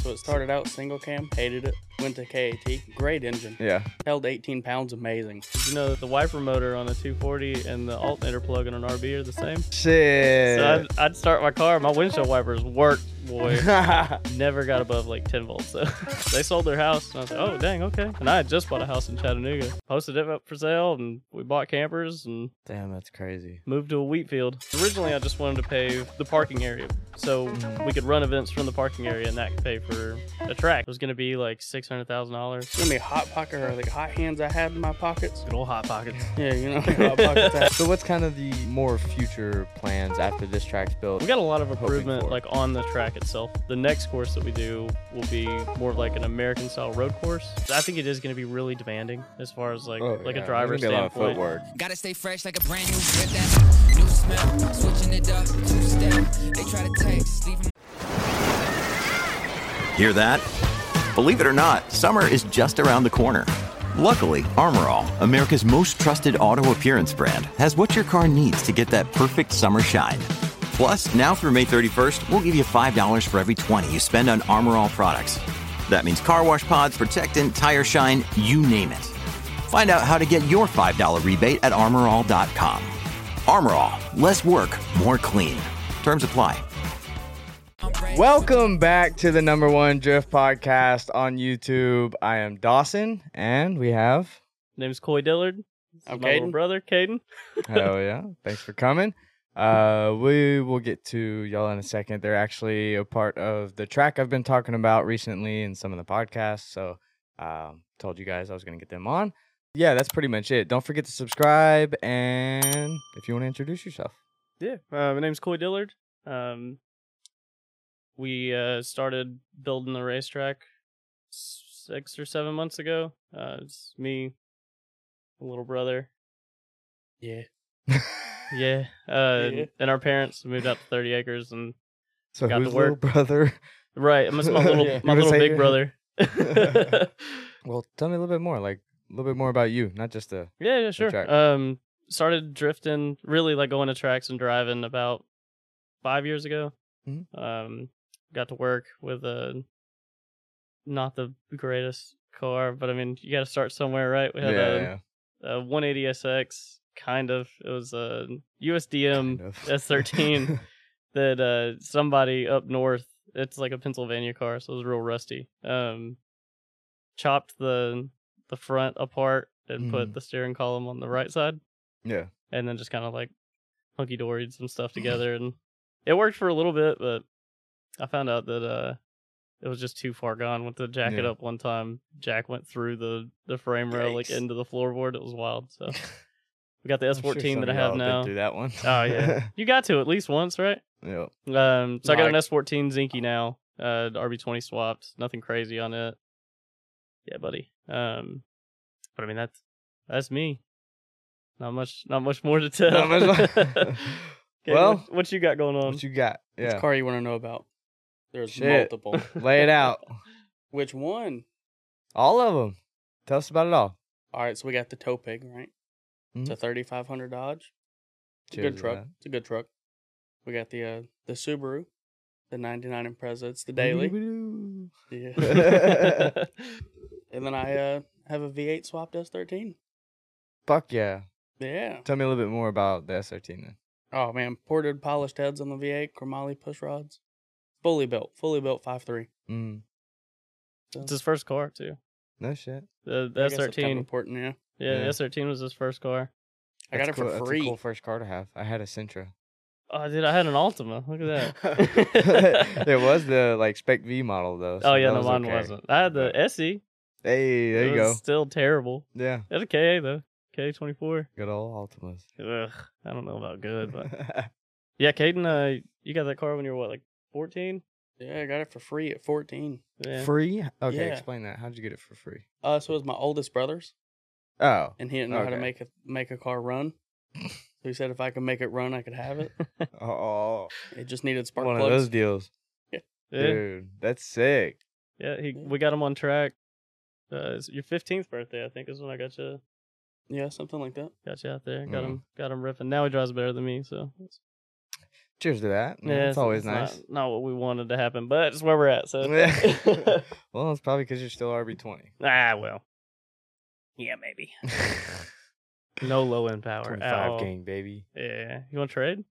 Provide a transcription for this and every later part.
So it started out single cam, hated it. Went to KAT, great engine. Yeah. Held 18 pounds, amazing. You know, the wiper motor on a 240 and the alternator plug in an RB are the same. Shit. So I'd, I'd start my car, my windshield wipers worked, boy. Never got above like 10 volts. So they sold their house, and I was like, oh, dang, okay. And I had just bought a house in Chattanooga. Posted it up for sale, and we bought campers and Damn, that's crazy. moved to a wheat field. Originally, I just wanted to pave the parking area so we could run events from the parking area, and that could pay for a track. It was going to be like $600,000. Give me a hot pocket or like hot hands I had in my pockets. uh, Good old Hot Pockets. Yeah, you know, hot pockets. I had. Oh, So what's kind of the more future plans after this track's built? We got a lot of Hoping improvement for. like on the track itself. The next course that we do will be more of like an American style road course. I think it is going to be really demanding as far as like Oh, like yeah, a driver there's gonna be a lot of standpoint. footwork. Gotta stay fresh like a brand new whip that new smell. Switching it up, two step. They try to text, leave 'em Hear that? Believe it or not, summer is just around the corner. Luckily, Armorall, America's most trusted auto appearance brand, has what your car needs to get that perfect summer shine. Plus, now through May 31st, we'll give you $5 for every 20 you spend on Armorall products. That means car wash pods, protectant, tire shine, you name it. Find out how to get your $5 rebate at armorall.com. Armorall, less work, more clean. Terms apply. Welcome back to the number one drift podcast on YouTube. I am Dawson, and we have Name's Coy Dillard. This is I'm my little Caden. brother, Caden. hell yeah, thanks for coming. Uh, we will get to y'all in a second. They're actually a part of the track I've been talking about recently in some of the podcasts. So, um, told you guys I was gonna get them on. Yeah, that's pretty much it. Don't forget to subscribe, and if you want to introduce yourself, Yeah, uh, my name's Coy Dillard. Um, we uh, started building the racetrack six or seven months ago. Uh, it's me, my little brother. yeah. Yeah, uh, Yeah. and our parents moved out to thirty acres and so Got who's the little work. brother? Right. I'm just my little Yeah. my You wanna little say big it? brother. yeah, Well, tell me a little bit more, like a little bit more about you, not just the yeah, sure. track. Um started drifting, really like going to tracks and driving about five years ago. Mhm. Um got to work with a not the greatest car, but I mean you gotta start somewhere, right? We yeah, had a, yeah. a 180 SX kind of it was a USDM Kind of. S13 that uh somebody up north it's like a Pennsylvania car, so it was real rusty. Um chopped the the front apart and put Mhm. the steering column on the right side yeah. and then just kinda like hunky doried some stuff together and it worked for a little bit, but I found out that uh it was just too far gone. Went to jack it Yeah. up one time. Jack went through the, the frame rail like Yikes. into the floorboard. It was wild. So we got the I'm S sure fourteen some that I of have y'all been now. through that one. Oh yeah, you got to at least once, right? yeah. Um, so I got an Like- S fourteen Zinky now. Uh, RB twenty swapped. Nothing crazy on it. Yeah, buddy. Um, but I mean that's that's me. Not much. Not much more to tell. Not much more- Okay, Well, what, what you got going on? What you got? Which Yeah. car you want to know about? There's Shit. multiple. Lay it out. Which one? All of them. Tell us about it all. All right, so we got the tow pig, right? It's a 3500 Dodge. It's a Mm-hmm. Cheers good to truck. that. It's a good truck. We got the uh, the Subaru, the 99 Impreza. It's the daily. yeah. And then I uh, have a V8 swapped S13. Fuck yeah. Yeah. Tell me a little bit more about the SRT then. Oh man, ported polished heads on the V8, chromoly push rods, fully built, fully built five three. Mm. it's his first car too. No shit. The the S thirteen. important. Yeah, Yeah, Yeah. the S thirteen was his first car. I got That's it cool. for That's free. a cool first car to have. I had a Sentra. Oh, dude, I had an Altima. Look at that. it was the like Spec V model though. so Oh yeah, that no, was mine okay. wasn't. I had the But- SE. Hey, there It you was go. Still terrible. Yeah. It had a KA though. KA twenty four. Good old Altimas. Ugh, I don't know about good, but yeah, Caden, uh, you got that car when you were what, like fourteen? yeah, I got it for free at fourteen. Yeah. Free? Okay, Yeah. explain that. How'd you get it for free? Uh, so it was my oldest brother's, Oh. and he didn't know how to Okay. make a make a car run. So he said if I could make it run, I could have it. Oh. It just needed spark One of plugs. those deals. yeah, Dude, that's sick. yeah. He, we got him on track. Uh, it's your fifteenth birthday, I think, is when I got you, Yeah, something like that. got you out there, got Mm. him, got him ripping. Now he drives better than me, so Cheers to that. Yeah, it's always nice. Not, not what we wanted to happen, but it's where we're at. So Yeah. well, it's probably because you're still RB twenty. ah, well, yeah, maybe no low end power. Twenty at all. five gang, baby. Yeah, you want to trade?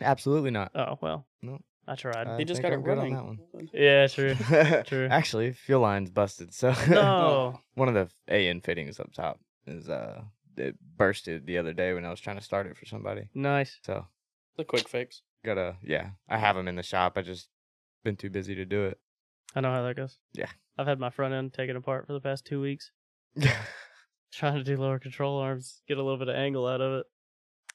Absolutely not. Oh well, No. I tried. I He just think got I'm it good on running. that one. yeah, true. True. Actually, fuel line's busted, so No. one of the AN fittings up top is uh it bursted the other day when I was trying to start it for somebody. nice. So The quick fix. gotta yeah, I have them in the shop. I just been too busy to do it. I know how that goes. Yeah. I've had my front end taken apart for the past two weeks, trying to do lower control arms, get a little bit of angle out of it.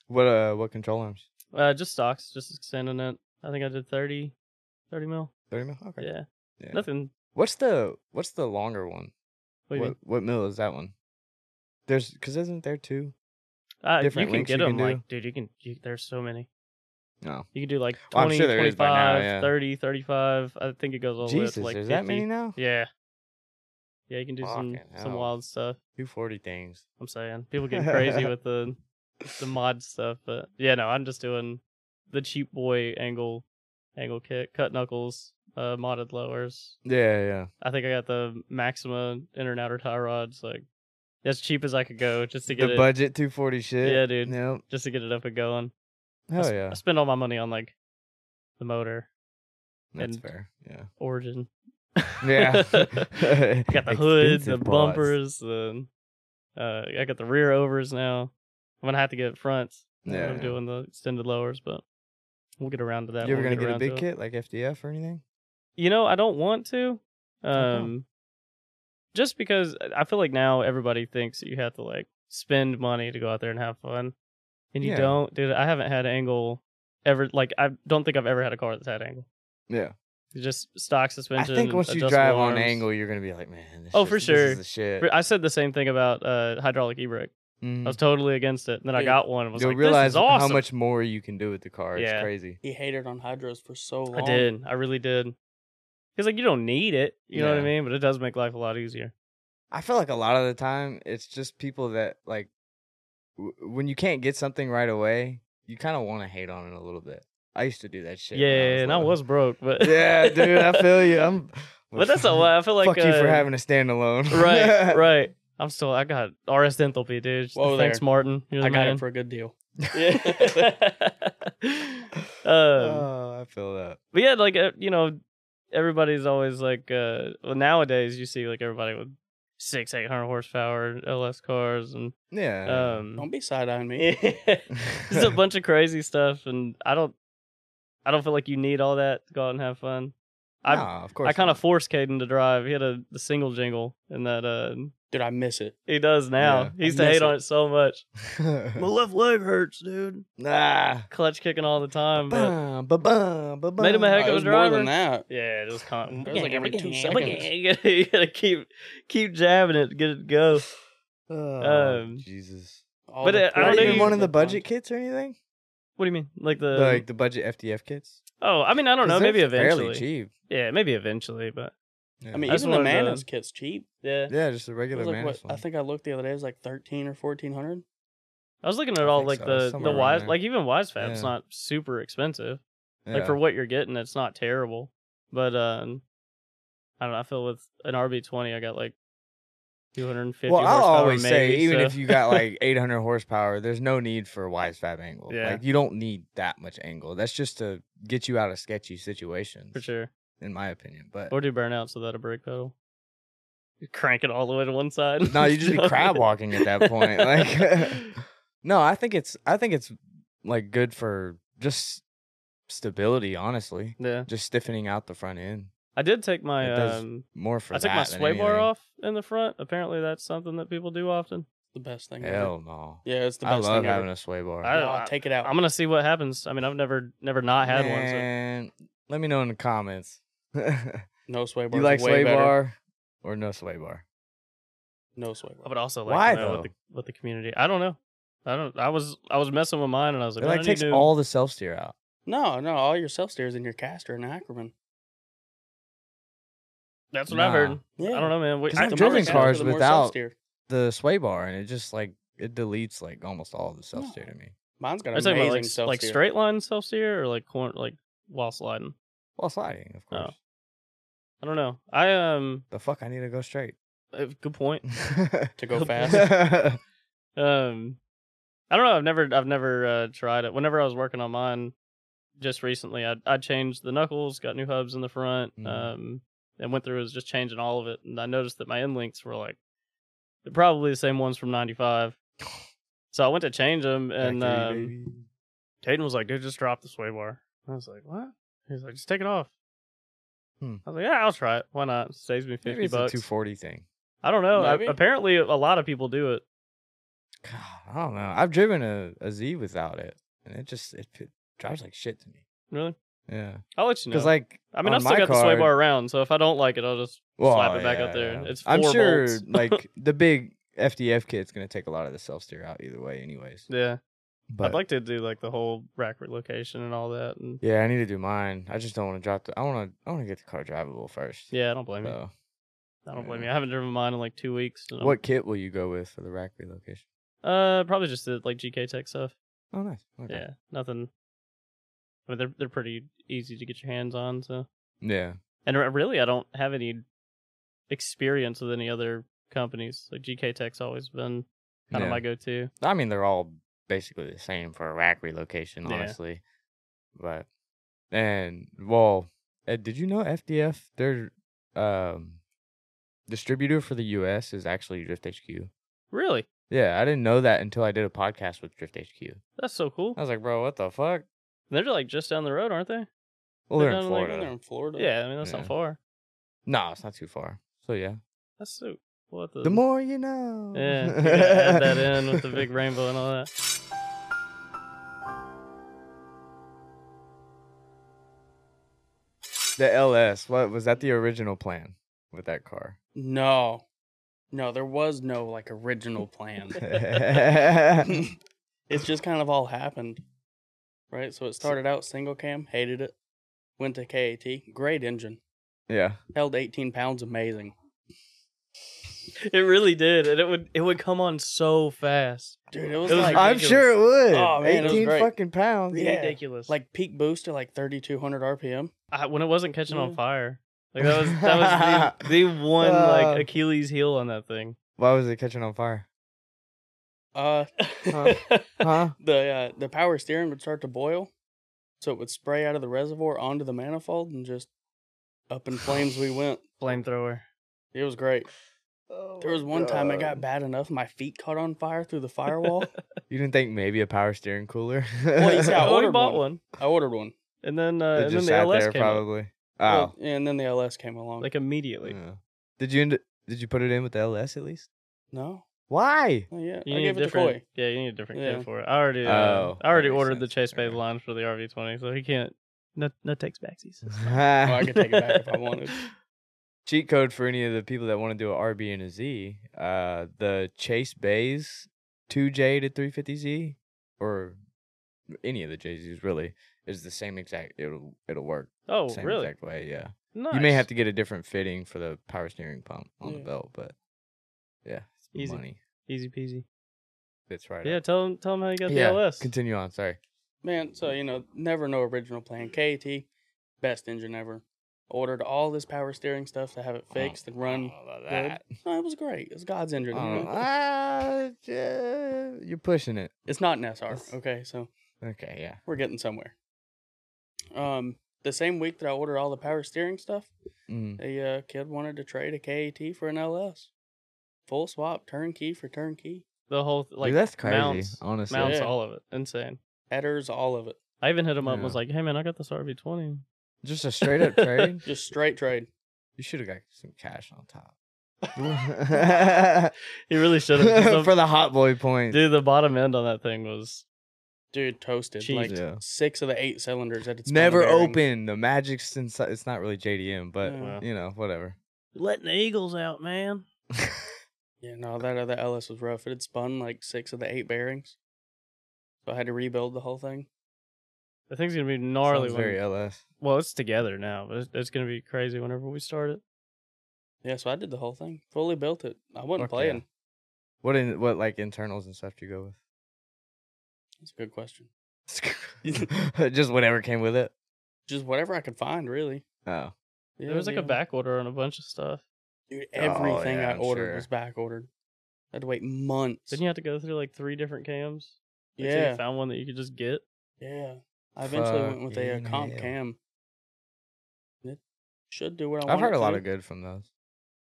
what uh what control arms? Uh, just stocks, just extending it. I think I did 30, 30 mil. Thirty mil. Okay. Yeah. Yeah. Nothing. What's the what's the longer one? What do you what what mill is that one? There's because isn't there two? mean? Uh, different you can links get you them, can like, dude, you can, you, there's so many. No. You can do like Well, Oh, I'm 20, sure there is by now, 25, yeah. 30, 35. I think it goes all the way up Jesus, to like there's 50. that many now? Yeah. Yeah, you can do some, Fucking some hell. wild stuff. Two forty things. I'm saying people get crazy with the the mod stuff, but yeah, no, I'm just doing the cheap boy angle angle kick, cut knuckles, uh, modded lowers. Yeah, yeah. I think I got the Maxima inner and outer tie rods, like as cheap as I could go, just to get the it, budget two forty shit. Yeah, dude. Nope. just to get it up and going. I Hell sp- yeah. I spend all my money on like the motor That's and- fair. Yeah. origin. Yeah. got the hood, the Expensive parts. bumpers, the uh, I got the rear overs now. I'm gonna have to get fronts. when Yeah, I'm yeah. doing the extended lowers, but we'll get around to that. You ever when gonna we get a around to big it. kit like FDF or anything? You know, I don't want to. Um, come? just because I- I feel like now everybody thinks that you have to like spend money to go out there and have fun, and you Yeah. don't, dude. I haven't had angle ever. Like I don't think I've ever had a car that's had angle. Yeah. It's just stock suspension. I think once you adjustable drive on arms. angle, you're gonna be like, man. This Oh, shit- for this sure. Is the shit. Mm. I said the same thing about uh, hydraulic e-brake. I was totally against it. And then I Dude, got one and was You'll like, this realize is awesome. how much more you can do with the car. It's Yeah. crazy. He hated on hydros for so I long. did. I really did. Because, like, you don't need it. You know what I Yeah. mean? But it does make life a lot easier. I feel like a lot of the time it's just people that like w- when you can't get something right away, you kind of want to hate on it a little bit. I used to do that shit. yeah, when and I little. was broke. But yeah, dude, I feel you. I'm. but that's a lot. I feel like. Fuck you for uh, having a standalone. Right, right. I'm still, I got RS enthalpy, dude. Whoa Thanks, there. Martin. You're the I got man. it for a good deal. Yeah. um, oh, I feel that. but yeah, like uh, you know, everybody's always like, uh, well, nowadays you see like everybody with six, eight hundred horsepower LS cars, and Yeah. um, Don't be side eyeing me. it's a bunch of crazy stuff, and I don't, I don't feel like you need all that to go out and have fun. I Nah, of course. I kind not. of forced Caden to drive. He had a the single jingle, and that uh, Dude, I miss it. he does now. Yeah, he used I to hate miss on it so much. My left leg hurts, dude. nah. Clutch kicking all the time, um, but Bum, ba-bum, ba-bum. Made him a heck Uh, it of a was driver. more than that. Yeah, it was con- It was like every two seconds. you, gotta, you gotta keep keep jabbing it, to get it to go. Oh, Um, Jesus. All But, the uh, I don't three Not know even you- one of of the budget kits or anything. What do you mean? Like the like the budget FDF kits. oh, I mean, I don't know. 'Cause they're Maybe Fairly eventually. cheap. Yeah, maybe eventually, but Yeah. I mean, That's even one the of the- Manas kit's cheap. yeah. yeah, just a It regular was like man. what, I think I looked the other day. It was like thirteen or fourteen hundred. I was looking I at all think like so, the the somewhere around wise there. like even wise fab's Yeah. not super expensive. Like for what you're getting, it's not terrible. But um, I don't know. I feel with an RB twenty, I got like two hundred and fifty. Well, I'll always say, maybe, even so- if you got like 800 horsepower, there's no need for a wise fab angle. Yeah. Like, you don't need that much angle. That's just to get you out of sketchy situations, for sure, in my opinion. But or do burnouts without a brake pedal. You crank it all the way to one side. no, you just be crab walking at that point. Like, no, I think it's, I think it's like good for just stability, honestly. yeah, Just stiffening out the front end I did take my It does um, more for I took my that than sway bar anything. off in the front. Apparently, that's something that people do often. The best thing. ever. Hell no. Yeah, it's the I best love thing ever. having a sway bar. I- No, I'll take it out. I'm gonna see what happens. I mean, I've never, never not had one. Man, let me know in the comments. no sway bar. you like way sway better. bar or no sway bar? No sway So I bar. would also like Why, to know what though? the, what the community. I don't know. I don't. I was, I was messing with mine, and I was like, it man, like I need takes to- all the self steer out. No, no. All your self steers in your caster and Ackerman. That's what Nah. I've heard. Yeah. I don't know, man. We, 'Cause I, I've The the more driven motorcycle- caster, cars the more without- self-steer. The sway bar and it just like it deletes like almost all of the self steer to me. Mine's got Are you talking amazing about like, s- self like straight line self steer or like corn like while sliding? Well, sliding, of course. Oh. I don't know. I um The fuck, I need to go straight. uh, good point. to go fast. fast. Um, I don't know. I've never, I've never uh, tried it. Whenever I was working on mine, just recently, I I changed the knuckles, got new hubs in the front, Mhm. um, and went through was just changing all of it, and I noticed that my end links were like, they're probably the same ones from '95. So I went to change them, and um, Caden was like, "Dude, just drop the sway bar." I was like, "What?" He's like, "Just take it off." Hmm. I was like, "Yeah, I'll try it. Why not? Saves me fifty maybe it's bucks." a 240 thing. I don't know. I, Maybe. apparently, a lot of people do it. God, I don't know. I've driven a, a Z without it, and it just it, it drives like shit to me. Really? Yeah, I'll let you know. because like I mean, on I've still my got the sway card- bar around, so if I don't like it, I'll just well, slap it back yeah, up there. yeah. It's four I'm sure volts. like the big FDF kit's gonna take a lot of the self steer out either way, anyways. yeah, But I'd like to do like the whole rack relocation and all that. And yeah, yeah, I need to do mine. I just don't want to drop the. I want to. I want to get the car drivable first. I don't blame you. So, I don't blame yeah. you. I haven't driven mine in like two weeks. and I'm- what kit will you go with for the rack relocation? Uh, probably just the like GK Tech stuff. Oh, nice. Okay. Yeah, nothing. I mean, they're they're pretty easy to get your hands on. So, Yeah. and re- really, I don't have any experience with any other companies. Like GK Tech's always been kind of Yeah. my go-to. I mean, they're all basically the same for a rack relocation, Yeah. honestly. But and well, Ed, did you know FDF their um distributor for the U.S. is actually Drift HQ? Really, Yeah, I didn't know that until I did a podcast with Drift HQ. that's so cool. I was like, bro, what the fuck? They're like just down the road, aren't they? Well, They're they're in down, like, When they're Florida. in Florida. Yeah, I mean that's uh, Yeah. not far. No, it's not too far. So yeah, That's so. What the? the more you know. Yeah, you gotta add that in with the big rainbow and all that. The LS. What was that? The original plan with that car. No, no, there was no like original plan. it's just kind of all happened, right? So it started out single cam, hated it, went to KAT, great engine, yeah. held 18 pounds, amazing, It really did, and it would it would come on so fast. dude. It was, It was like I'm ridiculous. sure it would. Oh, man, it was 18 great. fucking pounds. Yeah. Ridiculous. like peak boost to like 3200 RPM. I, when it wasn't catching on Mm. fire. Like that was that was the, the one Uh. like Achilles heel on that thing. Why was it catching on fire? Uh, Huh? the uh, the power steering would start to boil, so it would spray out of the reservoir onto the manifold and just up in flames we went. Flamethrower. It was great. Oh There was one time it got bad enough my feet caught on fire through the firewall. You didn't think maybe a power steering cooler? Well, you see, I I already ordered bought one. one. I ordered one, and then It uh, and just then the sat LS there came out, probably. Oh. Well, and then the LS came along. like immediately. Yeah. Did you end did you put it in with the LS at least? no, Why? not yet. You I need a gave it to different, Coy. yeah. You need a different Yeah. kid for it. I already, uh, Oh, I already that makes ordered the sense. chase bathe Okay. line for the RV20, so he can't. No, no takes backsies. I could take it back if I wanted. Cheat code for any of the people that want to do a RB and a Z, uh, the Chase Bays 2J to 350Z or any of the JZs really is the same exact it'll it'll work Oh, same really? exact way, yeah. Nice. You may have to get a different fitting for the power steering pump on the Yeah. belt, but yeah, it's Easy. money. Easy peasy. Fits right. Yeah, up. tell him tell him how you got the LS. Continue on. Sorry. Man, so you know, never no original plan. KAT, best engine ever. Ordered all this power steering stuff to have Oh it fixed and run. Oh, that. No, it was great. It's God's engine. you Oh, know? Oh, ah, you're pushing it. It's not an SR. That's- Okay, so Okay. Yeah. we're getting somewhere. Um, the same week that I ordered all the power steering stuff, Mm. a uh, kid wanted to trade a KAT for an LS. Full swap, turnkey for turnkey, the whole th- like Dude, that's crazy. mounts, honestly. mounts Yeah. all of it. Insane. headers, all of it. I even hit him up and Yeah. was like, "Hey man, I got this RV20." Just a straight up trade. Just straight trade. you should have got some cash on top. He really should have. for the hot boy point. Dude, the bottom end on that thing was Dude, toasted. Jeez. Like Yeah. six of the eight cylinders at its Never final bearing. open the magic's inside. It's not really JDM, but Yeah. you know, whatever. letting the eagles out, man. Yeah, no, that other LS was rough. It had spun like six of the eight bearings. So I had to rebuild the whole thing. The thing's gonna be gnarly. Sounds when- very LS. well, it's together now, but it's, it's gonna be crazy whenever we start it. Yeah, so I did the whole thing. Fully built it. I wasn't Fuck yeah. playing. What in what like internals and stuff do you go with? That's a good question. Just whatever came with it. Just whatever I could find, really. Oh. There was like a back order on a bunch of stuff. Dude, Oh, everything yeah, I I'm ordered sure. was back ordered. I had to wait months. Didn't you have to go through like three different cams? Until yeah, You found one that you could just get. yeah. I eventually went with a, uh Fucking comp hell. cam. It should do what I want. I've heard it a lot to, of good from those.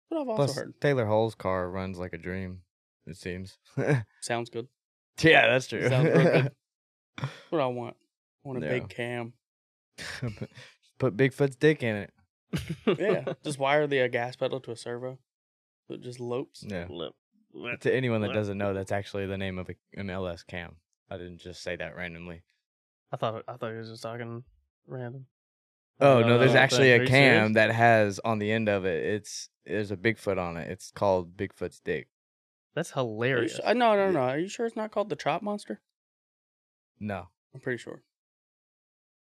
But I've also Plus, heard Taylor Hall's car runs like a dream, it seems. yeah, sounds good. that's true. Sounds real good. That's what I want. I want a Yeah. big cam. Put Bigfoot's dick in it. Yeah, just wire the uh, gas pedal to a servo. So it just lopes. Yeah. Lip. Lip. To anyone that Well- doesn't know, that's actually the name of a, an LS cam. I didn't just say that randomly. I thought I thought he was just talking random. Oh No, no, there's no, actually are a you cam serious? that has on the end of it. It's there's a Bigfoot on it. It's called Bigfoot's dick. That's Are you hilarious. su- uh, no, no, no. Are you sure it's not called the Chop Monster? No. I'm pretty sure.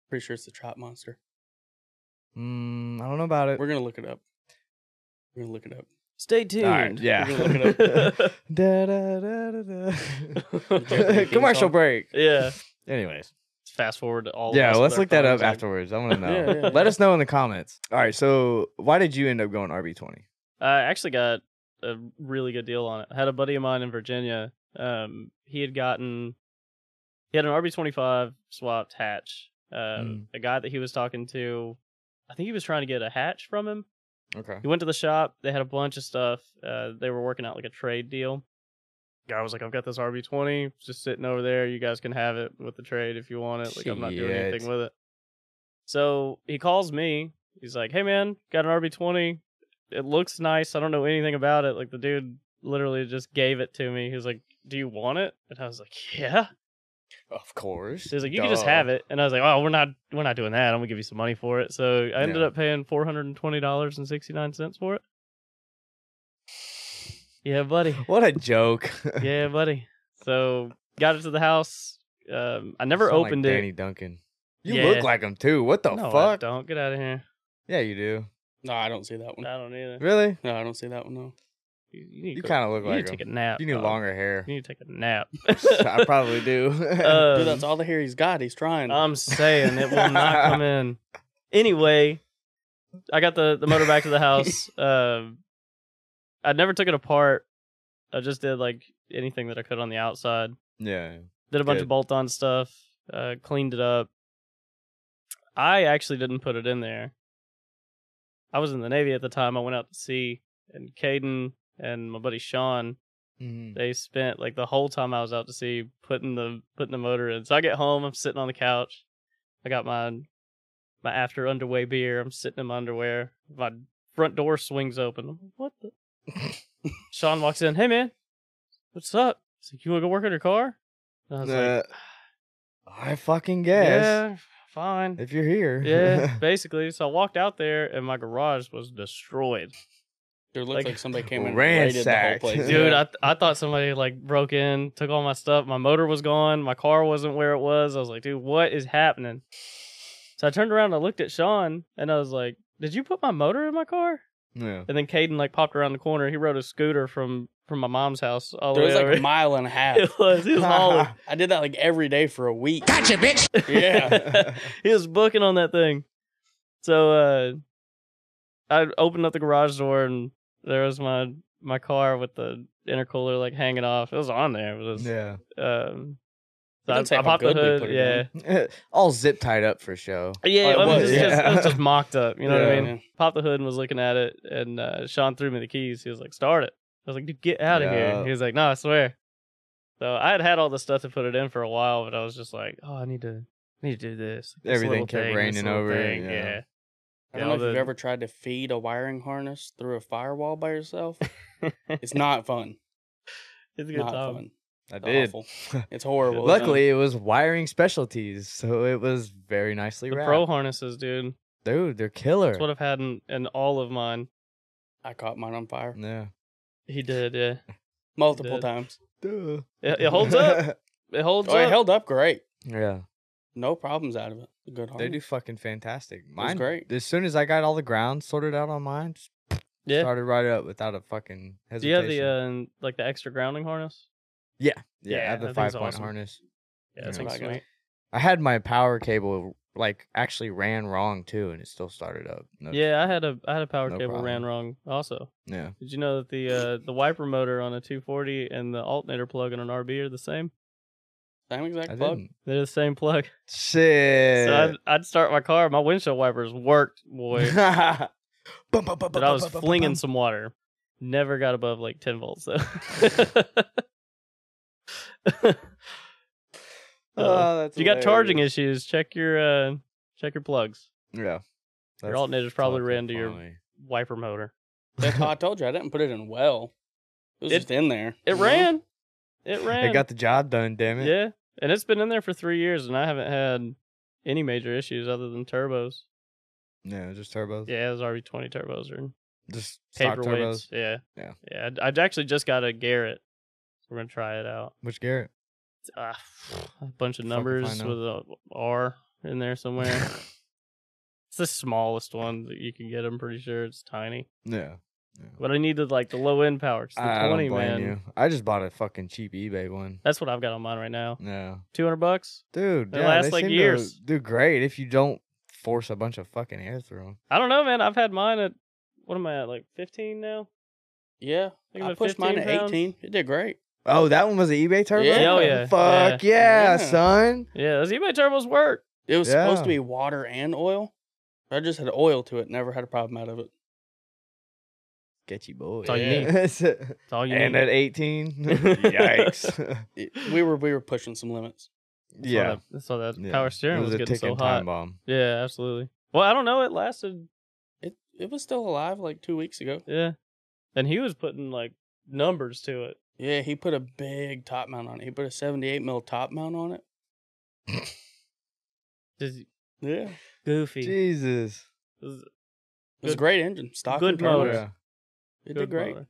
Pretty sure it's the Chop Monster. Mm, I don't know about it. We're gonna look it up. We're gonna look it up. Stay tuned. All right, yeah. We're gonna look it up. Da, da, da, da, da. King Commercial song? break. yeah. Anyways, Fast forward to all. yeah, the rest of let's their look that up contact. afterwards. I want to know. Yeah, yeah, Let yeah. us know in the comments. All right, so why did you end up going RB twenty? I actually got a really good deal on it. I had a buddy of mine in Virginia. Um, he had gotten he had an RB25 swapped hatch. Um, Hmm. a guy that he was talking to, I think he was trying to get a hatch from him. Okay. He went to the shop. They had a bunch of stuff. Uh, they were working out like a trade deal. Guy was like, "I've got this RB20 just sitting over there. You guys can have it with the trade if you want it. Like I'm not doing Shit. anything with it." So he calls me. He's like, "Hey man, got an RB20. It looks nice. I don't know anything about it. Like the dude literally just gave it to me. He was like, "Do you want it?" And I was like, "Yeah." Of course. So he's like, "You can just have it." And I was like, "Oh, we're not we're not doing that. I'm gonna give you some money for it." So I ended Yeah. up paying four hundred and twenty dollars and sixty nine cents for it. Yeah, buddy. What a joke. yeah, buddy. So got it to the house. Um, I never Sound like opened Danny it. Duncan. You Yeah. look like him too. What the no, I fuck? don't get out of here. Yeah, you do. No, I don't see that one. I don't either. Really? No, I don't see that one. No. You, you need You to go- kind of look you like need to him. take a nap. you need dog. longer hair. You need to take a nap. I probably do. Dude, Uh, um, that's all the hair he's got. He's trying. I'm saying it will not come in. Anyway, I got the the motor back to the house. Um, I never took it apart. I just did like anything that I could on the outside. yeah. Did a bunch Good. of bolt on stuff. Uh, cleaned it up. I actually didn't put it in there. I was in the Navy at the time. I went out to sea, and Caden and my buddy Sean Mhm. they spent like the whole time I was out to sea putting the putting the motor in. So I get home, I'm sitting on the couch. I got my my after underway beer. I'm sitting in my underwear. My front door swings open. I'm like, what the? Sean walks in. Hey man, what's up? He's like, you want to go work on your car? And I was Uh, like, I fucking guess. yeah, fine. If you're here. yeah, basically. So I walked out there, and my garage was destroyed. Dude, it looked like- like, somebody came in and raided the whole Ransacked. place. Dude, Yeah. I, th- I thought somebody like broke in, took all my stuff. My motor was gone. My car wasn't where it was. I was like, dude, what is happening? So I turned around and I looked at Sean and I was like, did you put my motor in my car? yeah. And then Caden like popped around the corner. He rode a scooter from from my mom's house all the there way was like over. a mile and a half. it was. He was hauling. I did that like every day for a week. Gotcha, bitch. Yeah. he was booking on that thing. So uh I opened up the garage door and there was my my car with the intercooler like hanging off. It was on there. It was Yeah. um It so doesn't say I, I how popped the good we hood. put it Yeah. in. All zip tied up for show. Yeah, Oh, it I mean, was, it's just, yeah. it was just mocked up. You know what I Yeah. mean? Yeah. Popped the hood and was looking at it, and uh, Sean threw me the keys. He was like, "Start it." I was like, "Dude, get out of Yeah. here." He was like, "No, I swear." So I had had all the stuff to put it in for a while, but I was just like, "Oh, I need to, I need to do this." this Everything little kept thing, this raining little over it, thing, yeah. Yeah. I don't Yeah, know if you've the- ever tried to feed a wiring harness through a firewall by yourself. it's not fun. it's a good Not time. fun. I It's did. awful. It's horrible. Luckily, it was wiring specialties, so it was very nicely The wrapped. pro harnesses, dude. Dude, they're killer. That's what I've had in, in all of mine. I caught mine on fire yeah. He did, yeah. multiple Dude. times. Duh. It, it holds up. It holds Oh, it up. held up great. yeah. No problems out of it. Good They harness. do fucking fantastic. Mine great. As soon as I got all the ground sorted out on mine, just yeah. started right up without a fucking Do hesitation. you have the uh, like the extra grounding harness? yeah, I uh, yeah, have the that five thing's point awesome. harness. Yeah, Yeah. that Like, thing's uh, sweet. I had my power cable like actually ran wrong too, and it still started up. No- Yeah, I had a I had a power no cable problem. ran wrong also. yeah. Did you know that the uh, the wiper motor on a 240 and the alternator plug on an RB are the same? Same I exact plug. didn't. They're the same plug. Shit. So I'd, I'd start my car. My windshield wipers worked, boy. Bum, bum, bum, but bum, I was bum, bum, flinging bum. some water. Never got above like 10 volts though. Uh, Oh, that's if you got charging hilarious. issues, check your uh, check your plugs. Yeah. Your That's alternator's probably fucking ran to your- funny. Wiper motor. That's how I told you. I didn't put it in well. It was It- just in there. It you know? ran. It ran. It got the job done, damn it. Yeah, and it's been in there for three years, and I haven't had any major issues other than turbos. Yeah, just turbos. Yeah, those RB20 turbos are Just stock turbos. paperweights. Yeah, Yeah. yeah. I, have actually just got a Garrett. We're gonna try it out. Which Garrett? Ah, a bunch of Fucking numbers find with a R in there somewhere. it's the smallest one that you can get. I'm pretty sure it's tiny, Yeah. but I needed like the low end power. 'cause the I, I 20 don't blame man. you. I just bought a fucking cheap eBay one. That's what I've got on mine right now. No. Two hundred bucks. Dude, They yeah, last, they like, seem to years. do great if you don't force a bunch of fucking air through them. I don't know, man. I've had mine at what am I at? Like fifteen now. Yeah. Think I about pushed mine 15 to pounds. 18. It did great. Oh, that one was an eBay turbo? Yeah. Oh, yeah. Fuck yeah, Yeah. son. Yeah, those eBay turbos work. It was supposed to Yeah. be water and oil. but I just had oil to it. Never had a problem out of it. Get you boy. That's all you need. That's all you and need. at 18, yikes. It- we were we were pushing some limits. That's why that- that's why that Yeah. power It steering was, a getting so ticking hot. time bomb. Yeah, absolutely. Well, I don't know. It lasted. It it was still alive like two weeks ago. Yeah, and he was putting like numbers to it. Yeah, he put a big top mount on it. He put a seventy eight mil top mount on it. Just Yeah. goofy. Jesus. It was It was a Good- great engine. Stock good and turbo. motor. Oh, Yeah. It good did great. motor.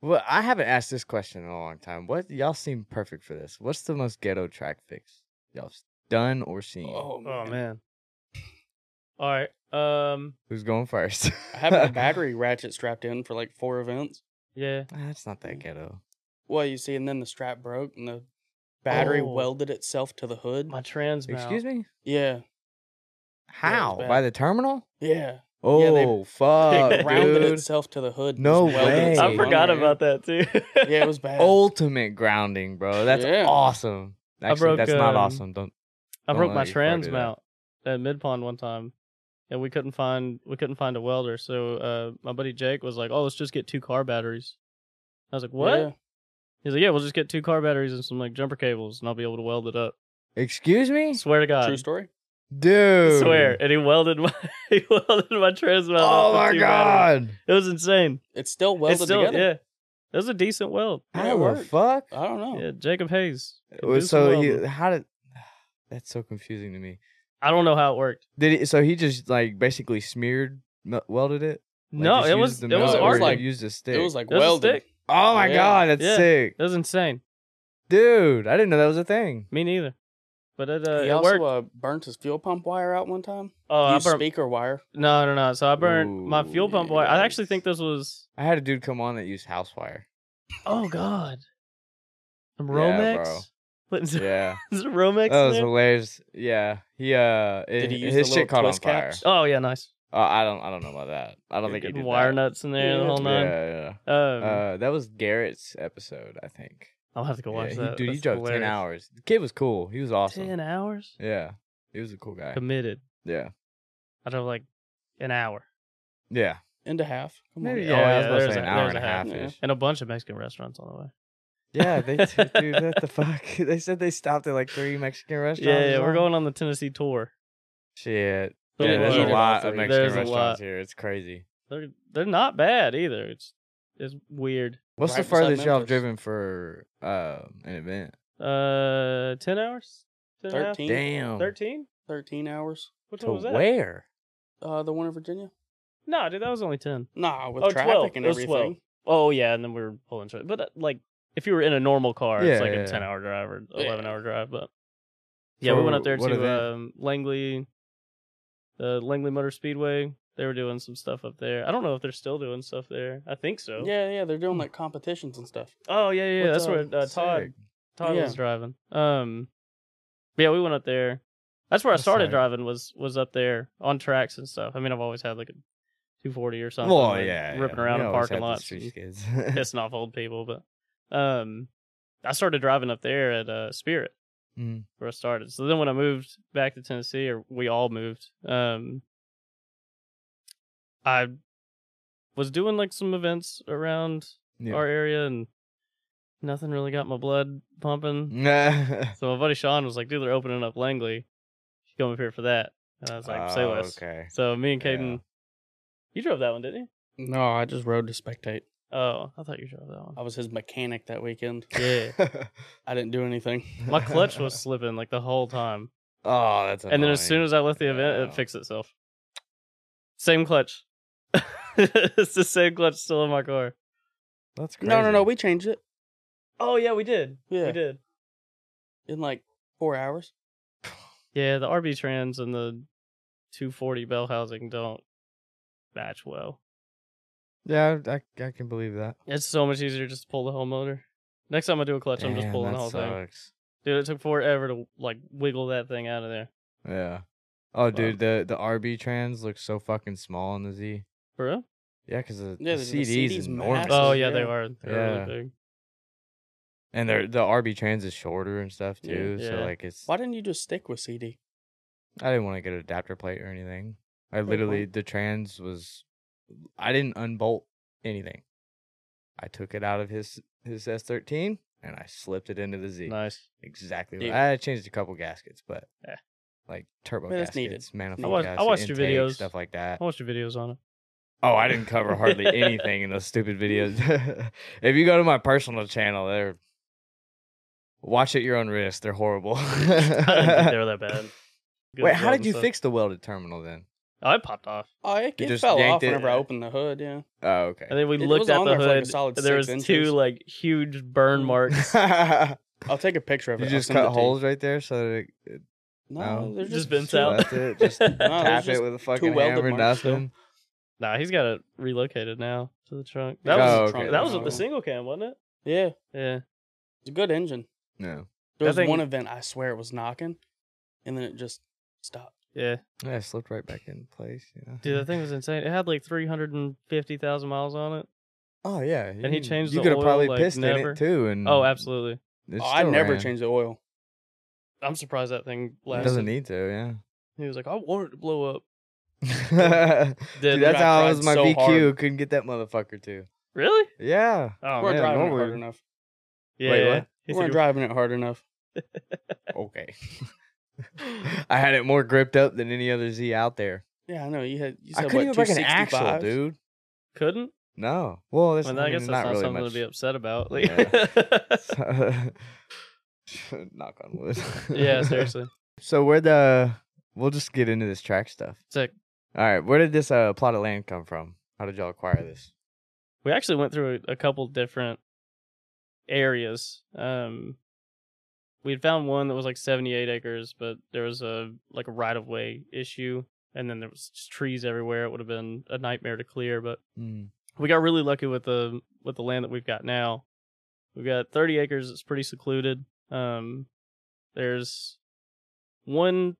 Well, I haven't asked this question in a long time. What y'all seem perfect for this? What's the most ghetto track fix y'all done or seen? Oh, man. Oh man. All right. Um. Who's going first? I have a battery ratchet strapped in for like four events. Yeah. Ah, That's not that ghetto. Well, you see, and then the strap broke and the battery Oh. welded itself to the hood. My trans. Excuse me. Yeah. How? bad. By the terminal? Yeah. Oh Yeah, they- fuck, it rounded dude! itself to the hood. and No just welded way. Oh itself I Hey. on forgot there, yeah. about that too. Yeah, it was bad. Ultimate grounding, bro. That's Yeah. awesome. I Actually, broke, that's not um, awesome. Don't. I Don't broke let my your car do trans that. mount at Mid Pond one time, and we couldn't find we couldn't find a welder. So uh, my buddy Jake was like, "Oh, let's just get two car batteries." I was like, "What?" Yeah. He's like, "Yeah, we'll just get two car batteries and some like jumper cables, and I'll be able to weld it up." Excuse me, Swear to God, True story. dude. swear. And he welded my he welded my trans mount. Oh up with my two batteries. god! it was insane. It's still welded it's still together. yeah, it was a decent weld. Yeah, it How the worked. Uh, fuck? I don't know. Yeah, Jacob Hayes. could Well, do some so he, welding. how did? That's so confusing to me. I don't know how it worked. Did he, so he just like basically smeared me- welded it? Like, no, just it used was the it metal was or hard. art. he Like- used a stick. It was like It was a welded. stick. oh my Yeah. god, that's Yeah. sick, It was insane. dude! I didn't know that was a thing. Me neither. But it, uh, he it also worked. uh, burnt his fuel pump wire out one time. oh, I Used burnt. speaker wire. No, no, no. So I burned my fuel pump wire. I actually Ooh. think this was. I had a dude come on that used house wire. Oh God. Some Yeah, Romex. bro. Putting some, Yeah, some Romex that in was there? hilarious. Yeah, he uh, it- Did he use his the shit little caught on twist fire. caps? Oh yeah, nice. Uh, I don't, I don't know about that. I don't think he Getting did wire that. nuts in there the whole nine. Yeah, Um, yeah. Uh, that was Garrett's episode, I think. I'll have to go Yeah, watch he- that. Dude, That's he drove hilarious. ten hours. The kid was cool. He was awesome. Ten hours Yeah, he was a cool guy. committed. Yeah, I drove like an hour yeah. Into half. Come on. Maybe yeah, Oh, yeah. I yeah, was about there's to say a- an hour there's and a a half half, ish. and a bunch of Mexican restaurants on the way. Yeah, they t- dude, what the fuck? They said they stopped at like three Mexican restaurants. Yeah, or yeah, we're something. going on the Tennessee tour. Shit. They're Yeah, there's eat a at low. all lot of three. Mexican There's a restaurants lot. here. It's crazy. They're they're not bad either. It's it's weird. What's Right the beside furthest y'all have Memphis. driven for uh, an event? Uh, ten hours. 10 and a half? 13, Damn. Thirteen? Thirteen hours. Which To one was that? where? Uh, the one in Virginia. No, dude, that was only ten. Nah, with Oh, traffic 12. and It was everything. 12. Oh yeah, and then we were pulling shit. But uh, like, if you were in a normal car, Yeah, it's like yeah, yeah. a ten-hour drive or Yeah. eleven-hour drive. But yeah, we For went up there what to event? um, Langley, the Langley Motor Speedway. They were doing some stuff up there. I don't know if they're still doing stuff there. I think so. Yeah, yeah, they're Hmm. doing like competitions and stuff. Oh yeah, yeah. What's that's where up? uh, Todd Sick. Todd Yeah. was driving. Um, But yeah, we went up there. That's where That's I started tight. driving. Was was up there on tracks and stuff. I mean, I've always had like a 240 or something. well, like, yeah, ripping yeah. We around in always parking had the lots, street and kids. pissing off old people. But um, I started driving up there at uh, Spirit Mhm. where I started. So then when I moved back to Tennessee, or we all moved, um, I was doing like some events around Yeah. our area and nothing really got my blood pumping. Nah. So my buddy Sean was like, dude, they're opening up Langley. You should come up here for that. And I was like, say Oh, less. Okay. So me and Caden, Yeah. you drove that one, didn't No, I just rode to spectate. you? Oh, I thought you drove that one. I was his mechanic that weekend. Yeah. I didn't do anything. My clutch was slipping like the whole time. Oh, that's. And then as soon as I left the event, Yeah. it fixed itself. Same clutch. it's the same clutch still in my car. that's crazy. No, no, no. We changed it Oh yeah, we did. Yeah. We did. in like four hours. Yeah, the RB trans and the 240 bell housing don't match well. Yeah, I, I can believe that. It's so much easier just to pull the whole motor. Next time I do a clutch, I'm just Damn, pulling the that whole thing. sucks. Dude, it took forever to like wiggle that thing out of there. Yeah. Oh, dude, the the RB trans looks so fucking small on the Z. For real? Yeah, because the, Yeah, the- the the CD's, CD's enormous, massive. Oh yeah, they yeah. are. They're really big. and they're, the RB trans is shorter and stuff Yeah. too. So Yeah. like, it's Why didn't you just stick with CD? I didn't want to get an adapter plate or anything. I why? literally the trans was I didn't unbolt anything. I took it out of his his S thirteen and I slipped it into the Z. Nice. Exactly. Dude. What, I changed a couple gaskets, but Yeah. like turbo Man, that's needed. gaskets, manifold I watched- I gasket, watched your intake, videos. stuff like that. I watched your videos on it. Oh, I didn't cover hardly anything in those stupid videos. if you go to my personal channel, they're watch at your own risk. They're horrible. I didn't think they were that bad. Good Wait, how job did and you stuff. fix the welded terminal then? Oh, it popped off. Oh, it, You it just fell off yanked it? whenever I opened the hood. Yeah, Oh, And okay. then we It looked was at on the there for, like, a hood. solid there was six two inches. like huge burn Mm. marks. I'll take a picture of you it. I'll just send it cut to you. holes Oh. right there so that it No, No. there's Just just vents two- out. that's it. Just No, there's tap it just with a fucking welded hammer, marks still. nothing. nah, he's got it relocated now to the trunk. That Oh, was okay. that was with Oh. the single cam, wasn't it? Yeah, Yeah. it's a good engine. No. There That was thing- one event I swear it was knocking, and then it just stopped. Yeah. Yeah, it slipped right back in place. You know? Dude, that thing was insane. It had like three hundred and fifty thousand miles on it. Oh yeah, you And he can- changed You the could have oil, probably like, pissed in never. it too, and Oh, absolutely. it Oh, I still never ran. changed the oil. I'm surprised that thing It lasted. doesn't need to, He was like, I want it to blow up. yeah. Dude, Did that's I how I tried was my so VQ. hard. Couldn't get that motherfucker to. really? Yeah. Oh we're man, driving it normally- hard enough. yeah. Wait, yeah. what? He we're said- driving it hard enough. Okay. I had it more gripped up than any other Z out there. Yeah, I know. You had. You I said, couldn't what, even break an axle, 265s? dude. couldn't. No. Well, that's mm, Well, I guess that's not, not, really something much. to be upset about. Like- Knock on wood. yeah, seriously. So where the we'll just get into this track stuff. Sick. All right, where did this uh, plot of land come from? How did y'all acquire this? we actually went through a, a couple different areas. Um, we had found one that was like 78 acres, but there was a like a right of way issue, and then there was just trees everywhere. It would have been a nightmare to clear, but we got really lucky with the with the land that we've got now. We've got 30 acres. It's pretty secluded. Um, there's one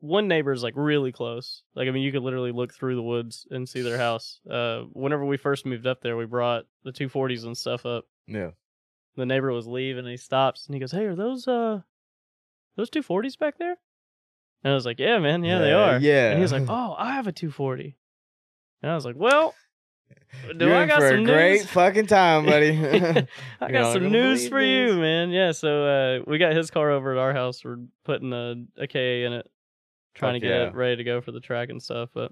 one neighbor's like really close. Like I mean, you could literally look through the woods and see their house. Uh, whenever we first moved up there, we brought the 240s and stuff up. Yeah. The neighbor was leaving, and he stops and he goes, "Hey, are those uh those 240s back there?" And I was like, "Yeah, man. Yeah, they Yeah, are." yeah. And he was like, "Oh, I have a 240." And I was like, "Well." Do You're I in got for some a great news? fucking time, buddy. I You're got not some gonna news believe for you, man. Yeah, so uh, we got his car over at our house. We're putting a, a KA in it, trying Fuck to get yeah. it ready to go for the track and stuff. But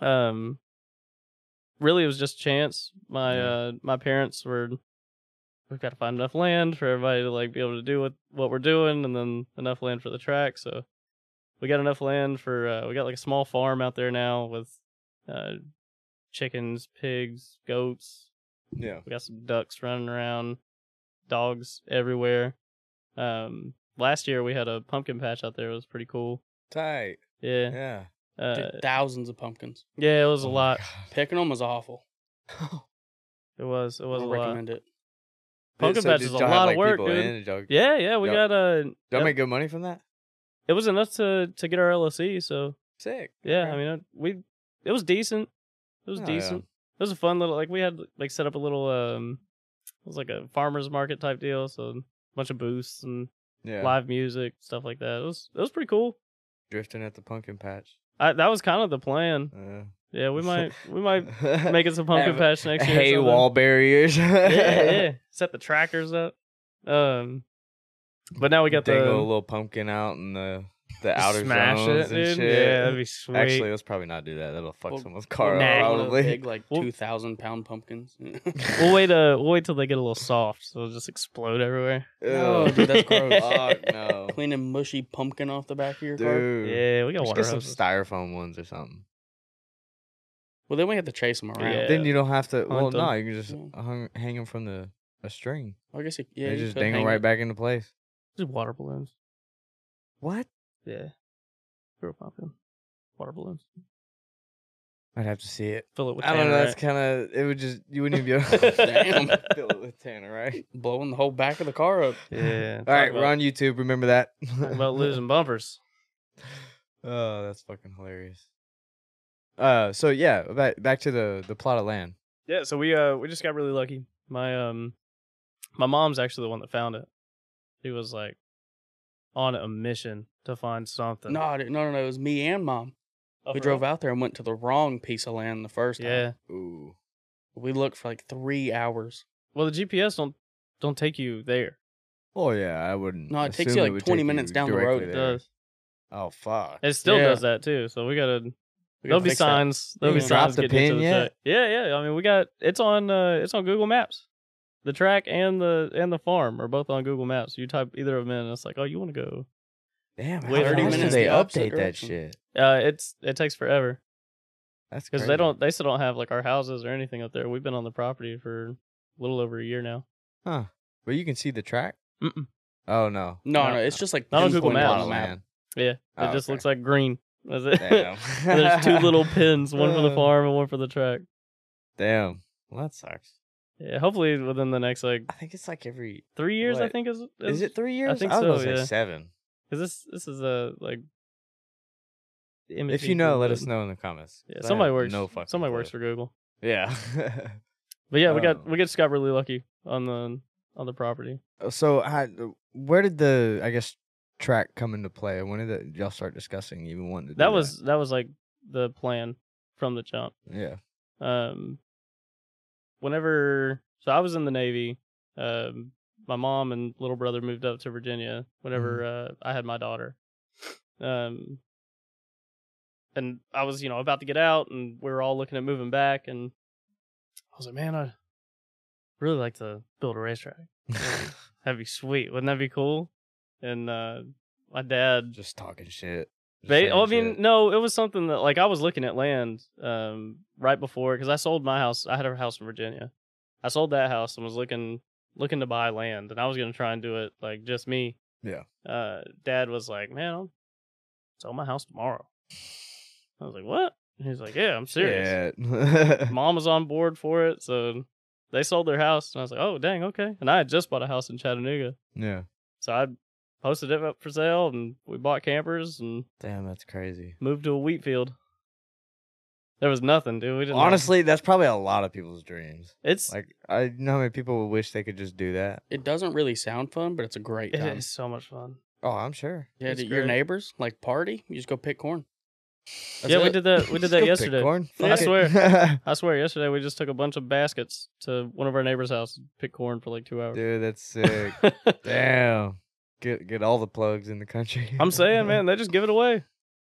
um, really, it was just chance. My Yeah. uh, my parents were, we've got to find enough land for everybody to like be able to do what what we're doing, and then enough land for the track. So we got enough land for uh, we got like a small farm out there now with uh, chickens, pigs, goats, Yeah. we got some ducks running around, dogs everywhere. Um, last year we had a pumpkin patch out there. It was pretty cool. Tight. Yeah, Yeah. uh, Dude, thousands of pumpkins. yeah, it was a Oh my lot. God. Picking them was awful. It was, it I was a don't lot. recommend it. Pumpkin So patch did is a y'all have, lot of like, work, people dude. in? Did y'all, Yeah, yeah, we Yep. got a. y'all yep. make good money from that? it was enough to to get our LLC. So Sick. yeah, Okay. I mean, it, we it was decent. It was Oh, yeah. decent. It was a fun little like we had like set up a little um, it was like a farmers market type deal. So a bunch of booths and yeah. live music stuff like that. It was it was pretty cool. Drifting at the pumpkin patch. I, that was kind of the plan. Uh, Yeah, we might we might make it some pumpkin Have patch next year. or Hay something. wall barriers. yeah, yeah. Set the trackers up. Um, but now we got Dangle a the little pumpkin out in the the outer smash zones and it, dude. shit. Yeah, that'd be sweet. Actually, let's probably not do that. That'll fuck Well, someone's car Or up, nah, one of the probably. big like Well- two thousand pound pumpkins. we'll wait. Uh, we'll wait till they get a little soft, so it'll just explode everywhere. No, dude, that's gross. Fuck no, Cleaning mushy pumpkin off the back of your car. dude. Yeah, we got Just water get some hoses. styrofoam ones or something. Well, then we have to chase them around. Yeah. Then you don't have to. well, Hunt no, 'em. you can just Yeah. hung, hang them from the a string. I guess it, yeah, they you just could dangle hang right it. back into place. Just water balloons. What? Yeah, real pumpkin. Water balloons. I'd have to see it. Fill it with. I don't know. That's Tannerite. kind of. It would just. You wouldn't even be able. Damn. Fill it with Tanner, right? blowing the whole back of the car up. Yeah. All right, talk we're about- on YouTube. Remember that. talk about losing bumpers. Oh, that's fucking hilarious. Uh, so yeah, back back to the the plot of land. Yeah, so we uh we just got really lucky. My um my mom's actually the one that found it. She was like on a mission to find something. No, dude, no, no, no. It was me and mom. Oh, we for drove real? out there and went to the wrong piece of land the first time. Yeah. Ooh. We looked for like three hours. Well, the GPS don't don't take you there. Oh yeah, I wouldn't. No, it takes assume you, like, would 20 take minutes you down the road, directly It there. does. Oh fuck. It still Yeah. does that too. So we gotta. We There'll gotta be fix that. signs. There'll You be signs. dropped the getting you to pin the yet? track. Yeah, yeah. I mean, we got it's on uh it's on Google Maps. The track and the and the farm are both on Google Maps. You type either of them in, and it's like, oh, you want to go Damn, how Wait, fast 30 do minutes they the opposite update that direction. shit? Uh, it's it takes forever That's because crazy. they don't they still don't have like our houses or anything up there. We've been on the property for a little over a year now. Huh? But you can see the track. Mm-mm. Oh no. No, Not- no, it's just like not on Google pinpoint Maps. on Plot the of map. land. Yeah, it Oh, just okay. looks like green. That's it. Damn. There's two little pins, one for the Uh. farm and one for the track. Damn. Well, that sucks. Yeah, hopefully within the next like I think it's like every. three years. I What? think is Is it three years? think was so, gonna say yeah. seven. Because this this is a like. If imaging you know, thing, let but- us know in the comments. Yeah, 'cause I somebody have works. No No fucking somebody clue. works for Google. Yeah. But yeah, Oh. we got we just got really lucky on the on the property. so how, where did the I guess track come into play? When did it, y'all start discussing even wanting to do That was that was like the plan from the jump. yeah. um whenever so i was in the navy um my mom and little brother moved up to virginia whenever uh, i had my daughter um and i was you know about to get out and we were all looking at moving back and i was like man i really like to build a racetrack that'd be sweet wouldn't that be cool and uh my dad just talking shit. Just Ba- saying well, oh, I mean, shit. no, it was something that like I was looking at land um right before because I sold my house. I had a house in Virginia. I sold that house and was looking looking to buy land, and I was gonna try and do it like just me. Yeah. Uh, Dad was like, "Man, I'll sell my house tomorrow." I was like, "What?" And he's like, "Yeah, I'm serious." Shit. Mom was on board for it, so they sold their house, and I was like, "Oh, dang, okay." And I had just bought a house in Chattanooga, yeah. so I posted it up for sale, and we bought campers and Damn, that's crazy. moved to a wheat field. There was nothing, dude. We didn't have- Honestly, that's probably a lot of people's dreams. it's Like, I know how many people would wish they could just do that. It doesn't really sound fun, but it's a great it time. is so much fun. Oh, I'm sure. Yeah, It's dude, your great. neighbors like party. You just go pick corn. That's yeah, we it. did that. We did Just that go pick yesterday. corn. Yeah, I Fuck it. swear. I swear, yesterday we just took a bunch of baskets to one of our neighbor's house, and picked corn for like two hours. Dude, that's sick. Damn. Get get all the plugs in the country. I'm saying, man, they just give it away.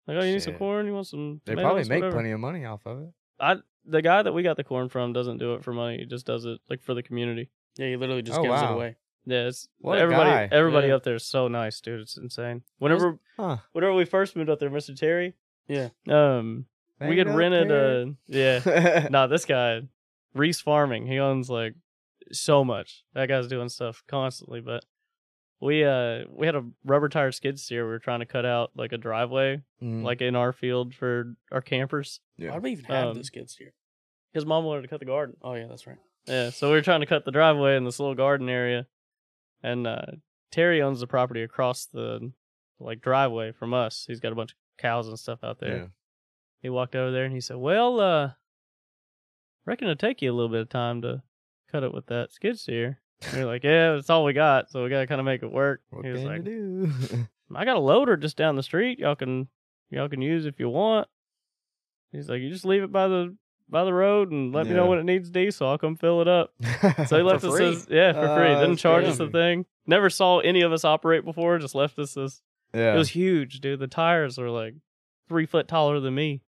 Like, oh, you need some Shit. corn? You want some? They tomatoes, probably make whatever. plenty of money off of it. I the guy that we got the corn from doesn't do it for money. He just does it like for the community. Yeah, you literally just Oh, gives wow. it away. Yeah, it's What a everybody. guy. Everybody Yeah. up there is so nice, dude. It's insane. Whenever Huh. whenever we first moved up there, Mister Terry. Yeah. Um, we had rented uh, a yeah. a. nah, this guy, Reese Farming, he owns like so much. That guy's doing stuff constantly. But we uh we had a rubber tire skid steer. We were trying to cut out like a driveway, Mm, like in our field for our campers. Yeah. Why do we even have Um, this kids here? His mom wanted to cut the garden. Oh yeah, that's right. Yeah, so we were trying to cut the driveway in this little garden area, and uh Terry owns the property across the like driveway from us. He's got a bunch of cows and stuff out there. He walked over there and he said, "Well, uh, reckon it'll take you a little bit of time to cut it with that skid steer." And we we're like, "Yeah, that's all we got, so we gotta kind of make it work." What can he was like, you do? I got a loader just down the street. Y'all can y'all can use if you want. He's like, you just leave it by the by the road and let me know Yeah. when it needs diesel. I'll come fill it up. So he left us free? this, yeah, for free. Oh, Didn't that's charge us a crazy. thing. Never saw any of us operate before. Just left us this. yeah. It was huge, dude. The tires were like three foot taller than me.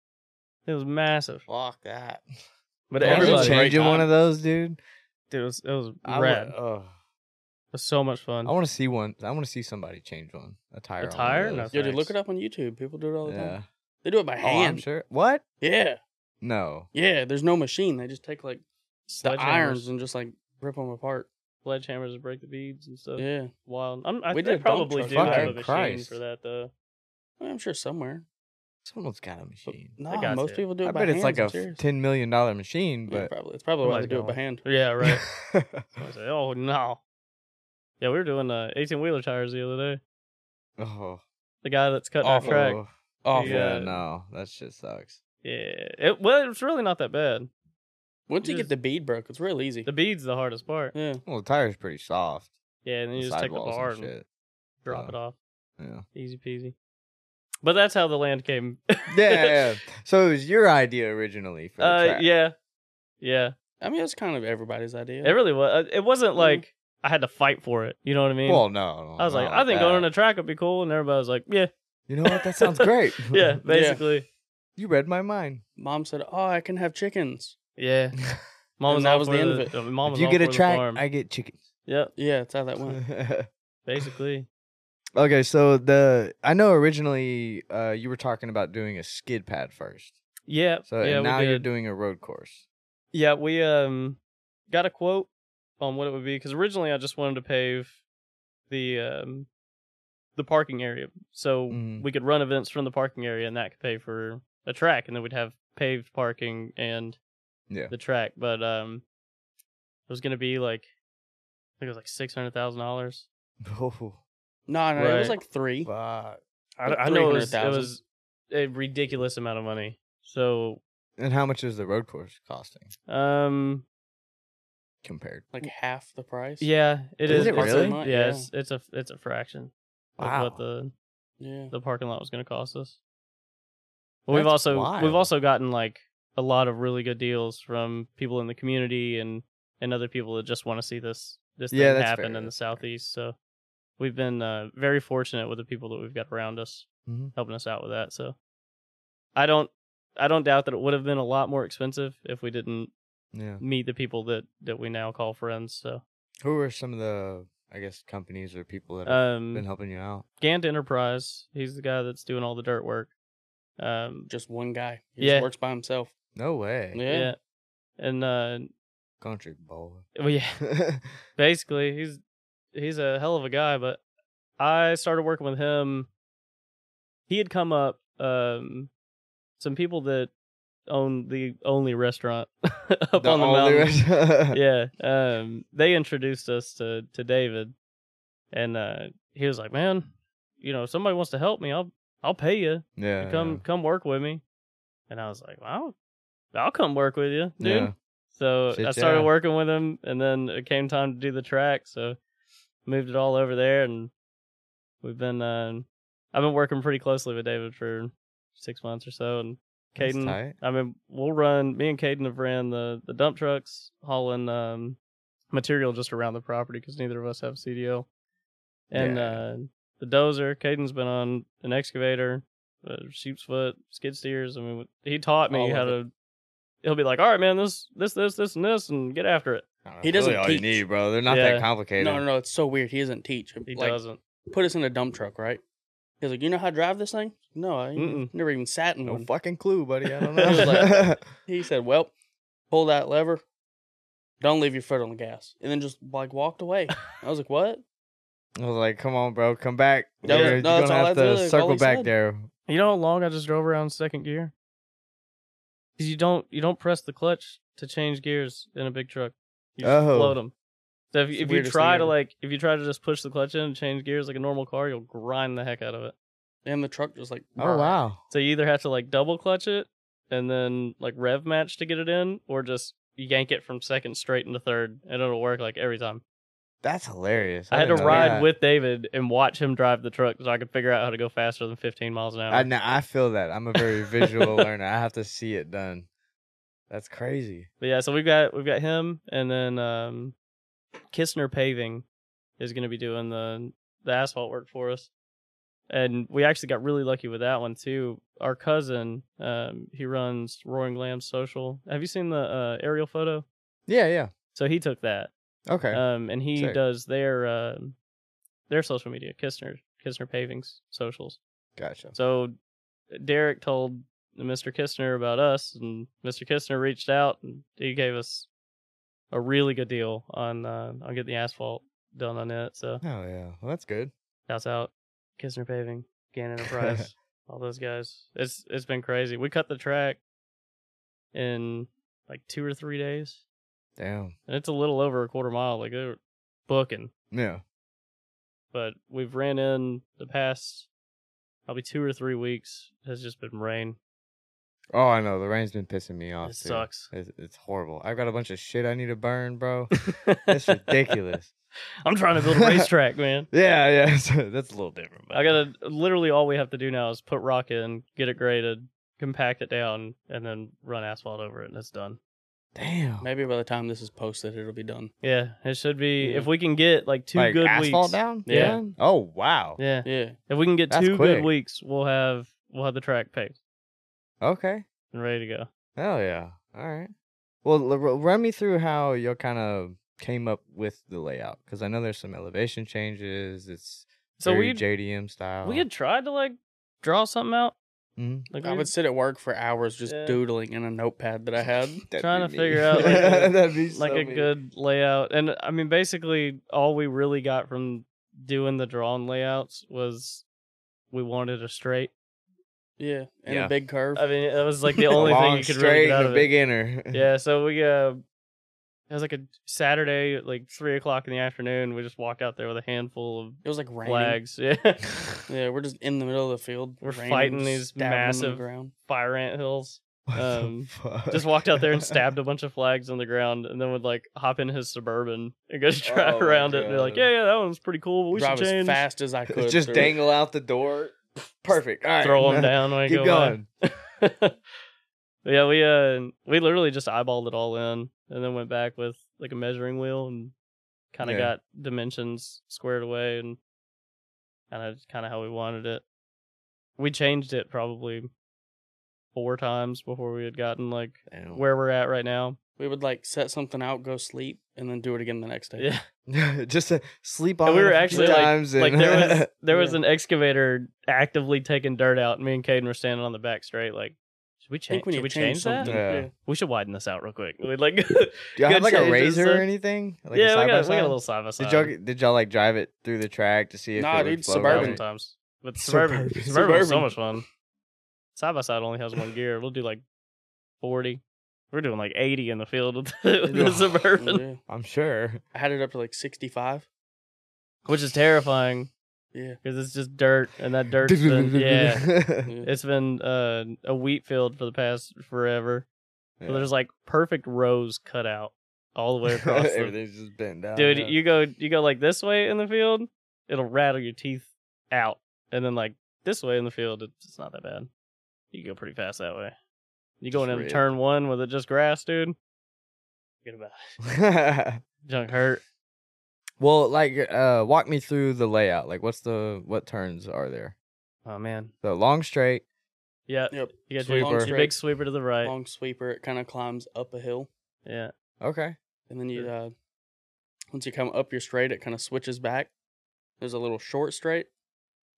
It was massive. Fuck that. But Imagine everybody, change- changing one time. of those, dude. dude, it was it was I rad. would- It ugh. was so much fun. I want to see one. I want to see somebody change one. A tire. on one of tire? No, those. thank Yo, dude, Thanks. look it up on YouTube. People do it all the Yeah. time. They do it by Oh, I'm hand. sure. What? Yeah, No. yeah. There's no machine. They just take like the Sledgehammers. irons and just like rip them apart. sledgehammers to break the beads and stuff. Yeah, Wild. I'm, I, We they did a dump probably truck do have fucking a machine Christ. for that though. I mean, I'm sure somewhere. Someone's got a But machine. nah, got most it. people do it I by bet hand. it's like I'm a serious. ten million dollar machine, Yeah, but probably it's probably why they Somebody's do it by got hand. Yeah, right. I was like, oh no. Yeah, we were doing uh, eighteen wheeler tires the other day. oh, The guy that's cutting our Awful. track. oh, Oh, Yeah. yeah, no, that shit sucks. Yeah. It well, it's really not that bad. once you You get just- the bead broke, it's real easy. The bead's the hardest part. Yeah, Well, the tire's pretty soft. Yeah, and then you the just take the sidewalls bar and and, shit. drop it so. off. Yeah. Easy peasy. But that's how the land came. yeah, yeah. So it was your idea originally for the uh, track. yeah. Yeah. I mean it's kind of everybody's idea. It really was. It wasn't Mhm. like I had to fight for it. You know what I mean? Mm-hmm. Well, no, no, I was like, not I think that. going on a track would be cool, and everybody was like, yeah, You know what? That sounds great. yeah, basically, you read my mind. Mom said, "Oh, I can have chickens." yeah. And Mom was that all was for the end of it. uh, Mom if was you all get a for the track, farm. I get chickens. Yep. Yeah, that's how that went. Basically. okay, so the I know originally uh, you were talking about doing a skid pad first. Yeah. So yeah, and now we you're did. doing a road course. Yeah, we um got a quote on what it would be because originally I just wanted to pave the um the parking area so Mhm. we could run events from the parking area and that could pay for a track and then we'd have paved parking and Yeah. the track but um it was gonna be like I think it was like six hundred thousand dollars. Oh, No, no, it was Right. like three. fuck. Like I know it was, it 300,000. was a ridiculous amount of money. So And how much is the road course costing um compared? Like half the price. Yeah, it Is is. it it's really? A, Not- yeah, yeah. It's, it's a it's a fraction Wow. of what the yeah. the parking lot was going to cost us. But we've That's also wild. we've also gotten like a lot of really good deals from people in the community and and other people that just want to see this this Yeah, thing that's happen fair, in the that's fair. southeast. So we've been uh, very fortunate with the people that we've got around us Mhm. helping us out with that. So I don't I don't doubt that it would have been a lot more expensive if we didn't Yeah. meet the people that that we now call friends. So Who are some of the I guess companies or people that have um been helping you out? Gant Enterprise. He's the guy that's doing all the dirt work. Um, Just one guy. He Yeah. just works by himself. No way. Yeah. yeah. and uh, Country boy. well, yeah, basically he's he's a hell of a guy. But I started working with him. He had come up. Um, some people that own the only restaurant up on the mountain. mountain. yeah. Um, they introduced us to to David, and uh, he was like, "Man, you know, if somebody wants to help me, I'll I'll pay you." yeah. to come come work with me and i was like well i'll come work with you dude Yeah. so Shit, i started yeah. working with him and then it came time to do the track so moved it all over there and we've been uh, i've been working pretty closely with david for six months or so and That's Caden, tight. I mean, we'll run. Me and Caden have ran the the dump trucks hauling um, material just around the property because neither of us have CDL. And Yeah. uh, the dozer, Caden's been on an excavator, uh, sheep's foot, skid steers. I mean, he taught me All how of to. He'll be like, "All right, man, this, this, this, this, and this, and get after it." I don't know, He it's really doesn't all you teach. need, bro. They're not Yeah. that complicated. No, no, no. It's so weird. He doesn't teach. He Like, doesn't. Put us in a dump truck, right? He's like, you know how to drive this thing? No, I Mm-mm. never even sat in No one. fucking clue, buddy. I don't He know. was like- He said, well, pull that lever. Don't leave your foot on the gas. And then just like walked away. I was like, what? I was like, come on, bro, come back. That was- no, You're, you're that's gonna all have that's- to that's all circle he back said. there. You know how long I just drove around second gear? Because you don't you don't press the clutch to change gears in a big truck. You just Oh. float them. So if, It's you- the if you weirdest try thing to ever. like, if you try to just push the clutch in and change gears like a normal car, you'll grind the heck out of it. And the truck just like Oh wow. So you either have to like double clutch it and then like rev match to get it in, or just yank it from second straight into third, and it'll work like every time. That's hilarious. I had to didn't know ride that. with David and watch him drive the truck so I could figure out how to go faster than 15 miles an hour. I, now, I feel that I'm a very visual learner. I have to see it done. That's crazy. But yeah, so we've got we've got him, and then um, Kistner Paving is going to be doing the the asphalt work for us. And we actually got really lucky with that one too. Our cousin, um, he runs Roaring Lamb Social. Have you seen the uh, aerial photo? Yeah, yeah. So he took that, Okay. um, and he Sick. does their um their social media, Kistner Kistner Paving's socials. gotcha. So uh, Derek told Mr. Kistner about us, and Mr. Kistner reached out and he gave us a really good deal on uh, on getting the asphalt done on it. So Oh yeah. Well, that's good. that's out Kistner Paving, Gann Enterprise, all those guys. It's it's been crazy. We cut the track in like two or three days, Damn. and it's a little over a quarter mile. Like they're booking, Yeah. but we've ran in the past probably two or three weeks has just been rain. Oh, I know. The rain's been pissing me off. It too. sucks. It's, it's horrible. I've got a bunch of shit I need to burn, bro. It's ridiculous. I'm trying to build a racetrack, man. Yeah, yeah. So that's a little different. but- I gotta literally all we have to do now is put rock in, get it graded, compact it down, and then run asphalt over it, and it's done. Damn. maybe by the time this is posted it'll be done. Yeah, it should be Yeah. if we can get like two like good asphalt weeks. down. Yeah. done? Oh wow. Yeah, Yeah. if we can get That's two quick. good weeks, we'll have we'll have the track paved Okay. and ready to go. Hell yeah. All right. Well, l- r- run me through how y'all kind of came up with the layout because I know there's some elevation changes. It's So very we JDM style. we had tried to like draw something out. Mhm. Like I we- would sit at work for hours just Yeah. doodling in a notepad that I had. That'd trying be to me. figure out, like, a- That'd be like so a me. good layout. And I mean, basically, all we really got from doing the drawn layouts was we wanted a straight. Yeah. And Yeah. a big curve. I mean, that was like the A only thing long you could straight really get out and of a it. big inner. yeah, so we uh, it was like a Saturday, at like three o'clock in the afternoon. We just walked out there with a handful of it was like raining. flags. Yeah, Yeah, we're just in the middle of the field. We're raining, fighting just these stabbing 'em in the massive- ground. fire ant hills. What the Um, fuck? Just walked out there and stabbed a bunch of flags on the ground, and then would like hop in his suburban and go drive Oh my around it. And be like, God. yeah, yeah, that one's pretty cool. But we Drive should as change. fast as I could. Just through it. dangle out the door. Perfect. All right. Throw them down. when I Keep go by. going. yeah, we uh we literally just eyeballed it all in and then went back with like a measuring wheel and kind of Yeah. got dimensions squared away and kind of kind of how we wanted it. We changed it probably four times before we had gotten like Oh. Damn. where we're at right now. We would like set something out, go sleep, and then do it again the next day. Yeah. just uh, sleep on. And we it a were few actually times like, like and- there was there was Yeah. an excavator actively taking dirt out and me and Caden were standing on the back straight like should we I change think we need should we to change, change that? something. Yeah. We should widen this out real quick. We'd like Do you have good like a changes, razor like- or anything? Like a yeah, we got, side-by-side? we got a little side by side. Did y'all get- did y'all like drive it through the track to see if Nah, it would dude, flow Suburban. better? sometimes, but Suburban. suburban suburban, was so Suburban. much fun. Side by side only has one gear. We'll do like forty. We're doing like eighty in the field with the, with the Yeah. suburban, Yeah. I'm sure. I had it up to like 65. which is terrifying Yeah. because it's just dirt, and that dirt's been yeah. yeah. It's been uh, a wheat field for the past forever. So there's like perfect rows cut out all the way across. the, Everything's just bent down. dude Oh, yeah. you go you go like this way in the field it'll rattle your teeth out and then like this way in the field it's it's not that bad you can go pretty fast that way you going Just into rip. turn one with it just grass dude forget about it junk hurt well, like, uh, walk me through the layout. Like, what's the what turns are there? oh man So long straight. yeah Yep. you got Sweeper. your, Long your straight. big sweeper to the right Long sweeper. It kind of climbs up a hill. yeah Okay. And then you, Sure. uh, once you come up your straight, it kind of switches back. There's a little short straight.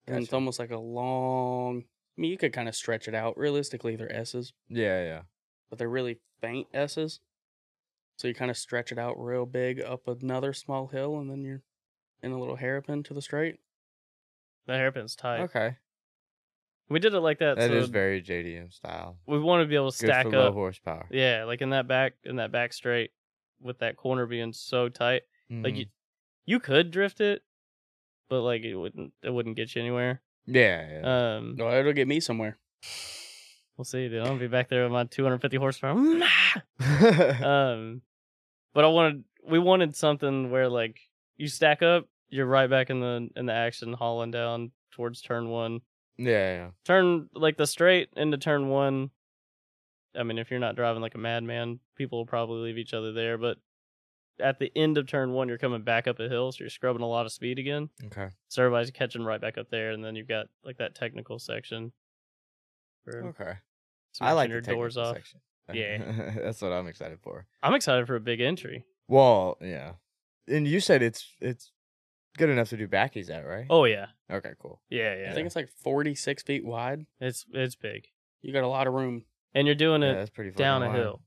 And it's Gotcha. almost like a long. I mean, you could kind of stretch it out. Realistically, they're S's, Yeah, yeah. but they're really faint S's. So you kind of stretch it out real big up another small hill, and then you're in a little hairpin to the straight. the hairpin's tight Okay. we did it like that, That so is very JDM style. we want to be able to Good stack for low up horsepower. yeah like in that back in that back straight with that corner being so tight Mm-hmm. Mm. Like you, you could drift it, but like it wouldn't it wouldn't get you anywhere. yeah, yeah. Um, No, it'll get me somewhere. we'll see, dude. I'll be back there with my 250 horsepower. um, but I wanted we wanted something where like you stack up, you're right back in the in the action, hauling down towards turn one. yeah, Turn like the straight into turn one. I mean, if you're not driving like a madman, people will probably leave each other there. But at the end of turn one, you're coming back up a hill, so you're scrubbing a lot of speed again. yeah. Okay. So everybody's catching right back up there, and then you've got like that technical section. where Okay. Oh, I smashing like your the doors technical off. section. that's what I'm excited for. I'm excited for a big entry. Well, yeah. And you said it's it's good enough to do backies at, right? Oh yeah, Okay, cool. yeah, I yeah. think it's like 46 feet wide. It's it's big, You got a lot of room. and you're doing Yeah, it that's pretty fucking down a wide. hill.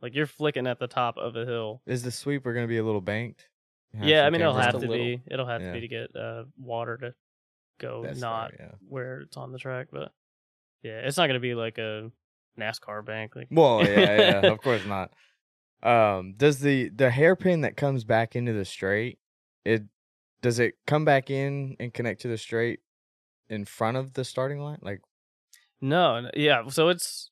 Like you're flicking at the top of a hill. Is the sweeper going to be a little banked? Yeah, Have I some mean it'll camber? just have a to little. be it'll have Yeah. to be to get uh, water to go That's not fair, yeah. where it's on the track, but yeah, it's not gonna be like a NASCAR bank. Like Well, yeah, yeah, of course not. Um, does the the hairpin that comes back into the straight, it does it come back in and connect to the straight in front of the starting line? Like no, n- yeah. So it's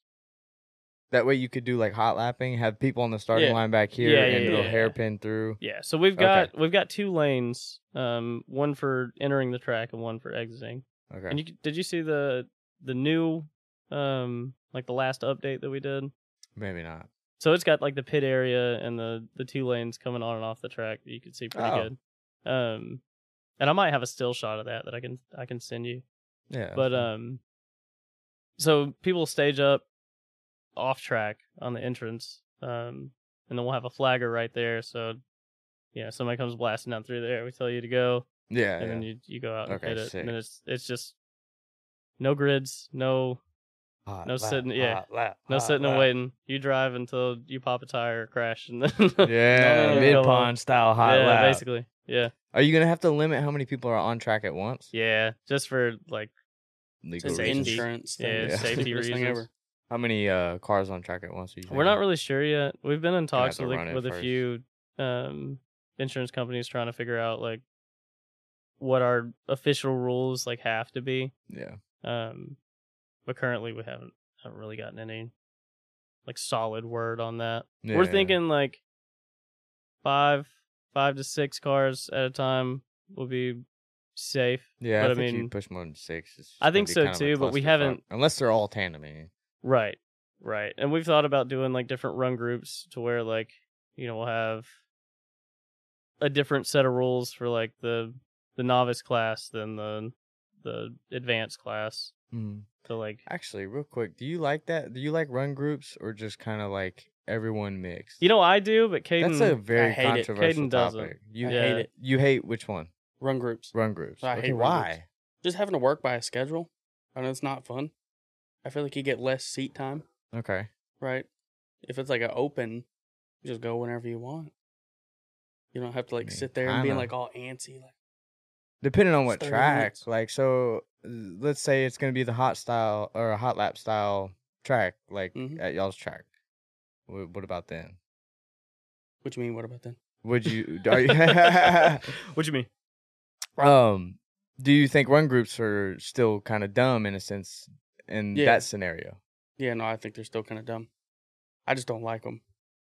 that way you could do like hot lapping, have people on the starting Yeah. line back here, Yeah, and yeah, it'll yeah. hairpin through. yeah. So we've Okay. got we've got two lanes, um, one for entering the track and one for exiting. Okay. And you, did you see the the new um like the last update that we did? Maybe not. So it's got like the pit area and the the two lanes coming on and off the track that you can see pretty Oh. good. Um, and I might have a still shot of that that I can I can send you. Yeah. But um, so people stage up off track on the entrance, um, and then we'll have a flagger right there. So you know somebody comes blasting down through there, we tell you to go, yeah. and yeah. then you you go out and Okay, hit it. sick. And then it's it's just no grids, no Hot no lap, sitting- yeah. hot lap, no hot sitting lap. and waiting. You drive until you pop a tire or crash, and then Yeah, No, no, no, mid no, no. pond style hot yeah, lap. basically. Yeah. Are you gonna have to limit how many people are on track at once? Yeah. Just for like Legal It's Safety. reasons. insurance. Yeah, thing. it's Stupidest safety thing reasons. ever. How many uh, cars on track at once? Are you we're not thinking? really sure yet. We've been in have talks to with, like, run it with a first. few um insurance companies trying to figure out like what our official rules like have to be. Yeah. Um but currently we haven't haven't really gotten any like solid word on that. We're Yeah. thinking like five five to six cars at a time will be safe. Yeah, but I, I think you mean- push more than six. it's I gonna think be so kind of a too, but we clusterfuck. haven't- Unless they're all tandeming. Right, right. And we've thought about doing like different run groups to where like you know we'll have a different set of rules for like the the novice class than the the advanced class. So like Hmm. Actually, real quick, do you like that? Do you like run groups or just kind of like everyone mixed? you know I do, but Caden that's a very hate it. controversial Caden doesn't. topic. You I Yeah. hate it. you hate which one? Run groups. Run groups. I okay, hate run why? groups. Just having to work by a schedule, and it's not fun. I feel like you get less seat time, Okay. right? If it's like an open, you just go whenever you want. You don't have to like mean, sit there and being kinda. like all antsy. Like, Depending on what Thirty track, minutes. like so, uh, let's say it's gonna be the hot style or a hot lap style track, like Mhm. at y'all's track. Wh- What about then? what you mean? What about then? Would you? Are you what you mean? um do you think run groups are still kind of dumb in a sense in Yeah. that scenario Yeah, no, I think they're still kind of dumb. I just don't like them.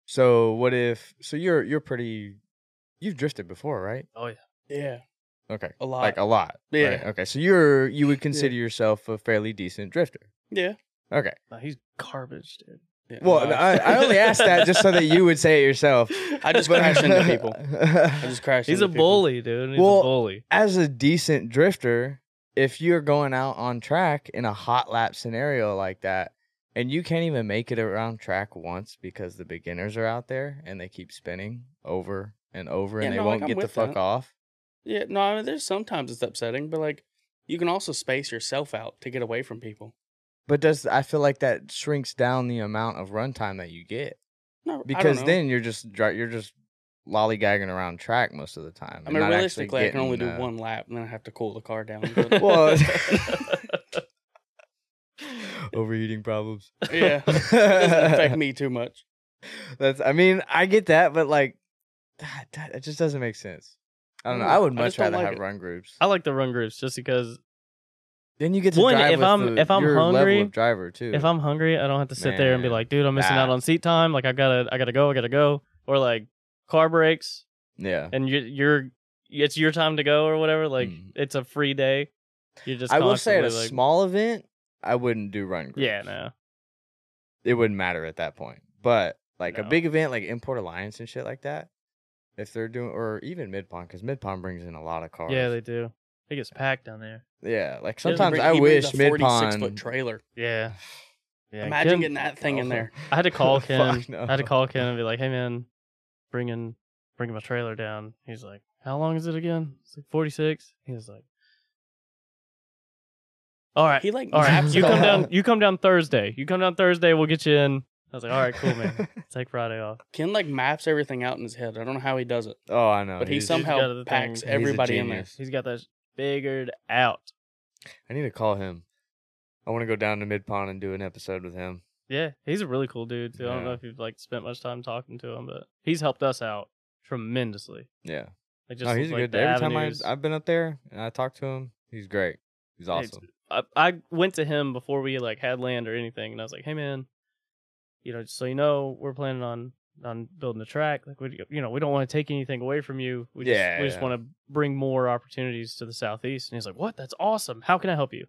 so what if so you're you're pretty you've drifted before right Yeah, okay a lot. like a lot Yeah. right? okay so you're you would consider yourself a fairly decent drifter yeah. okay Nah, he's garbage, dude. yeah. well no, I, I only asked that just so that you would say it yourself I just But- crash into people. I just crash. He's into a people. bully, dude. He's Well- a bully. as a decent drifter, if you're going out on track in a hot lap scenario like that, and you can't even make it around track once because the beginners are out there and they keep spinning over and over and Yeah, they no, like, won't I'm get the with fuck that. off. Yeah, no, I mean, there's sometimes it's upsetting, but like you can also space yourself out to get away from people. But does I feel like that shrinks down the amount of runtime that you get No, I don't because know. then you're just dri- you're just lollygagging around track most of the time. I and mean, not actually realistically, I can only do getting, uh, one lap, and then I have to cool the car down. but- Well, overheating problems. yeah, it doesn't affect me too much. That's I mean, I get that, but like that, that- it just doesn't make sense. I don't know. Mm, I would I much just don't rather like have it. run groups. I like the run groups just because then you get to One, drive if with I'm- the- if I'm your hungry- level of driver too. if I'm hungry, I don't have to sit there and be Man, like, dude, I'm missing out that- on seat time. Like I gotta, I gotta go, I gotta go. Or like car breaks yeah, and you, you're, it's your time to go or whatever. Like Mm. it's a free day. You're just. I will say at a constantly, like, small event, I wouldn't do run groups. Yeah, no. it wouldn't matter at that point. But like a No. big event like Import Alliance and shit like that, if they're doing or even Mid Pond, because Mid Pond brings in a lot of cars. Yeah, they do. It gets packed down there. yeah. Like doesn't sometimes bring- I he brings wish a Mid 46 foot Pond. trailer. Yeah. Yeah. Imagine Kim- getting that thing in there. I had to call Fuck, Ken. no. I had to call Ken and be like, "Hey man, bringing bringing my trailer down." He's like, "How long is it again?" It's like forty six. He was like, "All right, He like all right, maps you it come all down. out. You come down Thursday. You come down Thursday. We'll get you in." I was like, "All right, cool, man. Take Friday off." Ken like maps everything out in his head. I don't know how he does it, oh, I know. but he he's- got the somehow thing. packs He's a everybody in there. genius. He's got that sh- figured out. I need to call him. I want to go down to Mid Pond and do an episode with him. Yeah, he's a really cool dude too. I don't Yeah. know if you've like spent much time talking to him, but he's helped us out tremendously. Yeah. Like just No, Oh, he's like, good. the Every avenues. time I, I've been up there and I talk to him, he's great. He's Hey, awesome. I, I went to him before we like had land or anything, and I was like, "Hey, man, you know, just so you know, we're planning on on building a track. Like, we, you know, we don't want to take anything away from you. We just, Yeah, we just yeah. want to bring more opportunities to the southeast." And he's like, "What? That's awesome. How can I help you?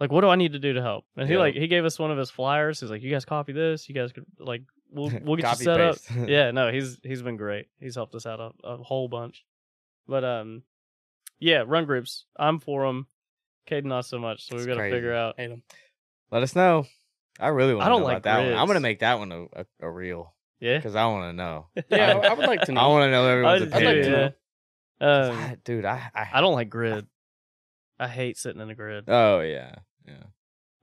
Like, what do I need to do to help?" And he Yeah. like he gave us one of his flyers. He's like, "You guys copy this. You guys could like." We'll, we'll get Copy you set paste. up. yeah, no, he's he's been great. He's helped us out a, a whole bunch. But um, yeah, run groups. I'm for them. Caden not so much, so we've It's got to crazy. figure out. Hate him. Let us know. I really want I to know don't like about that one. I'm gonna grids. make that one a, a, a reel Yeah, because I want to know. Yeah, I, I would like to know. I want to know everyone's I'd I'd like opinion. to know. yeah. 'Cause Um, I- dude, I, I I don't like grid. I hate sitting in a grid. Oh yeah, yeah.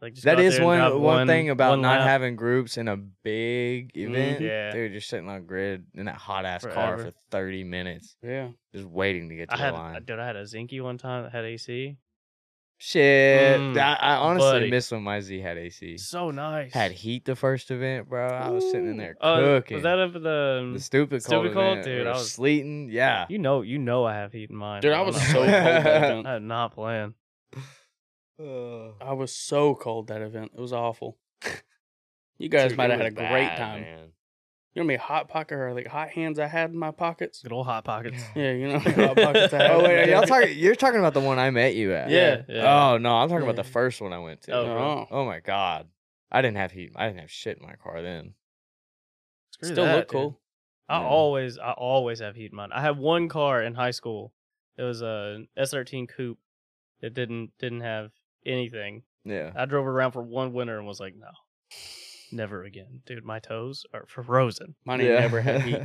Like just that go out is there and one, drive one thing about one not lap. Mm-hmm. having groups in a big event. yeah. dude, you're sitting on grid in that hot ass car Forever. for 30 minutes, Yeah, just waiting to get to I the had line. dude, I had a Zinky one time that had AC. Shit, Mm, I, I honestly buddy. miss when my Z had AC. So nice. Had heat the first event, bro. I was sitting in there Oh, cooking. was that up at the? the stupid cold, Stupid cold? event. Dude, We I were was- sleeting. Yeah, You know, you know, I have heat in mind. dude, but I I'm was not so cold. playing. That event. I'm not playing. I was so cold that event. It was awful. You guys Dude, might it have had a was great bad, time. man. You know how many hot pocket or like hot hands I had in my pockets? Good old hot pockets. Yeah, you know how many hot pockets I had. Oh wait, in are my y'all day? talking? You're talking about the one I met you at? Yeah. yeah. Oh no, I'm talking about the Yeah. first one I went to. Oh, No. Oh my god, I didn't have heat. I didn't have shit in my car then. Screw Still that, look dude. cool. I Yeah. always I always have heat in mind. I had one car in high school. It was a S13 coupe that didn't didn't have anything. Yeah. I drove around for one winter and was like, no, never again, dude. My toes are frozen. Mine ain't never had heat.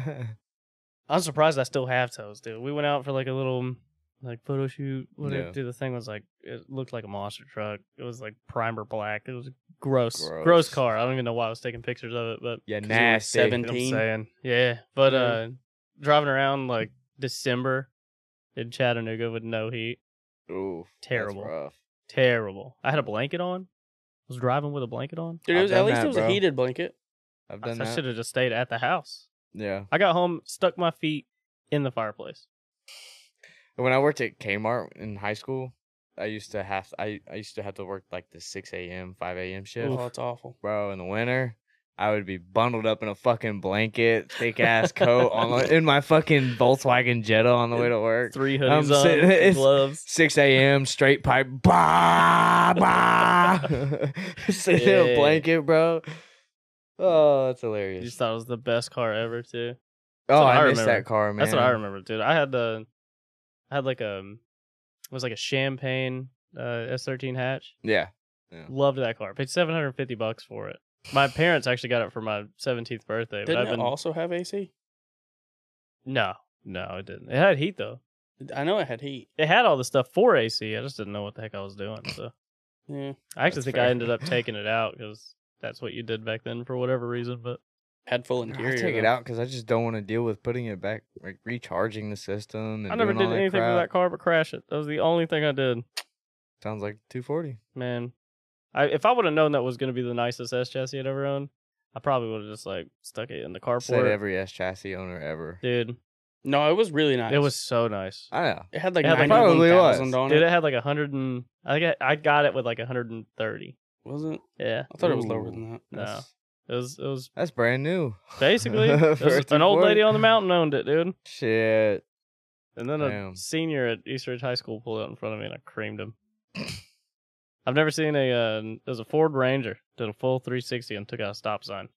I'm surprised I still have toes, dude. We went out for like a little mm, like photo shoot. What Yeah. it, dude, the thing was like it looked like a monster truck. It was like primer black. It was gross, gross, Gross. car. I don't even know why I was taking pictures of it, but yeah, 'Cause you were nasty. seven- You know what 17. I'm saying. Yeah. But Yeah. uh driving around like December in Chattanooga with no heat. Ooh, that's Terrible. rough. Terrible. I had a blanket on. was driving with a blanket on. Dude, it I've was, at done least that, it was bro. a heated blanket. I've I, done that. should have just stayed at the house. Yeah. I got home, stuck my feet in the fireplace. When I worked at Kmart in high school, I used to have I, I used to have to work like the six a.m. five a.m. shift. Oh, it's awful. bro, in the winter, I would be bundled up in a fucking blanket, thick ass coat on the- in my fucking Volkswagen Jetta on the way to work. Three I'm hoodies sitting- on, it's- gloves. 6 a.m. straight pipe, bah bah, sitting in a Yeah. blanket, bro. Oh, that's You hilarious. just thought it was the best car ever too. oh, what I, I missed remember. that car, man. That's what I remember, dude. I had the I had like a it was like a champagne uh, S13 hatch. Yeah, Loved that car. Paid seven hundred fifty bucks for it. My parents actually got it for my seventeenth birthday. But Didn't I've it been also have AC? no, no, it didn't. It had heat though. I know it had heat. It had all the stuff for AC. I just didn't know what the heck I was doing. So Yeah. I actually That's think fair. I ended up taking it out because that's what you did back then for whatever reason. But Had full I interior. take it though. out because I just don't want to deal with putting it back, like recharging the system. And I never doing did all that anything crap. with that car but crash it. That was the only thing I did. Sounds like 240. Man, I, if I would have known that was going to be the nicest S chassis I'd ever owned, I probably would have just like stuck it in the carport. Said every S chassis owner ever. Dude, No, it was really nice. It was so nice. I know. It had like It had, like, ninety-one Probably was. thousand on Dude, it. it had like a hundred and I think I, I got it with like a hundred and thirty. Wasn't? Yeah, I thought it was lower than that. no, That's- it was it was That's brand new. basically it was For a an old 240. lady on the mountain owned it, dude. Shit. And then Damn. a senior at East Ridge High School pulled out in front of me and I creamed him. I've never seen a uh, it was a Ford Ranger did a full 360 and took out a stop sign.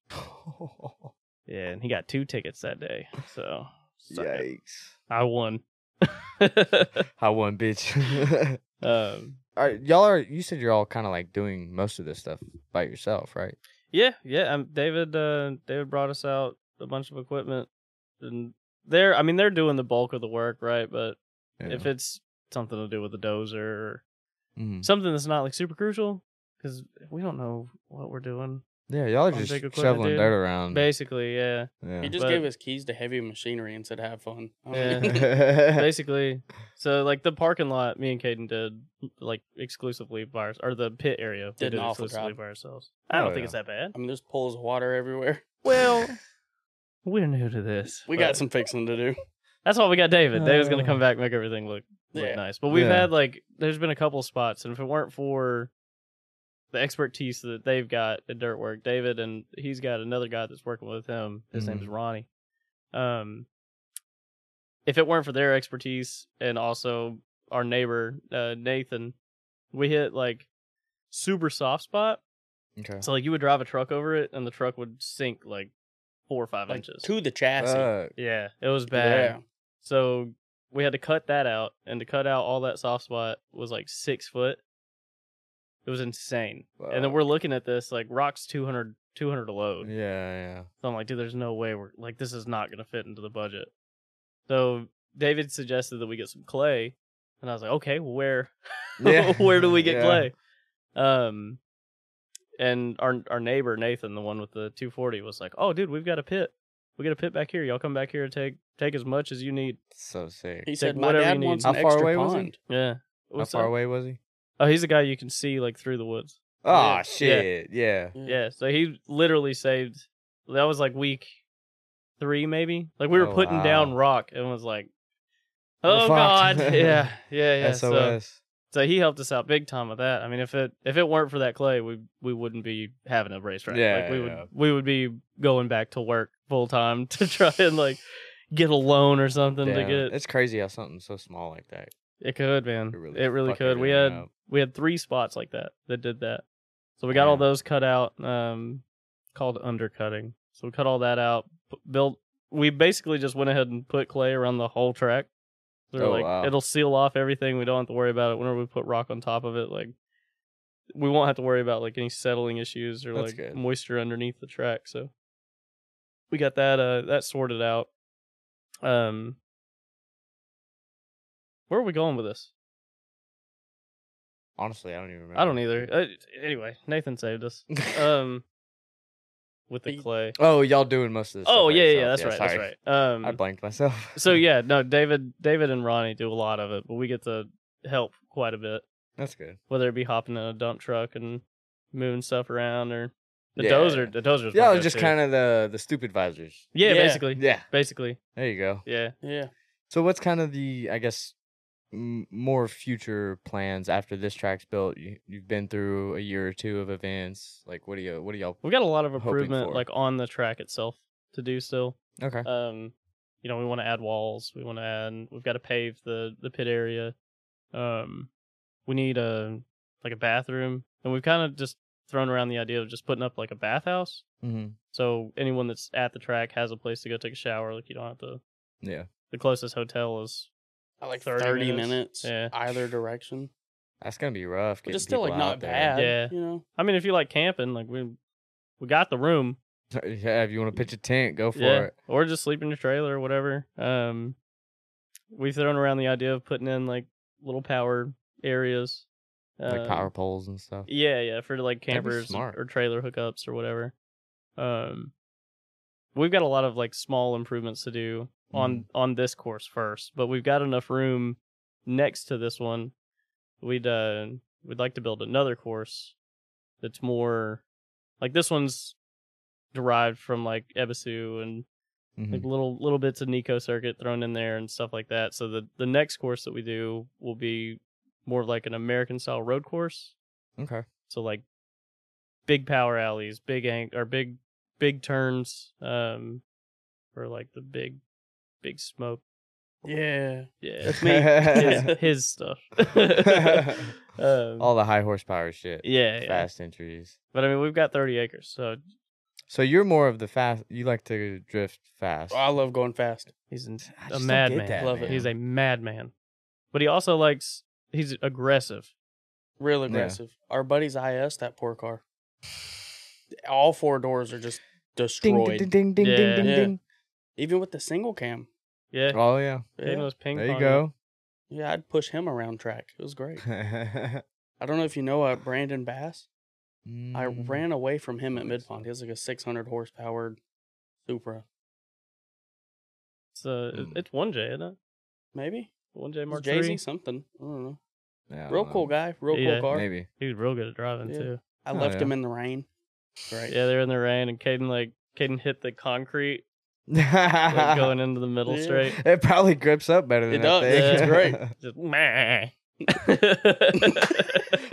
Yeah, and he got two tickets that day. So suck it. Yikes. I won. I won, bitch. um, all right, y'all are. You said you're all kind of like doing most of this stuff by yourself, right? yeah, yeah. Um, David, uh, David brought us out a bunch of equipment, and they're I mean they're doing the bulk of the work, right? But if it's something to do with the dozer or Mhm. something that's not like super crucial, because we don't know what we're doing. Yeah, y'all are Sounds just like equipment, shoveling dude. dirt around. Basically, yeah. He Yeah. just But- gave us keys to heavy machinery and said, "Have fun." I Yeah. mean, Basically, so like the parking lot, me and Caden did like exclusively by ours, or the pit area we Did an did awful exclusively job. by ourselves. I don't Oh, think yeah. it's that bad. I mean, there's pools of water everywhere. Well, we're new to this. We got but some fixing to do. That's why we got David. David's gonna Uh, come back and make everything look look Yeah. nice. But we've Yeah. had like there's been a couple spots, and if it weren't for the expertise that they've got at dirt work, David and he's got another guy that's working with him. His Mm-hmm. name's Ronnie. Um, if it weren't for their expertise and also our neighbor uh, Nathan, we hit like super soft spot. okay. So like you would drive a truck over it, and the truck would sink like four or five Like inches. to the chassis. Fuck. Yeah, it was bad. yeah. So we had to cut that out, and to cut out all that soft spot was like six foot. It was insane. And then Fuck. we're looking at this like rocks 200, 200 a load. yeah, So I'm like, dude, there's no way we're like this is not gonna fit into the budget. So David suggested that we get some clay, and I was like, okay, where yeah. yeah. where do we get Yeah. clay? Um, and our our neighbor Nathan, the one with the 240, was like, oh, dude, we've got a pit. We got a pit back here. Y'all come back here and take take as much as you need. So sick. He said, "My whatever dad you wants need. an How far extra away was he? pond." Yeah. How What's far up? away was he? Oh, he's the guy you can see like through the woods. Oh Yeah. shit! Yeah. Yeah. So he literally saved. That was like week three, maybe. Like we were Oh, putting down wow. rock and was like, We're oh fucked." god, yeah, yeah, yeah. So, SOS. so he helped us out big time with that. I mean, if it if it weren't for that clay, we we wouldn't be having a racetrack. Yeah, Like, we yeah. would we would be going back to work full time to try and like get a loan or something Damn, to get. It's crazy how something so small like that. It could, man. It It really really, fuck could. We everything had up. we had three spots like that that did that. So we got all Damn. those cut out, um, called undercutting. So we cut all that out. p- Built. We basically just went ahead and put clay around the whole track. So we're Oh, like wow. it'll seal off everything. We don't have to worry about it. Whenever we put rock on top of it, like we won't have to worry about like any settling issues or That's like good. moisture underneath the track. So we got that uh that sorted out. Um, where are we going with this? Honestly, I don't even remember. I don't either. Mm. Uh, anyway, Nathan saved us. Um, with the But you- clay. oh, y'all doing most of this. Oh stuff by yeah, yeah, yeah, yourself. that's right, sorry. that's right. Um, I blanked myself. so yeah, no, David, David and Ronnie do a lot of it, but we get to help quite a bit, that's good. whether it be hopping in a dump truck and moving stuff around or the Yeah. dozer. The dozer's Y'all are just kind of the the stupid visors. yeah, Yeah. basically, Yeah, basically, there you go. yeah. Yeah. So what's kind of the I guess m- more future plans after this track's built? You, you've been through a year or two of events. Like what do you what do y'all? We got a lot of Hoping improvement for. like on the track itself to do still. Okay. um you know we want to add walls we want to add we've got to pave the the pit area um we need a like a bathroom and we've kind of just thrown around the idea of just putting up like a bathhouse mm-hmm. so anyone that's at the track has a place to go take a shower like you don't have to Yeah. the closest hotel is I like 30 30, minutes. minutes, Yeah. either direction. That's gonna be rough. Which getting is still like people not out there. bad. Yeah. You know? i mean if you like camping like we we got the room yeah, if you want to pitch a tent, go for it. or just sleep in your trailer or whatever um we've thrown around the idea of putting in like little power areas Like Um, power poles and stuff. Yeah, yeah, for like That'd be campers smart. or trailer hookups or whatever. Um, we've got a lot of like small improvements to do on Mm-hmm. on this course first, but we've got enough room next to this one. We'd uh we'd like to build another course that's more like this one's derived from like Ebisu and Mhm. like little little bits of Nico circuit thrown in there and stuff like that. So the the next course that we do will be more of like an American style road course. Okay. So like big power alleys, big ang- or big big turns, um, for like the big big smoke. Yeah. Yeah, it's me. his, his stuff. um, All the high horsepower shit. yeah, yeah. Fast entries. But I mean, we've got thirty acres, so So you're more of the fast. You like to drift fast. Oh, I love going fast. he's an, I a just don't get madman. that, Love it. man. He's a madman. But he also likes. He's aggressive. Real Yeah. aggressive. Our buddy's IS that poor car. All four doors are just ding destroyed. ding ding ding ding Yeah. ding Yeah. ding. Even with the single cam. Yeah, Oh yeah. Caden Yeah. was ping There you ponging. go. yeah, I'd push him around track. It was great. I don't know if you know uh, Brandon Bass. I Mm. ran away from him at Mid Pond. He has like a 600 horsepower Supra. It's uh, it- Hmm. it's one J, isn't it? Maybe? One J Mark Jay Z III. something. I don't know. Yeah, Mm, I don't Real know. cool guy. Real Yeah. cool car. Maybe. He was real good at driving Yeah. too. I Oh, left yeah. him in the rain. Great. Yeah, they're in the rain, and Caden like Caden hit the concrete like, it going into the middle Yeah. straight. probably grips up better than It that does. Yeah, thing. it's great. Just meh.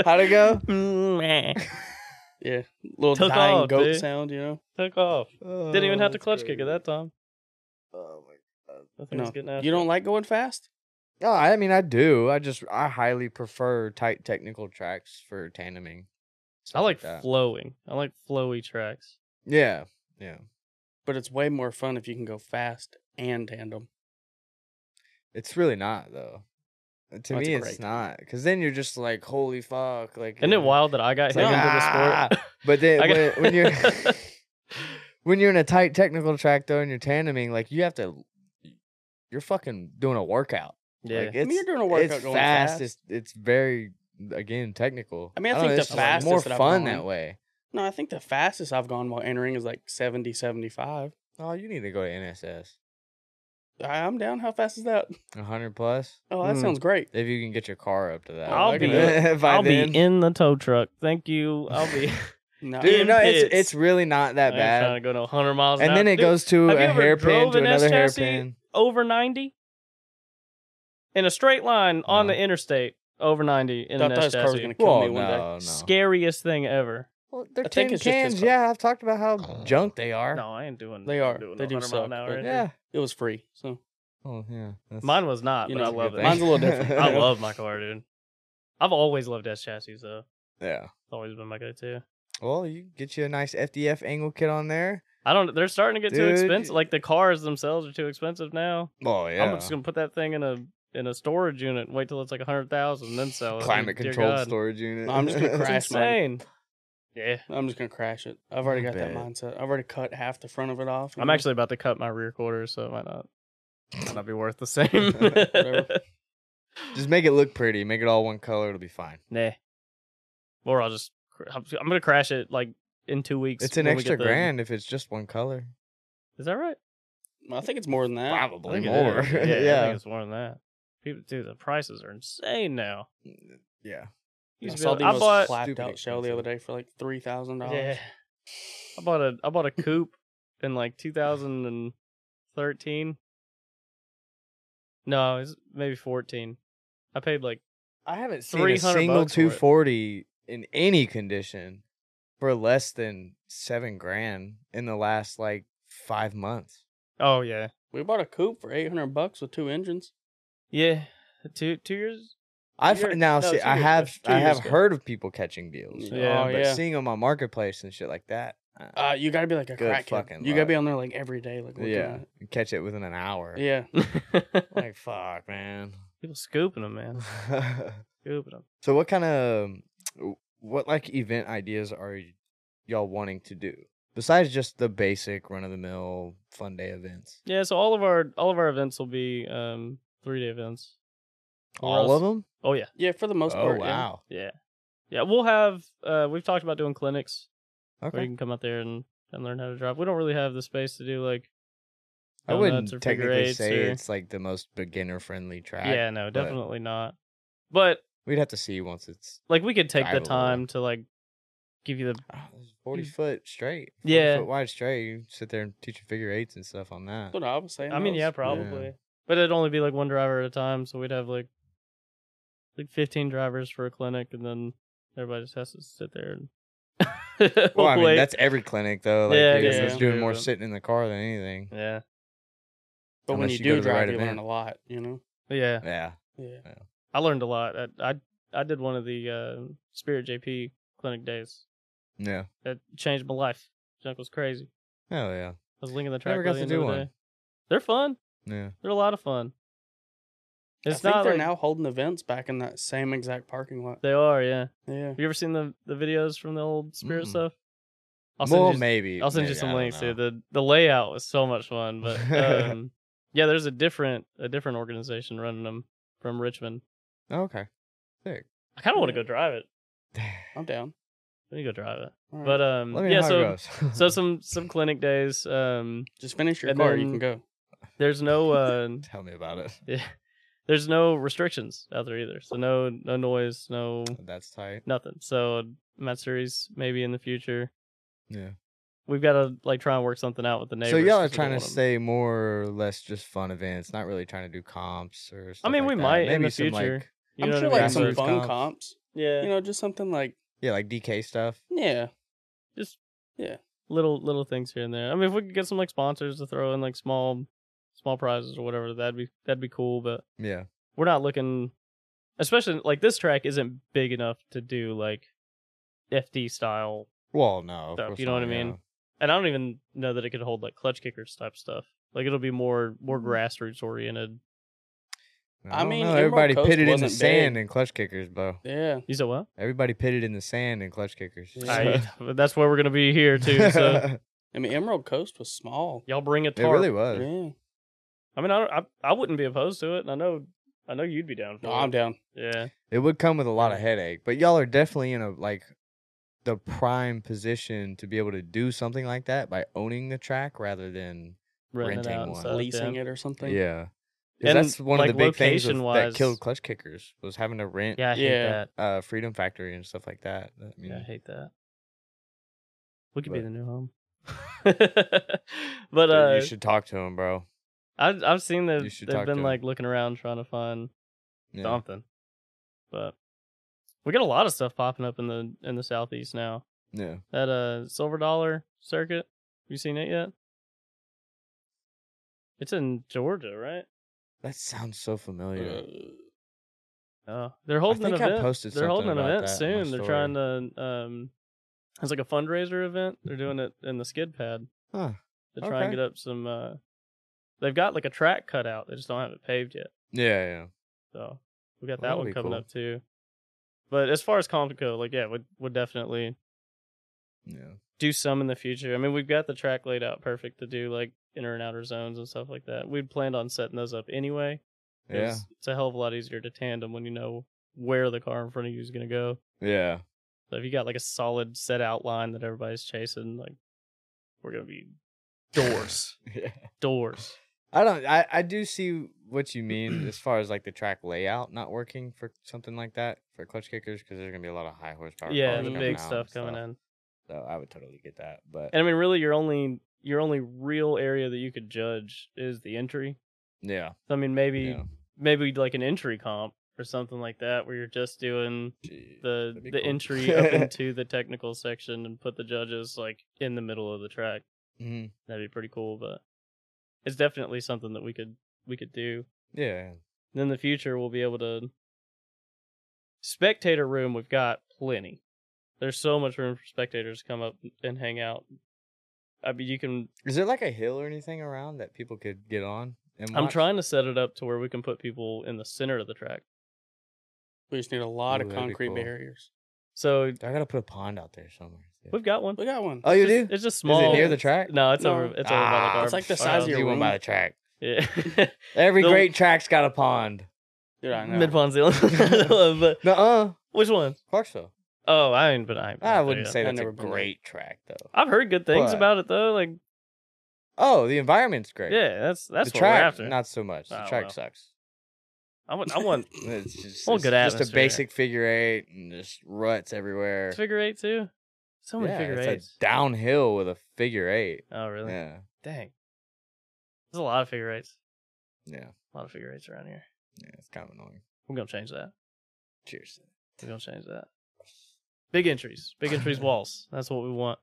How'd it go? Meh. Yeah. Little Took dying off, goat dude. sound, you know? Took off. Didn't even have to Oh, clutch that's kick at that time. Oh my. I think No. he's getting after You it. don't like going fast? Oh, I mean, I do. I just I highly prefer tight technical tracks for tandeming. I stuff like that. flowing. I like flowy tracks. yeah, yeah. But it's way more fun if you can go fast and tandem. It's really not though. Uh, To Oh, it's me, it's great. not because then you're just like, holy fuck! Like, Isn't it wild that I got It's him like, into the sport? But then I when, got- when you're when you're in a tight technical track though, and you're tandeming, like you have to, you're fucking doing a workout. yeah. Like, I mean, you're doing a it's workout going fast. fast. It's it's very again technical. I mean, I don't think it's the just, like, more fastest that I've fun gone- that way. No, I think the fastest I've gone while entering is like 70, 75. Oh, you need to go to NSS. I- I'm down. How fast is that? A hundred plus. Oh, that Hmm. sounds great. If you can get your car up to that, I'll Like, be- by I'll then. be in the tow truck. Thank you. I'll be. No, Dude, no, it's pits. uh, it's really not that I ain't trying to bad. go to 100 miles. an And hour. then it Dude, goes to have a you ever hairpin drove to an S another chassis? hairpin. over 90 in a straight line on No. the interstate over 90 in Thought an that S his car was chassis. gonna Well, kill me one day. no, no. Scariest thing ever. Well, they're I tin think it's just his cans. car. Yeah, I've talked about how Oh, junk they are. No, I ain't doing. They are. Doing They do 100 mile suck, an hour but- entry. Yeah. It was free. So, Oh yeah. That's- Mine was not, you but know, I it's a love good it. thing. mine's a little different. I love my car, dude. I've always loved S chassis though. It's Yeah. always been my go-to. Well, you get you a nice FDF angle kit on there. I don't. They're starting to get Dude. too expensive. Like the cars themselves are too expensive now. Oh I'm just gonna put that thing in a in a storage unit. and Wait till it's like a hundred thousand, then sell it. Climate Dear controlled God. storage unit. I'm just gonna It's crash mine. insane. Yeah. I'm just going to crash it. I've already I got that bet. mindset. I've already cut half the front of it off. you Mm-hmm. I'm know? actually about to cut my rear quarter, so it might not might not be worth the same. Whatever. Just make it look pretty. Make it all one color. It'll be fine. nah. Or I'll just cr- I'm gonna crash it like in two weeks. It's an when we get extra the- grand if it's just one color. Is that right? I think it's more than that. I think it more. is. Yeah. Yeah, I Yeah. think it's more than that. People, dude, the prices are insane now. You I used to be saw able- the I most bought flapped Stupid out shell the expensive. other day for like three thousand Yeah. dollars. I bought a I bought a coupe in like 2013. No, it was maybe 14. I paid like I haven't seen a 300 single bucks for it. 240 in any condition for less than seven grand in the last like five months. oh yeah We bought a coupe for eight hundred bucks with two engines. yeah two two years I've You're- now no, see two I years have ago. Two I years have ago. heard of people catching deals, um, Yeah. oh but yeah. seeing them on marketplace and shit like that, uh, Uh, you gotta be like a Good crackhead. fucking you gotta be luck. on there like every day, like looking yeah, at it. you catch it within an hour. yeah. like fuck, man. people scooping them man scooping them so what kind of what like event ideas are y- y'all wanting to do besides just the basic run of the mill fun day events? yeah so all of our all of our events will be um three day events Or All of else- them? oh yeah Yeah, for the most Oh part. yeah. wow. yeah yeah we'll have uh we've talked about doing clinics where you Okay. can come out there and and learn how to drive we don't really have the space to do like I donuts wouldn't or figure technically eights say or- it's like the most beginner friendly track. yeah no but- definitely not but We'd have to see once it's like we could take the uh, Drive a little. time to like give you the Ah, it's 40 foot straight. 40 Yeah. foot wide straight. You sit there and teach your figure eights and stuff on that. That's what I was saying. I mean, That yeah, was- probably. But it'd only be like one driver at a time, so we'd have like like fifteen drivers for a clinic, and then everybody just has to sit there and Well, I mean, wait. that's every clinic though. Like, Yeah, yeah, I guess you're that's doing true, more though. sitting in the car than anything. yeah, But when Unless you you do go to the drive, right you learn event. a lot. You know. yeah. Yeah. Yeah. I learned a lot. I I, I did one of the uh, Spirit JP clinic days. Yeah. That changed my life. Junk was crazy. Hell yeah. I was linking the track. Never got by the to end do of the one. day. They're fun. Yeah. They're a lot of fun. It's I think not they're like- now holding events back in that same exact parking lot. They are, yeah. Yeah. Have you ever seen the, the videos from the old Spirit Mm-mm. stuff? I'll send Mm. Well, you- maybe. I'll send you maybe, I some don't links know. dude. The the layout was so much fun, but um, yeah, there's a different a different organization running them from Richmond. Okay. Sick. I kind of want to Yeah. go drive it. I'm down. Let me go drive it. All right. But um, Let me know yeah, how so it goes. so some some clinic days. Um, Just finish your and car. then- You can go. there's no uh, Tell me about it. yeah, there's no restrictions out there either. So no no noise, no That's tight. nothing. So Matt series maybe in the future. Yeah. We've got to like try and work something out with the neighbors. So y'all are 'cause we don't trying to want 'em- stay more or less just fun events, not really trying to do comps or. Stuff I mean, like we that. might in Maybe the some, future. like- You I'm know sure what like I mean? some Grassroots fun comps. comps. yeah, You know, just something like yeah, like DK stuff. yeah. just Yeah. little little things here and there. I mean, if we could get some like sponsors to throw in like small small prizes or whatever, that'd be that'd be cool. But Yeah. we're not looking, especially like this track isn't big enough to do like FD style, Well, no. of Stuff, course you know not, what I mean? yeah. and I don't even know that it could hold like clutch kickers type stuff. Like it'll be more more Mm-hmm. grassroots oriented. I don't mean, know. Emerald everybody Coast pitted in the wasn't sand big. and clutch kickers, bro. Yeah. You said what? Everybody pitted in the sand and clutch kickers. Yeah. I, that's where we're gonna be here too. So I mean, Emerald Coast was small. y'all bring a it tarp. really was. Yeah. I mean, I, don't, I I wouldn't be opposed to it, and I know I know you'd be down for No, it. I'm down. Yeah. It would come with a lot of headache, but y'all are definitely in a like the prime position to be able to do something like that by owning the track rather than renting it Renting out and one. stuff, Leasing yeah. it or something. yeah. 'Cause And, that's one like, of the big things with- that location-wise- killed clutch kickers was having to rent Yeah, I hate Yeah. that. uh, Freedom Factory and stuff like that. I mean, Yeah, I hate that. We could be Mm. But- the new home. but dude, uh, you should talk to him, bro. I've I've seen that you should they've talk to been 'em. like looking around trying to find Yeah. something. But we got a lot of stuff popping up in the in the southeast now. Yeah. That uh silver dollar circuit, have you seen it yet? It's in Georgia, right? That sounds so familiar. Uh, Oh, they're holding an think I event. posted they're holding an something about event that in my soon. They're story. trying to um, it's like a fundraiser event. They're doing it in the skid pad Huh. to try and Okay. get up some. Uh, they've got like a track cut out. They just don't have it paved yet. Yeah, yeah. So we got Well, that that'll one be coming cool. up too. But as far as Compico, like yeah, would would definitely Yeah. do some in the future. I mean, we've got the track laid out perfect to do like inner and outer zones and stuff like that. We'd planned on setting those up anyway. Yeah. 'cause It's a hell of a lot easier to tandem when you know where the car in front of you is going to go. Yeah. So if you got like a solid set outline that everybody's chasing, like we're gonna be doors, yeah. doors. I don't I, I do see what you mean as far as like the track layout not working for something like that for clutch kickers because there's gonna be a lot of high horsepower. yeah, cars and the coming big out stuff and coming in. So I would totally get that. But And I mean, really, your only your only real area that you could judge is the entry. yeah. So I mean, maybe yeah. maybe like an entry comp or something like that, where you're just doing Gee, the that'd be the cool. entry up into the technical section and put the judges like in the middle of the track. Mhm. That'd be pretty cool, but it's definitely something that we could we could do. Yeah. in the future we'll be able to spectator room we've got plenty there's so much room for spectators to come up and hang out i mean you can Is there like a hill or anything around that people could get on? And i'm watch? trying to set it up to where we can put people in the center of the track we just need a lot Ooh, of that'd be concrete cool. barriers. so I gotta put a pond out there somewhere. Yeah. we've got one We got one. Oh, you do? it's just small Is it near the track? no it's No. over it's over by like Ah, our It's like the our size of house. your you went by room. the track. yeah Every The- great track's got a pond. Dude, I know. mid pond's the only one, but Nuh-uh. which one? Clarksville. Oh, i ain't but i ain't been out I there wouldn't yet. say I've that's a never been there. great track though. i've heard good things But- about it though like Oh, the environment's great. yeah that's that's the what we're track after not so much. The Oh, track well. sucks. i want i want It's just, Well, it's good just a atmosphere. basic figure eight and just ruts everywhere. figure eight too So many Yeah, figure it's eights. a downhill with a figure eight. oh, really? Yeah, Dang. There's a lot of figure eights. yeah, A lot of figure eights around here. yeah. It's kind of annoying. We're gonna change that. Cheers. We're gonna change that. Big entries. Big entries walls. That's what we want.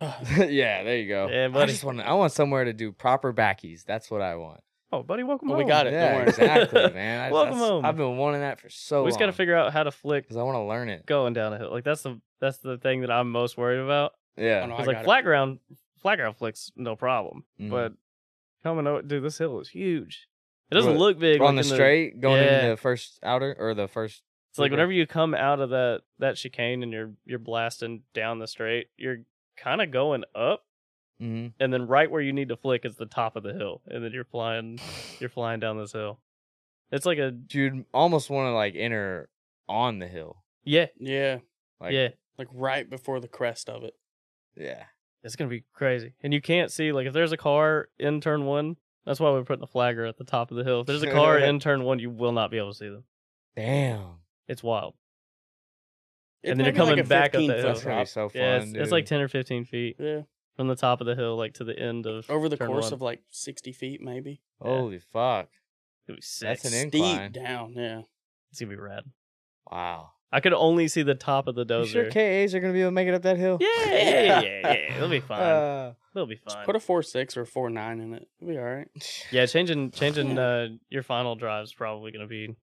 yeah, there you go. Yeah, I buddy. just want I want somewhere to do proper backies. That's what I want. Oh, buddy, welcome Well, home. we got it. don't Yeah, worry. exactly, man. I, Welcome that's- home. I've been wanting that for so. we just gotta figure out how to flick because I want to learn it. going down a hill. Like that's the that's the thing that I'm most worried about. I don't Yeah, know, I It's got like it. flat ground, flat ground flicks no problem. Mhm. But coming over, dude, this hill is huge. It doesn't Right. look big on the like in straight going yeah. into the first outer or the first. It's like Okay. whenever you come out of that that chicane and you're you're blasting down the straight, you're kind of going up, Mhm. and then right where you need to flick is the top of the hill, and then you're flying you're flying down this hill. It's like a You'd almost want to like enter on the hill. yeah Yeah, Like, yeah. like right before the crest of it. yeah. It's gonna be crazy, and you can't see like if there's a car in turn one. That's why we're putting the flagger at the top of the hill. If there's a car in turn one, you will not be able to see them. Damn. It's wild. It And then might you're be like coming a back up 15 the foot hill. That's gonna be drop. so fun. yeah, it's, it's like dude. ten or fifteen feet Yeah, from the top of the hill, like to the end of over the turn course one. of like sixty feet, maybe. Holy fuck. It'll be sick. That's an incline. Deep down, yeah. It's gonna be rad. Wow. I could only see the top of the You dozer. sure KAs are gonna be able to make it up that hill? yeah, yeah, yeah, yeah, yeah. It'll be fine. Uh, It'll be Just fine. put a four six or four nine in it. It'll be all right. yeah, changing changing uh, your final drive's probably gonna be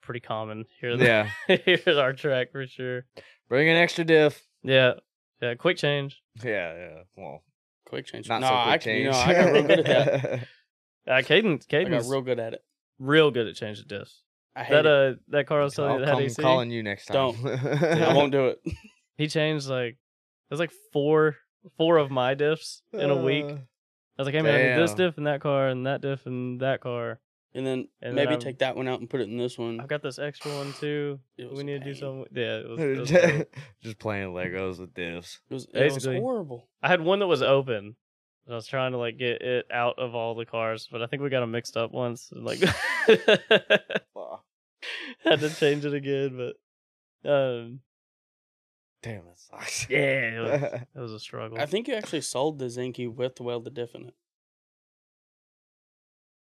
pretty common here. yeah. here's our track for sure. Bring an extra diff. Yeah, yeah. Quick change. Yeah, yeah. Well, Quick change. not no, so quick I can, change. You know, I got real good at that. Uh, Caden, I got Caden's real good at it. real good at changing discs. I hate That it. uh, that car I was telling I'll you that had come AC. calling you next time. Don't. uh, I won't do it. He changed like there's like four four of my diffs in a week. Uh, I was like, hey man, I need this damn. diff and that car and that diff and that car. And then And then maybe I'm- take that one out and put it in this one. I've got this extra one too. It was We need to pain. do something. Yeah, it was, it was dope. Just playing Legos with diffs. It was, it was Basically. horrible. I had one that was open. And I was trying to like get it out of all the cars, but I think we got them mixed up once. And, like had to change it again, but um, Damn, that sucks. yeah, it was, it was a struggle. I think you actually sold the Zinky with the welded diff in it.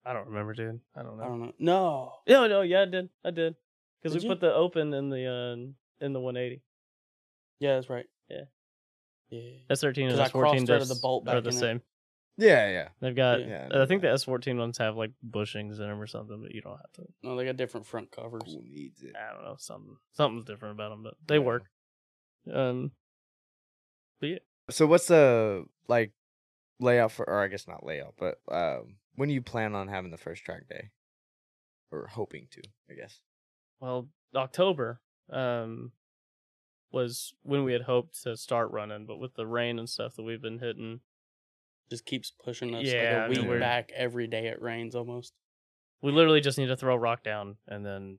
I don't remember, dude. I don't know. I don't know. No. No, no, yeah, I did. I did because we Did you? put the open in the uh, in the 180. Yeah, that's right. Yeah. Yeah. S13 and 'Cause I S14 crossed out of diffs the bolt are back the in it. same. yeah, yeah. They've got. Yeah, I think the S14 ones have like bushings in them or something, but you don't have to. No, they got different front covers. Who needs it? I don't know. Something something's different about them, but they Yeah. work. Um, So what's the like layout for, or I guess not layout, but um, when do you plan on having the first track day, or hoping to? I guess. well, October um was when we had hoped to start running, but with the rain and stuff that we've been hitting, Just keeps pushing us Yeah, like I mean, a week we're- back every day it rains almost. we literally just need to throw rock down and then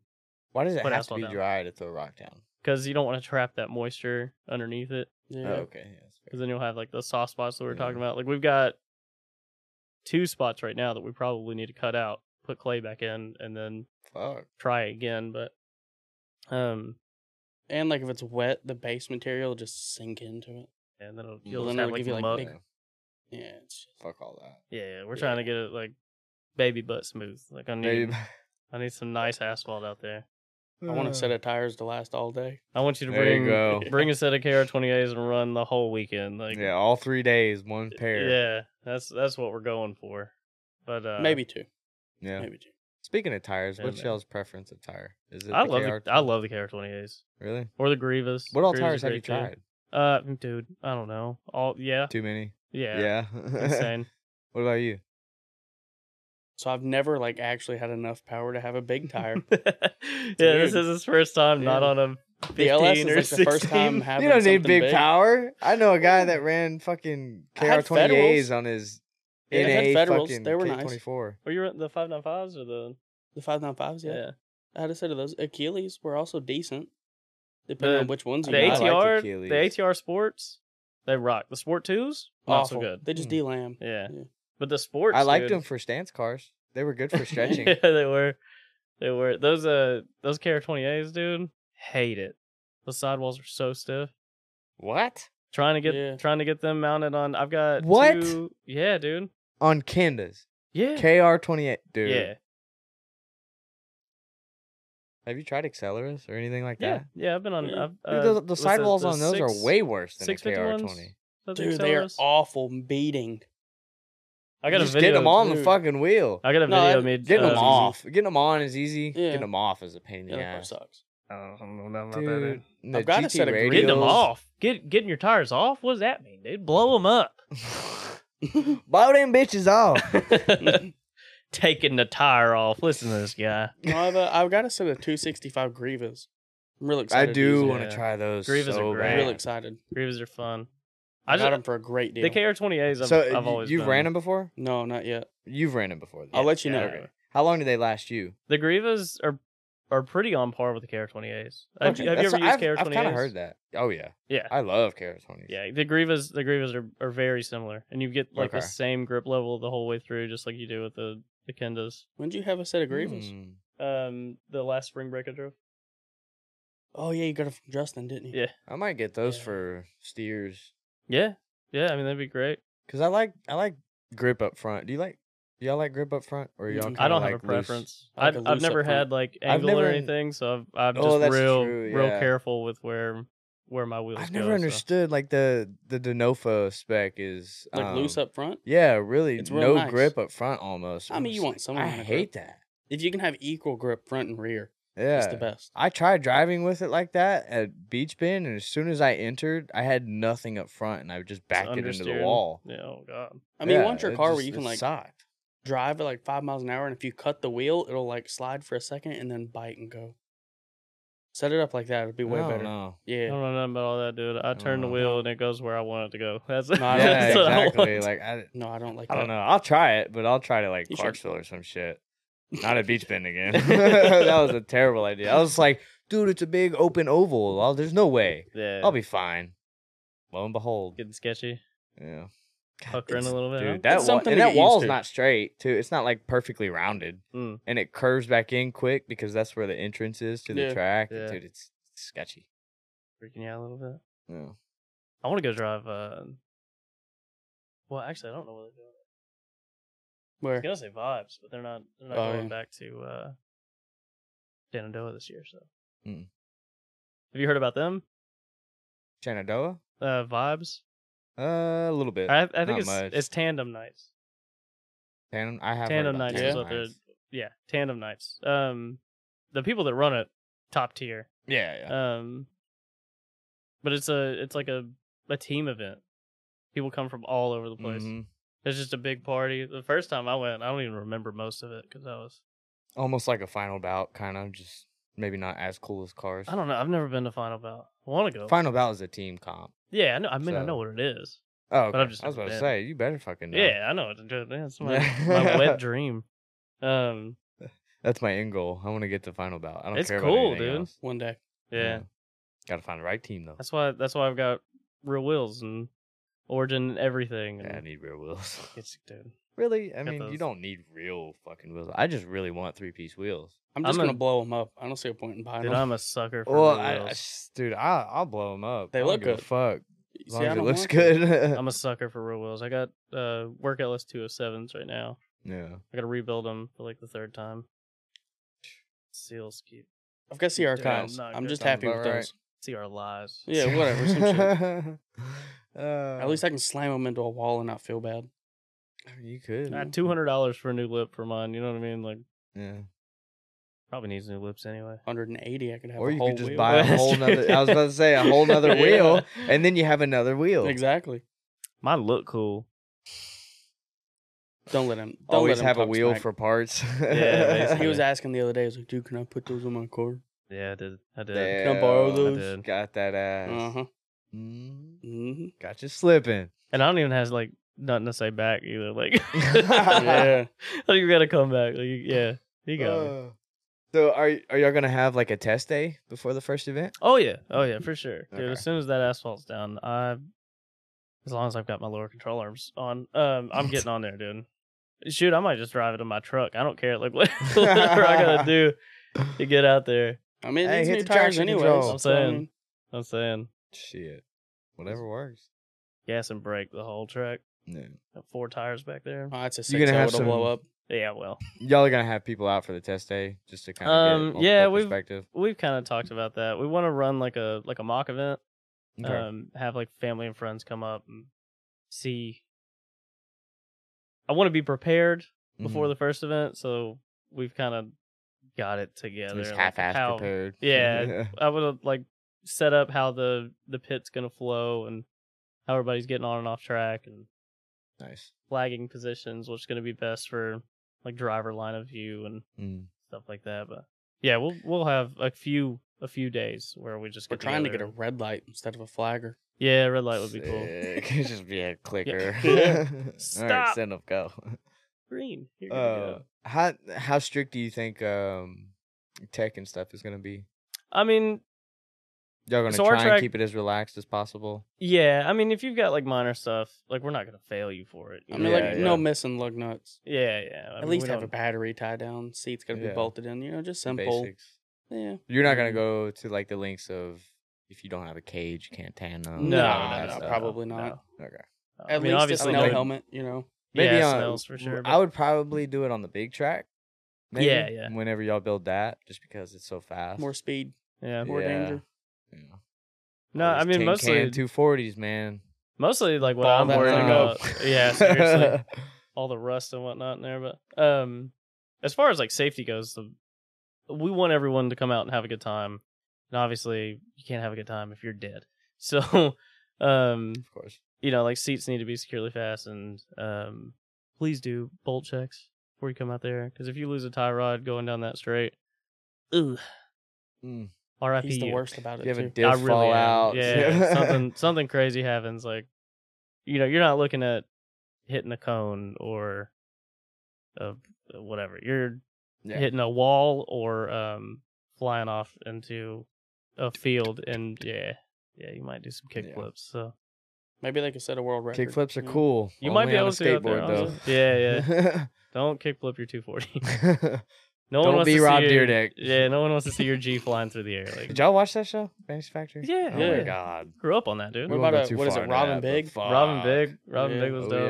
Why does it have Put to asphalt be down. dry to throw rock down? because you don't want to trap that moisture underneath it. Yeah. Oh, okay. Yeah, that's fair. because then you'll have like the soft spots that we were are talking Yeah. about. Like we've got two spots right now that we probably need to cut out, put clay back in, and then Fuck. try again. But um, And like if it's wet, the base material will just sink into it. and then it'll, Mm. you'll Well, then just have it'll like, give you, like, muck. big- Yeah, Yeah, it's fuck all that. Yeah, yeah, we're trying to Yeah. get it like baby butt smooth. Like I need, Maybe. I need some nice asphalt out there. I Uh. want a set of tires to last all day. I want you to There you bring go. bring a set of KR twenty A's and run the whole weekend. Like yeah, all three days, one pair. yeah, that's that's what we're going for. But uh, maybe two. Yeah. Maybe two. Speaking of tires, Yeah, what's man. y'all's prepreference of tire? Is it I the love KR? the, I love the KR twenty A's Really? or the Grievous. What all Grievous tires is have you great, too. tried? Uh, dude, I don't know. All yeah, Too many. yeah, Yeah. insane. what about you? So I've never like actually had enough power to have a big tire. yeah, this Dude. is his first time not Yeah. on a the LS is fifteen or like the first time 16. having You don't need something big, power. I know a guy that ran fucking I had KR28s on his Yeah, I had NA Federals. fucking They were nice. K24. Were you running the five nine fives or the The five nine fives, yeah. yeah? I had a set of those. Achilles were also decent, depending The- on which ones The you I got. like ATR, Achilles. the ATR sports, they rock. The sport twos, not Awful. so good. They just Mm. delam. Yeah, Yeah. but the sports, I liked dude. them for stance cars. They were good for stretching. yeah, they were, they were those uh those KR twenty A's, dude. Hate it. The sidewalls are so stiff. What? Trying to get Yeah. trying to get them mounted on. I've got What? two- yeah, dude. On Candas. Yeah. KR28. Dude. yeah. Have you tried Accelerus or anything like Yeah. that? Yeah. I've been on. Yeah. I've, Dude, uh, the, the was it sidewalls the on those six- are way worse than a 651s? KR20. was it Dude, they are Accelerus? awful beating. I got a Just video. Get them on the dude. fucking wheel. I got a No, video I- made. Getting them uh, off. Getting them on is easy. Yeah. Getting them off is a pain in Yeah, the that part ass. sucks. I don't know about eh? that. Dude, and the I've got a GT set of grill. Getting them radials- off. Get getting your tires off. What does that mean, dude? Blow them up. Blow them bitches off. Taking the tire off. Listen to this guy. No, I've, uh, I've got to send a 265 Grievous. I'm real I excited. to use do it. want to yeah. try those. Grievous so are I'm great. real bad. excited. Grieves are fun. I, I got just them for a great deal. the KR28s. I've, So I've you- always you've been. ran them before? No, not yet. You've ran them before. I'll let you know. Yeah. How long did they last you? The Grievas are are pretty on par with the KR28s. Have, Okay, have you that's- ever used I've, KR28s? I've kind of heard that. Oh yeah, Yeah. I love KR20s. Yeah, the Grievas the Grievas are, are very similar, and you get like the Okay. same grip level the whole way through, just like you do with the the Kendas. When did you have a set of Grievous? Hmm. Um, the last spring break I drove. Oh, yeah, you got it from Justin, didn't you? Yeah. I might get those Yeah. for steers Yeah, yeah. I mean that'd be great. because I like I like grip up front. Do you like? Do y'all like grip up front or y'all? Mm-mm. kinda I don't like have a loose? preference. I like I've, a I've loose never up front. had like I've angle or never- anything, so I've, I'm Oh, just that's real true, real yeah. careful with where where my wheels. I've go, never so. understood like the the Denofa spec is Like loose um, up front? Yeah, really, It's real no nice. grip up front almost. I I'm mean, you just want like, some I amount of hate that. If you can have equal grip front and rear, Yeah, it's the best. I tried driving with it like that at Beach Bend, and as soon as I entered, I had nothing up front, and I would just It's backed it into the understeered. wall. Yeah, oh god. I mean, Yeah, you want your it car where just- you can it like sucked. drive at like five miles an hour, and if you cut the wheel, it'll like slide for a second and then bite and go. Set it up like that; it'd be way I don't better. know. I Yeah, don't know nothing about all that, dude. I turn the Oh. wheel and it goes where I want it to go. That's, I don't- yeah, that's what I exactly. want. Like I, no, I don't like. I that. don't know. I'll try it, but I'll try to like You should. Clarksville or some shit. Not at Beach Bend again. that was a terrible idea. I was like, dude, it's a big open oval. I'll, there's no way. yeah, I'll be fine. Lo and behold, getting sketchy. yeah. God, Pucker in it's- a little bit. huh? Dude, that It's wall something and to that get used wall's to. not straight too. It's not like perfectly rounded, Mm. and it curves back in quick because that's where the entrance is to the Yeah. track. Yeah. Dude, it's sketchy. freaking you out a little bit. Yeah. I want to go drive. Uh, well, actually, I don't know what they're doing. I Where was gonna say vibes, but they're not. They're not Oh, going yeah. back to uh, Shenandoah this year. So, Mm. have you heard about them? Shenandoah, Uh, vibes. uh, a little bit. I, I think not it's much. it's tandem nights. Tandem, I have heard tandem about nights Yeah. is what they're. Yeah, tandem nights. Um, the people that run it, top tier. Yeah, yeah. Um, but it's a it's like a a team event. People come from all over the place. Mhm. It's just a big party. The first time I went, I don't even remember most of it because I was. Almost like a final bout, kind of just maybe not as cool as cars. I don't know. I've never been to Final Bout. I want to go. Final bout is a team comp. yeah, I know. I mean, I So- know what it is. Oh, okay. I've just I was never about to been. say you better fucking know. Yeah, I know. what it is. That's my my wet dream. Um, that's my end goal. I want to get to final bout. I don't It's care cool, about anything dude. else. one day. yeah. Got to find the right team though. that's why. That's why I've got real wheels and origin and everything. And yeah, I need real wheels. It's dude. Really? I Got mean, you those. don't need real fucking wheels. I just really want three piece wheels. I'm just I'm a- gonna blow them up. I don't see a point in buying Dude, them. I'm a sucker for Well, real I, I wheels. s- dude, I, I'll blow them up. They I don't look give a good. Fuck. See, As long I as it don't looks like good. I'm a sucker for real wheels. I got uh work LS 207s right now. yeah. I got to rebuild them for like the third time. Seals keep I've got Dude, I'm CRKs. not I'm good. just Sounds happy about with right. those. see our lies. Yeah, whatever. Some shit. Uh, At least I can slam them into a wall and not feel bad. I mean, you could. Two hundred dollars for a new lip for mine. You know what I mean? Like Yeah. probably needs new lips anyway. 180, I could have. Or a you whole could just wheel. buy a That's whole true. nother. I was about to say a whole nother Yeah. wheel, and then you have another wheel. Exactly. Mine look cool. Don't let him. Don't Always let him have a talk wheel smack. for parts. basically. He was asking the other day, he was like, dude, can I put those on my car? Yeah, I did. I did. Damn, Can I borrow I those? did. Got that ass. Uh huh. Mm, hmm got you slipping. And I don't even has like nothing to say back either. Like, Yeah. like you gotta come back. Like, you- yeah, you got me. Uh, so are y- are y'all gonna have like a test day before the first event? Oh yeah, oh yeah, for sure. Dude, Okay. as soon as that asphalt's down, I, as long as I've got my lower control arms on, um, I'm getting on there, dude. Shoot, I might just drive it in my truck. I don't care. Like what- whatever I gotta do to get out there. I mean, Hey, it's hit new the traction tires anyway. control. So, I mean, I'm saying, Shit. Whatever works. Gas and brake the whole track. Yeah. Got four tires back there. Oh, that's a 6 You're gonna have it'll blow some- up. Yeah, well, Y'all are gonna have people out for the test day just to kind of Um, get multiple yeah, we've- perspective. we've kind of talked about that. We want to run like a like a mock event. Okay. Um, have like family and friends come up and see. I want to be prepared before Mm-hmm. the first event, so we've kind of got it together. Just like, half-ass how- prepared. Yeah. I would have like set up how the the pit's gonna flow and how everybody's getting on and off track and nice. flagging positions, what's gonna be best for like driver line of view and Mm. stuff like that. But yeah, we'll we'll have a few a few days where we just We're get trying to get a together. red light instead of a flagger. yeah red light would be cool. Sick. just be a clicker. All right, Stop. send them go. Green. Here you Uh, go. how how strict do you think um, tech and stuff is gonna be? I mean, Y'all gonna So our try track- and keep it as relaxed as possible. yeah. I mean, if you've got like minor stuff, like we're not gonna fail you for it. you I mean, know? like yeah. no missing lug nuts. yeah, yeah. I At mean, least we have a don't- battery tied down. Seat's got to Yeah. be bolted in. You know, just the simple. Basics. Yeah. You're not gonna go to like the links of if you don't have a cage, you can't tan them. No, all that no, stuff. probably not. Okay. no. At I mean, least it's obviously, no uh, maybe- helmet. You know. Maybe yeah, on- smells for sure. I would probably do it on the big track. Yeah, yeah. Whenever y'all build that, just because it's so fast. More speed, Yeah. more Yeah. danger. Yeah. No, All I these mean tin mostly can 240s, man. mostly like what Ball I'm that worried thing up. about. yeah, seriously. all the rust and whatnot in there, but um as far as like safety goes, the, we want everyone to come out and have a good time. And obviously, you can't have a good time if you're dead. So, um of course. you know, like seats need to be securely fastened. Um, please do bolt checks before you come out there, because if you lose a tie rod going down that straight, ugh, Mm. R.I.P. He's the you. worst about If it you have a too. diff I really am. fallout, Yeah, something something crazy happens. Like, you know, you're not looking at hitting a cone or uh, whatever. You're Yeah. hitting a wall or um, flying off into a field, and yeah, yeah, you might do some kick Yeah. flips. So Maybe they could set a world record. Kick flips are you know? cool. you Only might be on able a to out there, skateboard honestly. Yeah, yeah. though. Don't kick flip your 240. Yeah. No one Don't wants be to see Rob your- Dyrdek. Yeah, no one wants to see your G flying through the air. Like, Did y'all watch that show, Fantasy Factory? Yeah. Oh Yeah. my god. grew up on that, dude. What We about won't go a- too what is far it, into Robin that, but Big? fuck. Robin Big, Robin Yeah. Big was Oh, dope.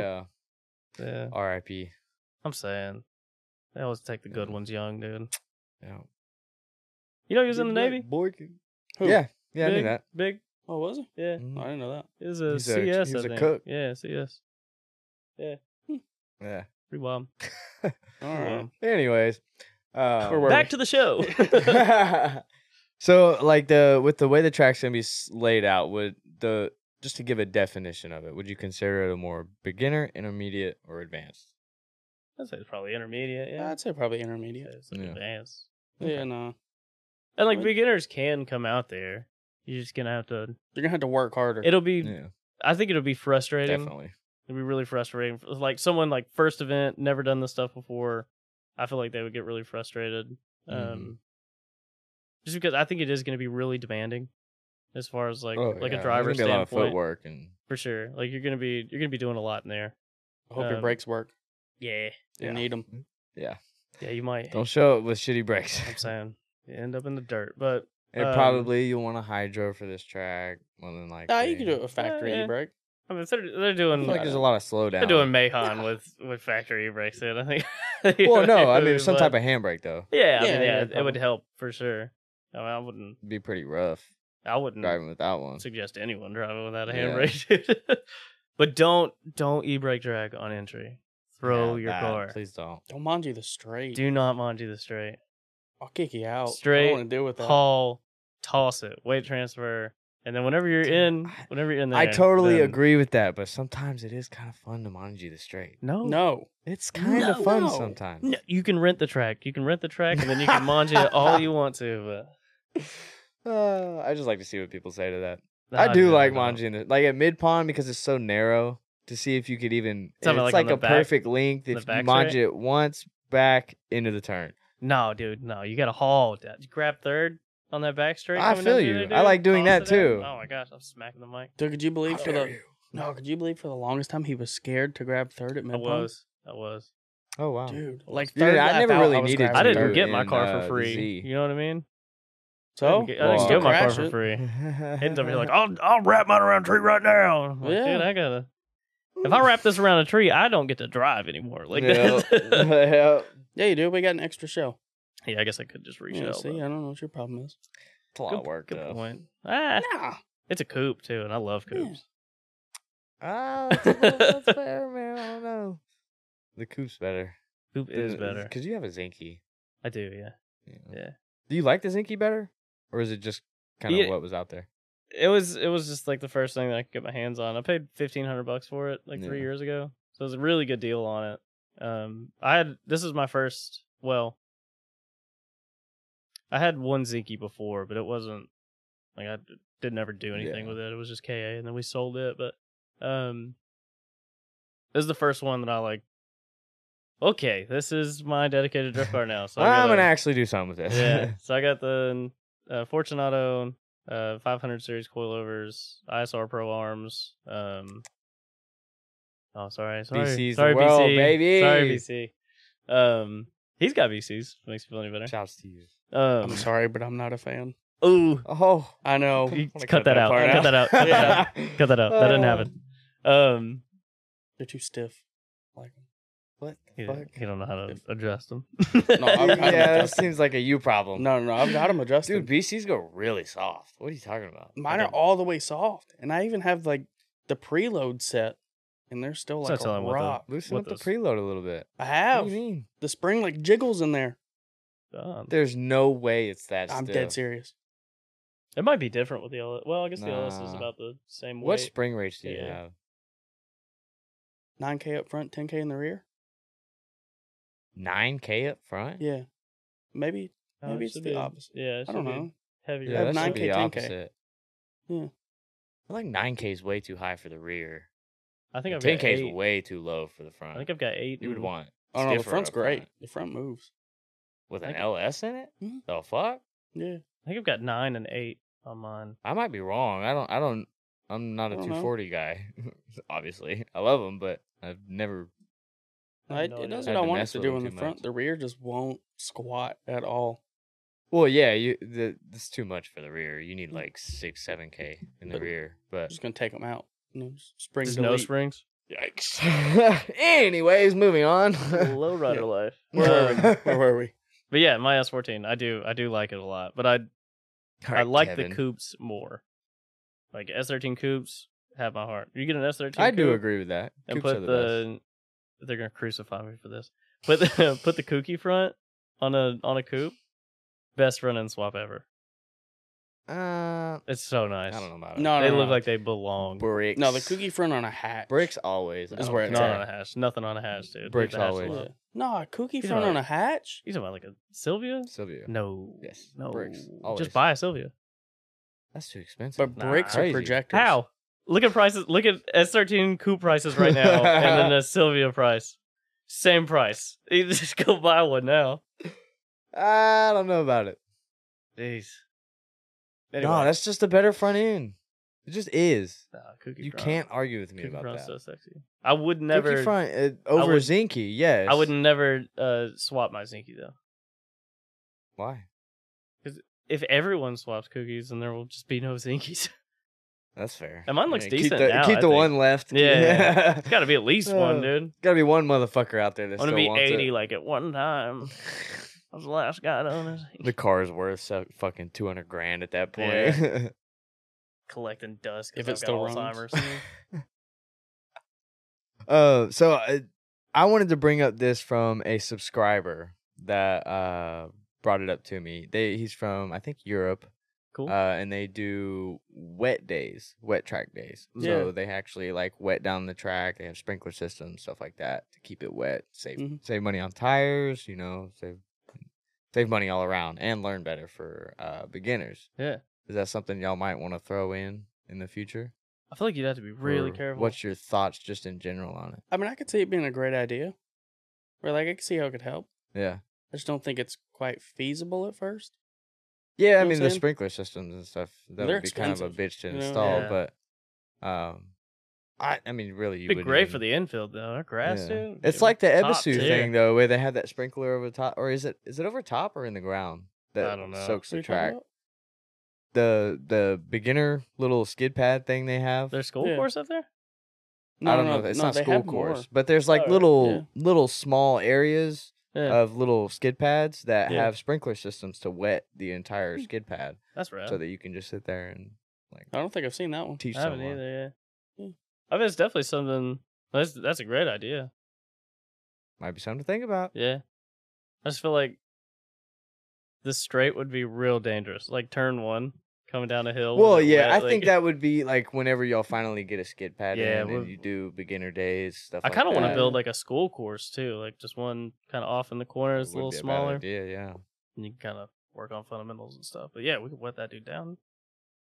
yeah. yeah. R.I.P. I'm saying. They always take the good Yeah. ones young, dude. Yeah. You know he was in the Navy? Boy. Who? Yeah. Yeah, big, I knew that. Big. Oh, was he? Yeah. Mhm. I didn't know that. He was a He's a- CS, he was I a think. cook. Yeah, CS. Yeah. Pretty wild. All right. Anyways, uh, Where were Back we? to the show. so like the with the way the track's gonna be s- laid out, would the just to give a definition of it, would you consider it a more beginner, intermediate, or advanced? I'd say it's probably intermediate, Yeah, yeah. I'd say probably Yeah, intermediate. it's like Yeah. advanced. Yeah, no. And like What? beginners can come out there. You're just gonna have to You're gonna have to work harder. it'll be Yeah, I think it'll be frustrating. definitely. It'd be really frustrating. Like someone like first event, never done this stuff before. I feel like they would get really frustrated. Um, Mhm. just because I think it is going to be really demanding, as far as like Oh, like yeah, a there's driver gonna be a lot of standpoint footwork and for sure. Like you're going to be you're going to be doing a lot in there. I hope your um, brakes work. Yeah, You yeah. need 'em. need them. yeah, you might. don't show it with shitty brakes. I'm saying you end up in the dirt, but and um, probably you'll want a hydro for this track more than likely. Nah, you can do a factory yeah. e-brake. I mean if they're they're I doing feel like there's a lot of slowdown. they're doing Mahon with with factory brakes in. I think. well, no, I mean But- some type of handbrake though. yeah, I Yeah, mean, yeah, yeah, it would probably. help for sure. I, mean, I wouldn't. It'd be pretty rough I wouldn't driving without one. suggest anyone driving without a Yeah. handbrake. dude. but don't don't e-brake drag on entry. Throw Yeah, your that- car. Please don't. Don't mind you the straight. Do not Monty the straight. I'll kick you out. I Straight don't want to deal with that. Haul, toss it, weight transfer, and then whenever you're Dude, in, I- whenever you're in there, I totally then- agree with that, but sometimes it is kind of fun to manage the straight. No, no, No. It's kind of No. fun No. sometimes. you can rent the track. You can rent the track, and then you can Monty it all you want to. Uh, I just like to see what people say to that. But I do no, like no. managing it, like at mid pond because it's so narrow to see if you could even. Something it's like, like on the a back- perfect length the if you back manage straight? it once back into the turn. No, dude, no. You got to haul. that. You grab third on that back straight. I coming down feel through you. there, I dude, like doing toss that it in. too. Oh my gosh, I'm smacking the mic. Dude, could you believe How for dare the you. no? Could you believe for the longest time he was scared to grab third at I mid was. I was. Oh wow, dude. Like Dude, third I lap never out, really was needed grabbing I to third. didn't do get my in, car uh, for the free. Z. You know what I mean? So I didn't get, I didn't Well, get my car crash for it. free. It's Aiden's over here like, I'll I'll wrap mine around a tree right now. I'm like, Yeah. Dude, I gotta. If I wrap this around a tree, I don't get to drive anymore. Like, yeah. that's- yeah. yeah, you do. We got an extra shell. yeah, I guess I could just reach Yeah, out. see, but- I don't know what your problem is. It's a lot Good, of work. good though. point. Ah, Nah, it's a coupe too, and I love Yeah. coupes. Ah, that's, a little- that's fair, man. I don't know. The coupe's better. Coupe is better. because you have a Zinky. I do, yeah. Yeah. Do you like the Zinky better, or is it just kind of Yeah. what was out there? It was it was just like the first thing that I could get my hands on. I paid fifteen hundred bucks for it like three Yeah. years ago, so it was a really good deal on it. Um, I had this is my first. Well, I had one Zinky before, but it wasn't like I d- didn't ever do anything Yeah. with it. It was just Ka, and then we sold it. But um, this is the first one that I like. Okay, this is my dedicated drift car now. So I I'm gotta- gonna actually do something with this. yeah. So I got the uh, Fortunato uh, 500 series coilovers, ISR Pro arms. Um, oh, sorry, sorry, VC's the sorry, world, VC. baby. Sorry, VC. Um, he's got VCs. Makes me feel any better. Shouts to you. Um, I'm sorry, but I'm not a fan. Ooh, Oh, I know. You- wanna cut that out. part Cut that out. Cut that cut that out. That didn't Uh, happen. Oh. Um, They're too stiff. Like, What he, the fuck? he don't know how to If- adjust them. No, I'm- I'm Oh. yeah, that adjusting. seems like a you problem. no, no, no. I've got them adjusted. dude, BCs go really soft. What are you talking about? Mine Like are a- all the way soft, and I even have like the preload set, and they're still It's like not telling a what the- rock. Loosen What up the those- preload a little bit. I What have do you mean? the spring like jiggles in there. Um, There's no way it's that. I'm stiff. dead serious. it might be different with the LS. Well, I guess the LS is Nah. about the same What weight. spring rates do you Yeah. have? Nine k up front, ten k in the rear. Nine K up front. Yeah, maybe Oh, maybe it it's should the be- opposite. Yeah, it I don't should be know. Heavier. Yeah, that that's 9K, should be 10K. opposite. Yeah. I like nine K is way too high for the rear. I think I've ten got K is eight. way too low for the front. I think I've got eight. you would and- want. Oh no, the stiffer front's up front. great. The front moves. with I an think- LS in it. Mhm. The fuck? Yeah, I think I've got nine and eight on mine. I might be wrong. I don't. I don't. I'm not a I don't know. 240 guy. Obviously, I love them, but I've never. I I, have no idea. it does Had what I to want it mess to with do them in the too front. much. The rear just won't squat at all. Well, yeah, you. The, that's too much for the rear. You Mm. need like six, seven K in the But- rear. I'm But just gonna take them out. You know, just spring Just no delete. springs. yikes. Anyways, moving on. Low rider life. Where were Um, we? Where were we? but yeah, my S14. I do. I do like it a lot. But I I Alright, like Kevin. the coupes more. Like S13 coupes have my heart. You get an S13. I do coupe agree with that. And Coupes are put the, best. they're gonna crucify me for this. Put the, put the kooky front on a on a coupe. Best run and swap ever. Uh, It's so nice. I don't know about it. No, no, They no, look no. like they belong. bricks. no. The kooky front on a hat. bricks always I Is don't where it's Not care. on a hash. Nothing on a hash, dude. Leave Bricks the hash always. alone. Yeah. No, a kooky He's front not- on a hatch. You talking about like a Sylvia? Sylvia. No. Yes. No. Bricks. Always. Just buy a Sylvia. That's too expensive. But Nah. bricks are Crazy. projectors. How? Look at prices. Look at S13 coupe prices right now, and then the Sylvia price. Same price. You just go buy one now. I don't know about it. Jeez. No, that's just a better front end. It just is. nah, cookie you front. can't argue with me Cookie about front's that. so sexy. I would Cookie never. front uh, over would- Zinky, yes. I would never uh, swap my Zinky though. Why? If everyone swaps cookies, then there will just be no Zinkies. That's fair. And mine looks Keep decent the, now, keep I the think. one left. Yeah. It's got to be at least Uh, one, dude. Gotta be one motherfucker out there that I want still to be wants 80 it. like at one time. I was the last guy to own a Zinky. The car is worth so, fucking two hundred grand at that point. collecting dust 'cause If it I've got still runs. Alzheimer's. Uh, so I, I wanted to bring up this from a subscriber that uh brought it up to me. They he's from I think Europe, cool. uh, and they do wet days, wet track days. Yeah. So they actually like wet down the track. They have sprinkler systems, stuff like that, to keep it wet, save Mhm. save money on tires. You know, save save money all around, and learn better for uh beginners. Yeah. is that something y'all might want to throw in in the future? I feel like you'd have to be really Or careful. What's your thoughts just in general on it? I mean, I could see it being a great idea. Or like I could see how it could help. Yeah. I just don't think it's quite feasible at first. Yeah, I know what mean I'm the saying? sprinkler systems and stuff that They're would be kind of a expensive, bitch to you know? install, Yeah. but um, I I mean really you It'd be wouldn't great even- for the infield though. Our grass, yeah. dude. It's it like the was top Ebisu tier. thing though, where they have that sprinkler over top, or is it is it over top or in the ground that I don't know. soaks What are the you talking track? about? the the beginner little skid pad thing they have. There's school Yeah. course up there? I don't know. It's not they school have course, more. but there's like Oh, little little small areas Yeah. of little skid pads that Yeah. have sprinkler systems to wet the entire Hmm. skid pad, That's rad. so that you can just sit there and like I don't think I've seen that one. teach I haven't someone. either, yeah. I mean, it's definitely something. That's that's a great idea. Might be something to think about. Yeah. I just feel like the straight would be real dangerous. Like turn one, coming down a hill. with Well, it yeah, wet, I like- think that would be like whenever y'all finally get a skid pad Yeah, in we'll- and you do beginner days stuff. I kind like of want to that. build like a school course too, like just one kind of off in the corner. It's a Would little be bad smaller, idea, yeah. and you can kind of work on fundamentals and stuff. But yeah, we could wet that dude down.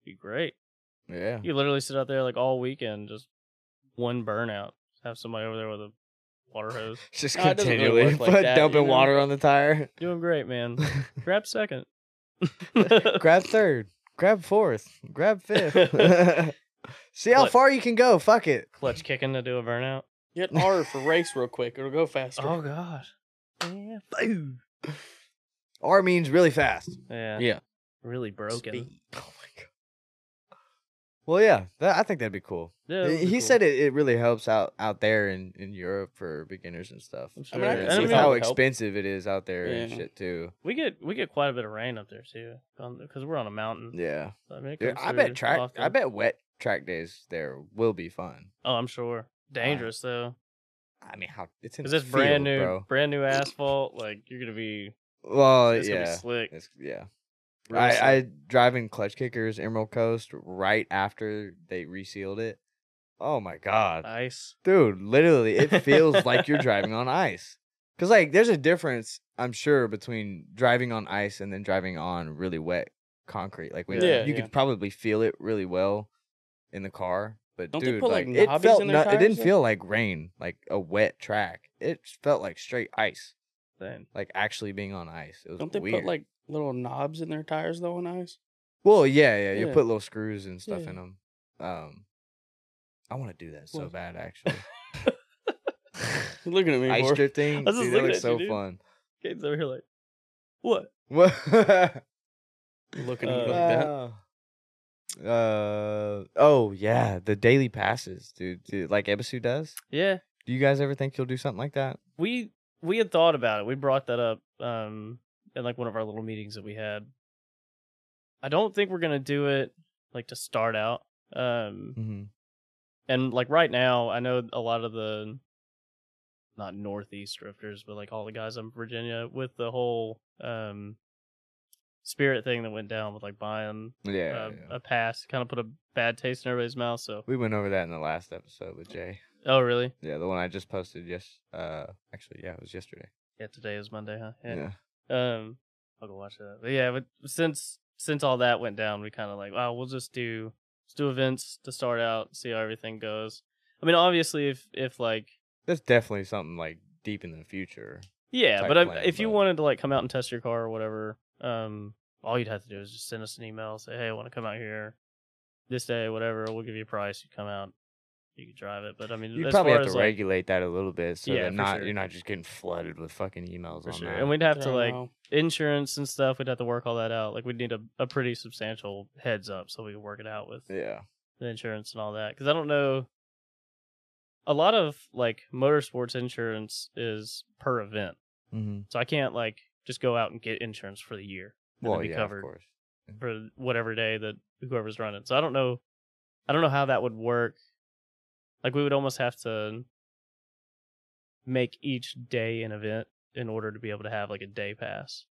Be great. Yeah. You literally sit out there like all weekend, just one burnout. Have somebody over there with a water hose. Just No, it doesn't really continually work like put that, dumping you know? water on the tire. Doing great, man. Grab second. grab third, grab fourth, grab fifth. See how What? far you can go. Fuck it. Clutch kicking to do a burnout. Hit R for race real quick. It'll go faster. Oh god. Yeah. Boom. R means really fast. Yeah. Really broken. Speed. Oh my god. Well, yeah, that, I think that'd be cool. Yeah, that would he be cool. said it, it really helps out out there in, in Europe for beginners and stuff. I'm I mean, I sure- can And see with if that how would help. expensive it is out there and Yeah. shit too. We get we get quite a bit of rain up there too, because we're on a mountain. Yeah, So, I, mean, it Dude, comes I through bet track. I often. bet wet track days there will be fun. Oh, I'm sure. Dangerous though, I mean, how it's in because a it's brand field, new, bro. brand new asphalt. Like you're gonna be, Well, it's gonna be yeah, slick. it's, yeah. real slick. I, I drive in clutch kickers Emerald Coast right after they resealed it. Oh my god, Uh, ice. dude! Literally, it feels like you're driving on ice. Cause like, there's a difference, I'm sure, between driving on ice and then driving on really wet concrete. Like, when Yeah, you yeah. could probably feel it really well in the car. But Don't they dude, put, like, like, it knobbies felt in their no- it tires didn't though? feel like rain, like a wet track. It felt like straight ice, Then like actually being on ice. It was Don't they weird. put like little knobs in their tires though on ice? Well, yeah, yeah. You Yeah. put little screws and stuff Yeah. in them. Um, I want to do that so Well- bad, actually. You're looking at me. Ice Bor. drifting, I was just dude, that looking looks at so you, dude. fun. Gabe's over here like, what? What? Looking at me Uh, like that. Wow. Uh, oh yeah, the daily passes, dude. dude like Ebisu does. Yeah, Do you guys ever think you'll do something like that? we we had thought about it. We brought that up um in like one of our little meetings that we had. I don't think we're gonna do it like to start out. Um, Mm-hmm. and like right now, I know a lot of the not northeast drifters, but like all the guys in Virginia with the whole um spirit thing that went down with like buying Yeah, uh, yeah. a pass, kind of put a bad taste in everybody's mouth. So, we went over that in the last episode with Jay. oh really? Yeah, the one I just posted. Yes, uh, actually, yeah, it was yesterday. Yeah, today is Monday, huh? Yeah, Um, I'll go watch that. But yeah, but since since all that went down, we kind of like, wow, we'll just do let's do events to start out, see how everything goes. I mean, obviously, if if like that's definitely something like deep in the future. Yeah, type but I, plan, if you but- wanted to like come out and test your car or whatever, um, all you'd have to do is just send us an email, say, "Hey, I want to come out here this day, whatever. We'll give you a price. You come out, you can drive it." But I mean, You as probably far have to as, like, regulate that a little bit so Yeah, that for not sure. you're not just getting flooded with fucking emails for on sure, that. and we'd have to Don't like know. insurance and stuff. We'd have to work all that out. Like we'd need a, a pretty substantial heads up so we could work it out with yeah, the insurance and all that because I don't know. A lot of like motorsports insurance is per event, mm-hmm. so I can't like just go out and get insurance for the year. and well, then be yeah, covered. of course. for whatever day that whoever's running. So I don't know, I don't know how that would work. Like we would almost have to make each day an event in order to be able to have like a day pass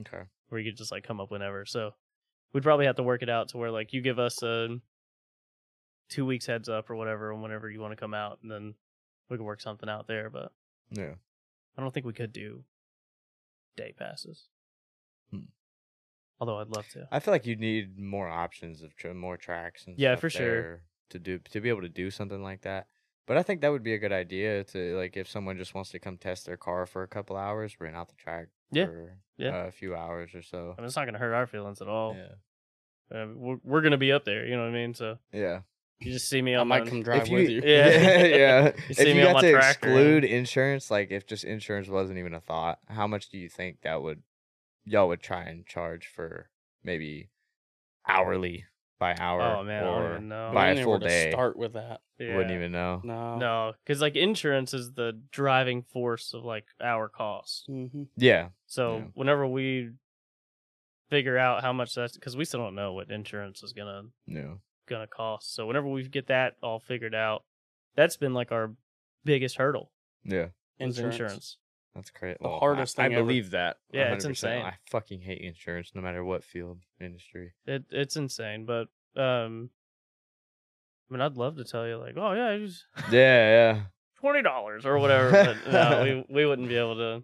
Okay, where you could just like come up whenever. So we'd probably have to work it out to where like you give us a two weeks heads up or whatever, and whenever you want to come out, and then we can work something out there. But yeah, I don't think we could do day passes. Hmm. Although I'd love to. I feel like you need more options of tr- more tracks and Yeah, stuff for sure. there to do to be able to do something like that. But I think that would be a good idea to like if someone just wants to come test their car for a couple hours, rent out the track Yeah, for yeah. Uh, a few hours or so. I mean, it's not going to hurt our feelings at all. yeah, Uh, we're, we're gonna be up there, you know what I mean? So yeah. you just see me I on might my, come drive if with you. Yeah. yeah. You if see you me on got my to tractor and- exclude insurance, like if just insurance wasn't even a thought, how much do you think that would y'all would try and charge for maybe hourly by hour. Oh, man, I don't or even know. I by don't a even full know where to day. Start with that. Wouldn't Yeah. even know. No. No, because like insurance is the driving force of like our cost. hmm Yeah, So Yeah. whenever we figure out how much that's because we still don't know what insurance is gonna no. gonna cost. So whenever we get that all figured out, that's been like our biggest hurdle Yeah, is Insurance. insurance. that's great. The hardest I, thing I ever. believe that. Yeah, it's 100%. insane. I fucking hate insurance, no matter what field industry. It it's insane, but um, I mean, I'd love to tell you like, oh yeah, just Yeah, yeah. twenty dollars or whatever, but no, we we wouldn't be able to.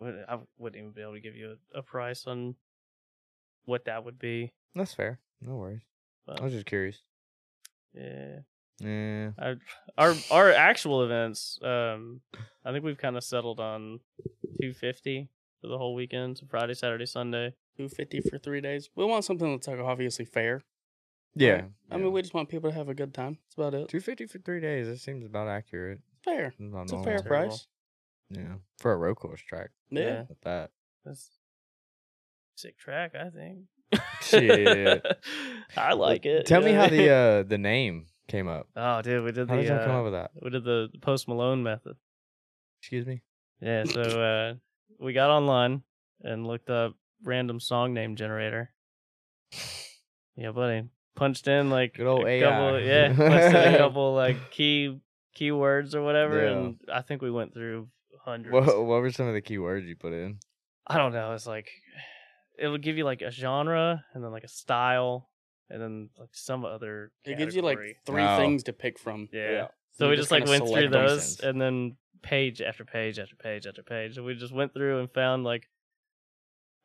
would- I wouldn't even be able to give you a, a price on what that would be. That's fair. No worries. But, I was just curious. yeah, Yeah. I, our our actual events, um, I think we've kind of settled on two fifty for the whole weekend, so Friday, Saturday, Sunday. Two fifty for three days. We want something that's like obviously fair. Yeah. I mean, we just want people to have a good time. That's about it. two fifty for three days. That seems about accurate. Fair. It's, about It's a normal. fair Terrible. price. Yeah, for a road course track. Yeah. At that. That's sick track, I think. Shit. I like it. Tell you me know how what I mean? the uh the name came up. Oh, dude, we did How did the y'all come uh, up with that? we did the Post Malone method. Excuse me. Yeah, so uh, we got online and looked up random song name generator. Yeah, buddy, punched in like Good old a AI. couple, yeah, punched in a couple like key keywords or whatever, Yeah. and I think we went through hundreds. What what were some of the keywords you put in? I don't know. It's like it'll give you like a genre and then like a style and then like some other. It gives you like category. three Wow. things to pick from. Yeah. You So we just just like kinda went through select them. those Sense. and then page after page after page after page. And we just went through and found like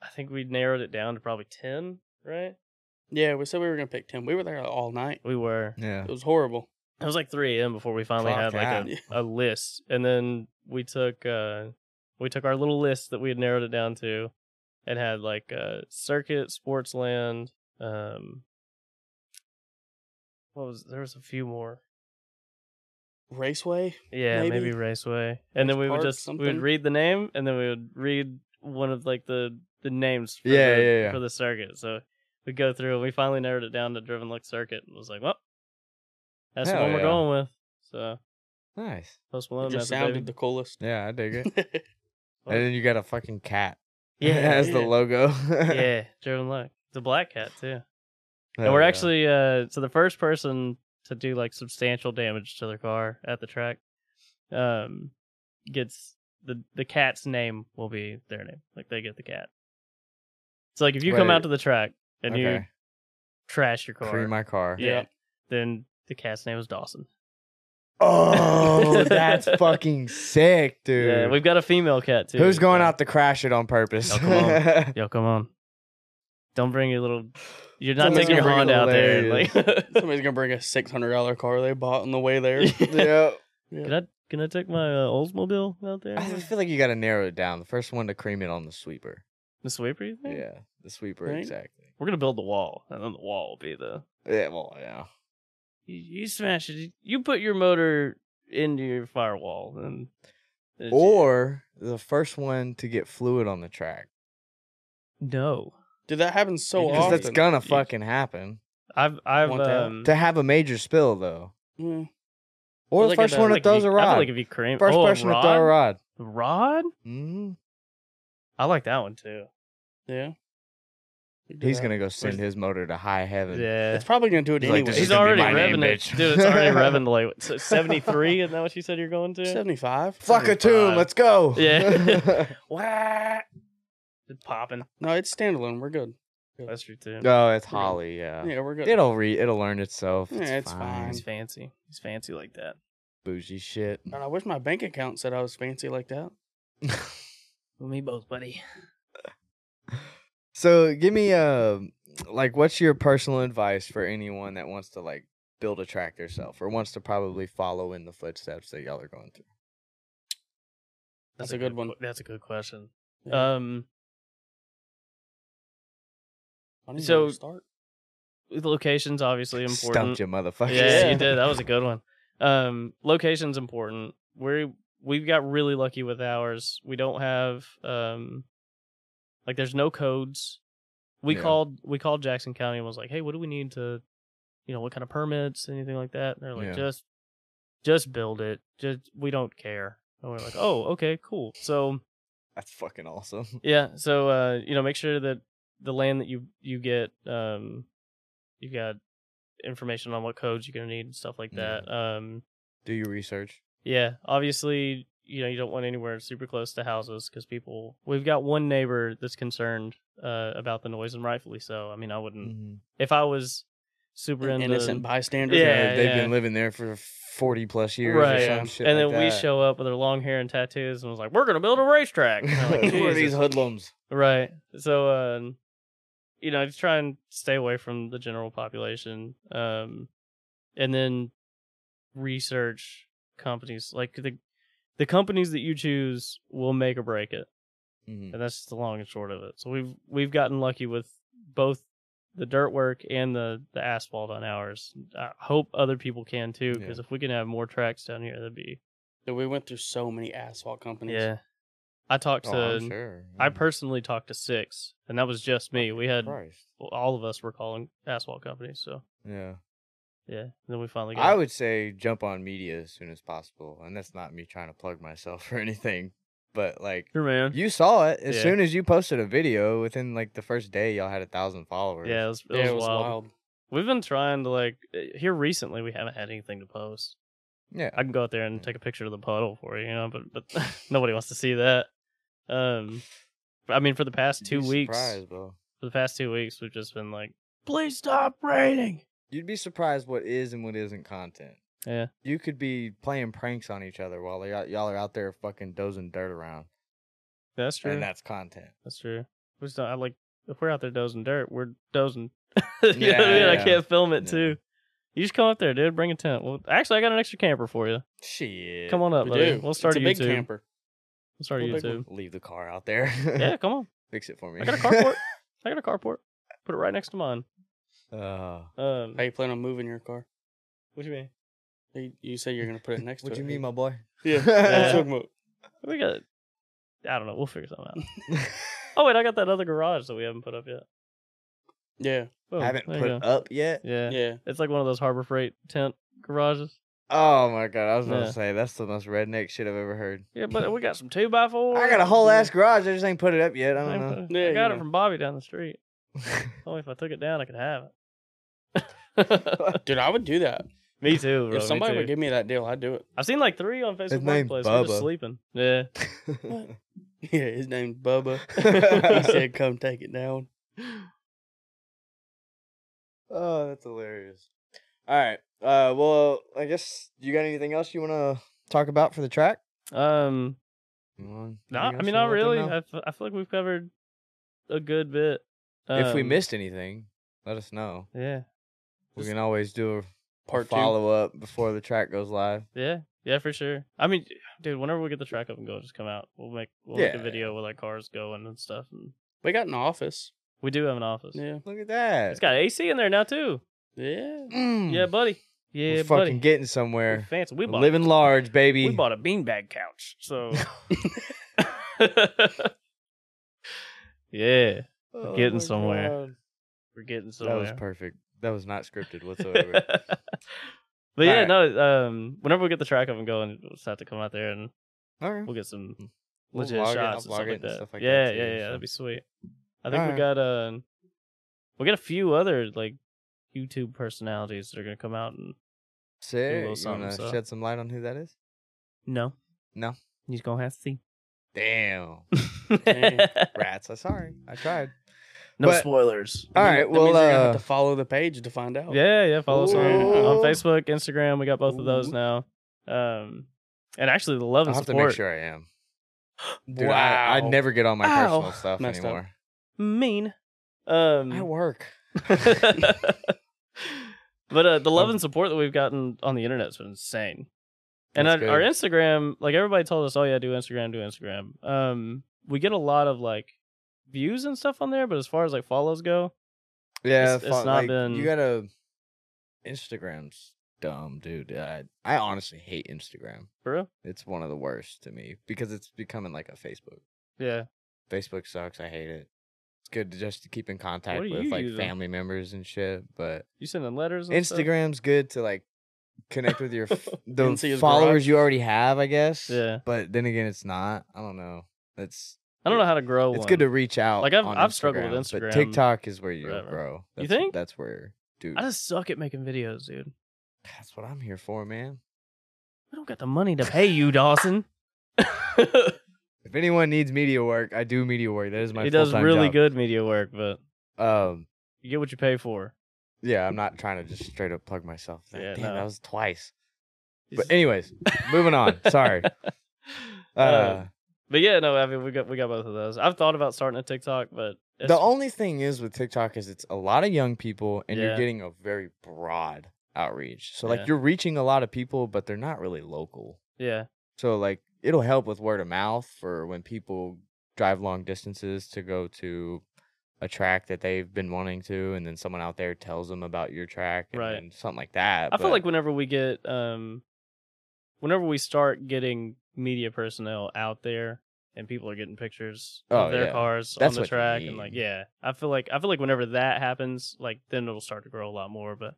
I think we narrowed it down to probably ten, right? Yeah, we said we were gonna pick ten. We were there all night. We were. Yeah. It was horrible. It was like three AM before we finally Fuck had like yeah. a, a list. And then we took uh we took our little list that we had narrowed it down to and had like uh circuit, sportsland, um what was there was a few more. Raceway. Yeah, maybe, maybe. Raceway. And then we would Park, just we something. would read the name, and then we would read one of like the the names. For Yeah, the, yeah, yeah. For the circuit, so we go through, and we finally narrowed it down to Driven Look Circuit, and was like, well, that's the Hell one we're yeah. going with. So Nice. Post It Malone just method, sounded baby. the coolest. Yeah, I dig it. That's and then you got a fucking cat. Yeah, as the yeah. logo. yeah, Driven Look. The black cat too. Hell and we're yeah. actually uh so the first person to do like substantial damage to their car at the track um gets the the cat's name will be their name like they get the cat so like if you come Wait. out to the track and you Okay. trash your car cream my car. yeah Yep. then the cat's name is dawson Oh, that's fucking sick, dude. yeah we've got a female cat too Who's going so- out to crash it on purpose? Oh, come on. yo come on don't bring your little you're not Somebody's taking your gonna bring Honda out there and, like hilarious. can Somebody's gonna bring a six hundred dollar car they bought on the way there. yeah. i can i take my uh, oldsmobile out there I just feel like you got to narrow it down. The first one to cream it on the sweeper. the sweeper you think? Yeah, the sweeper Right? exactly. We're gonna build the wall, and then the wall will be the Yeah, well, yeah. you, you smash it. You put your motor into your firewall, and it's- Or the first one to get fluid on the track. no, Dude, that happens so Because often. that's gonna You- fucking happen. I've I've Want that? um, To have a major spill though, Yeah. or Like the first if, uh, one I that feel like throws if you, a I feel rod. like if you cream first oh, a person rod? to throw a rod. rod, hmm I like that one too. Yeah. We do He's that. gonna go send his motor to high heaven. Yeah, It's probably gonna do it He's like, anyway. this he's is gonna already be my revving name, it, bitch. dude. It's already revving to like seventy three. Isn't that what you said you're going to? seventy five. Fuck a tune. God. Let's go. Yeah. Wah! It's popping. No, it's standalone. We're good. That's true too. no, it's Holly. Yeah. Yeah, we're good. It'll re. It'll learn itself. Yeah, it's, it's fine. He's fancy. He's fancy like that. Bougie shit. God, I wish my bank account said I was fancy like that. Me both, buddy. So give me uh like what's your personal advice for anyone that wants to like build a track themselves or wants to probably follow in the footsteps that y'all are going through. That's a good one. que- That's a good question. Yeah. Um, I don't even so- know where to start. the location's obviously important. Stumped you motherfucker. Yeah, you did. That was a good one. Um, location's important. We we've got really lucky with ours. We don't have um, like there's no codes. we Yeah. called we called Jackson County and was like, "Hey, what do we need to, you know, what kind of permits, anything like that?" And they're like, Yeah. "Just, just build it. Just we don't care." And we're like, "Oh, okay, cool." So That's fucking awesome. yeah, so uh, you know, make sure that the land that you you get, um, you got information on what codes you're gonna need and stuff like Yeah. that. Um, Do your research. yeah, obviously, you know, you don't want anywhere super close to houses because people. We've got one neighbor that's concerned uh, about the noise, and rightfully so. I mean, I wouldn't Mm. Mm-hmm. if I was super An into innocent bystander. Yeah, they've yeah. been living there for forty plus years Right. or some shit. and like then we that. show up with our long hair and tattoos and was like, "We're gonna build a racetrack." And I'm like, Who are these "Jesus." hoodlums? right? So, um, you know, just try and stay away from the general population, um, and then research companies like the the companies that you choose will make or break it. Mhm. and that's just the long and short of it. So we've we've gotten lucky with both the dirt work and the the asphalt on ours. I hope other people can too, because if we can have more tracks down here, that'd be Dude, we went through so many asphalt companies. yeah. I talked to Oh, I'm sure. Oh, I Mhm. personally talked to six, and that was just me. We had Christ. all of us were calling asphalt companies, so Yeah. yeah. And then we finally got I would say jump on media as soon as possible, and that's not me trying to plug myself or anything, but like your man. you saw it as Yeah. soon as you posted a video. Within like the first day, y'all had a thousand followers. yeah, it was, it Yeah, was it was wild. wild. We've been trying to like eh, here recently. We haven't had anything to post. yeah. I can go out there and take a picture of the puddle for you, you know, but but nobody wants to see that. Um, I mean, for the past two You'd be weeks, surprised, bro. for the past two weeks, we've just been like, please stop raining. You'd be surprised what is and what isn't content. Yeah. You could be playing pranks on each other while y'all y'all are out there fucking dozing dirt around, That's true. and that's content. That's true. We're just not, I like if we're out there dozing dirt, we're dozing. you know what I Yeah, mean? I yeah. can't film it Yeah. too. You just come up there, dude. Bring a tent. Well, actually, I got an extra camper for you. Shit. Come on up, We buddy. do. We'll start it's a a big YouTube. camper. We'll start a We'll big YouTube. Leave the car out there. Yeah, come on. Fix it for me. I got a carport. I got a carport. Put it right next to mine. Uh, Um, How you plan on moving your car? what do you mean? You, you said you're gonna put it next what to you it. mean, my boy? Yeah. That's Yeah. what I'm about. We got. I don't know. We'll figure something out. oh wait, I got that other garage that we haven't put up yet. yeah. Boom, haven't Oh, there put you go. up yet. Yeah. Yeah. it's like one of those Harbor Freight tent garages. Oh my god, I was gonna Yeah. say that's the most redneck shit I've ever heard. Yeah, but we got some two by fours. I got a whole ass garage, I just ain't put it up yet. I I, don't know. got Yeah, you it know. from Bobby down the street. Only if I took it down, I could have it. Dude, I would do that. me too. Bro, if somebody me would too. give me that deal, I'd do it. I've seen like three on Facebook name's Marketplace. We're just Bubba. sleeping. Yeah, Yeah, his name's Bubba. he said, "Come take it down." oh, that's hilarious. All right. Uh, well, I guess you got anything else you want to talk about for the track? um, You want- not. anything I mean, else you wanna not let really. them I, know? f- I feel like we've covered a good bit. if we Um, missed anything, let us know. yeah, We Just- can always do a Part two. follow up before the track goes live. Yeah, yeah, for sure. I mean, dude, whenever we get the track up and go, just come out. We'll make we'll make Yeah. a video with our cars going and stuff. And We got an office. we do have an office. Yeah. Look at that. It's got AC in there now too. Yeah. Mm. Yeah, buddy. We're Yeah, fucking buddy. getting We're somewhere. fancy. We We're bought living large, baby. We bought a beanbag couch. So. yeah, Oh getting my somewhere. God. we're getting That was somewhere. perfect. That was not scripted whatsoever. but yeah, Alright. no. Um, whenever we get the track up and going, we'll just have to come out there and All right. we'll get some Mm-hmm. We'll legit vlog it, I'll shots and vlog stuff it like that. stuff like yeah, that too, yeah, yeah. so. That'd be sweet. I think we Alright. got uh, we got a few other like YouTube personalities that are gonna come out and Sick. little You something, wanna so. shed some light on who that is? no, No. you just gonna have to see. Damn. Dang. Rats. I'm sorry. I tried. no But- spoilers. That All right. means- that means Well, you're gonna uh, have to follow the page to find out. Yeah, yeah. Follow us on, Ooh. on Facebook, Instagram. We got both of those Ooh. now. Um, and actually the love I'll and have to support. make sure I am. Dude, I, I Wow. never get on my Ow. personal stuff Messed up. anymore. Mean. Um, I work. but uh, the love Um, and support that we've gotten on the internet has been insane. And That's our, our good. Instagram, like everybody told us, oh yeah, do Instagram, do Instagram. Um, we get a lot of like views and stuff on there, but as far as like follows go, Yeah, It's- it's, it's not not been- You gotta. Instagram's dumb, dude. I, I honestly hate Instagram. for real, It's one of the worst to me because it's becoming like a Facebook. yeah, Facebook sucks. I hate it. it's good to just to keep in contact do with you like use 'em? family members and shit. But You sending letters? And stuff? Instagram's good to like connect with your f- the Didn't see his followers garage. you already have, I guess. Yeah. But then again, it's not. I don't know. It's I don't know how to grow it's one. good to reach out. Oh, Like, I've- on I've struggled with Instagram, But Instagram TikTok is where you forever. grow. You That's, think? That's where, dude. I just suck at making videos, dude. that's what I'm here for, man. I don't got the money to pay you, Dawson. If anyone needs media work, I do media work. That is my. he does full-time really job. good media work, but Um. you get what you pay for. Yeah, I'm not trying to just straight up plug myself. Like, Yeah, Damn, no. that was twice. But He's- anyways, moving on. Sorry. Uh, Uh, but yeah, no, I mean we got we got both of those. I've thought about starting a TikTok, but it's- the only thing is with TikTok is it's a lot of young people, and Yeah. you're getting a very broad outreach. So like Yeah. you're reaching a lot of people, but they're not really local. yeah, So like it'll help with word of mouth for when people drive long distances to go to a track that they've been wanting to, and then someone out there tells them about your track, and Right. then something like that. I feel but- like whenever we get um, whenever we start getting media personnel out there and people are getting pictures Oh, of their yeah. cars That's on what the you track and need. like yeah, I feel like I feel like whenever that happens, like then it'll start to grow a lot more. But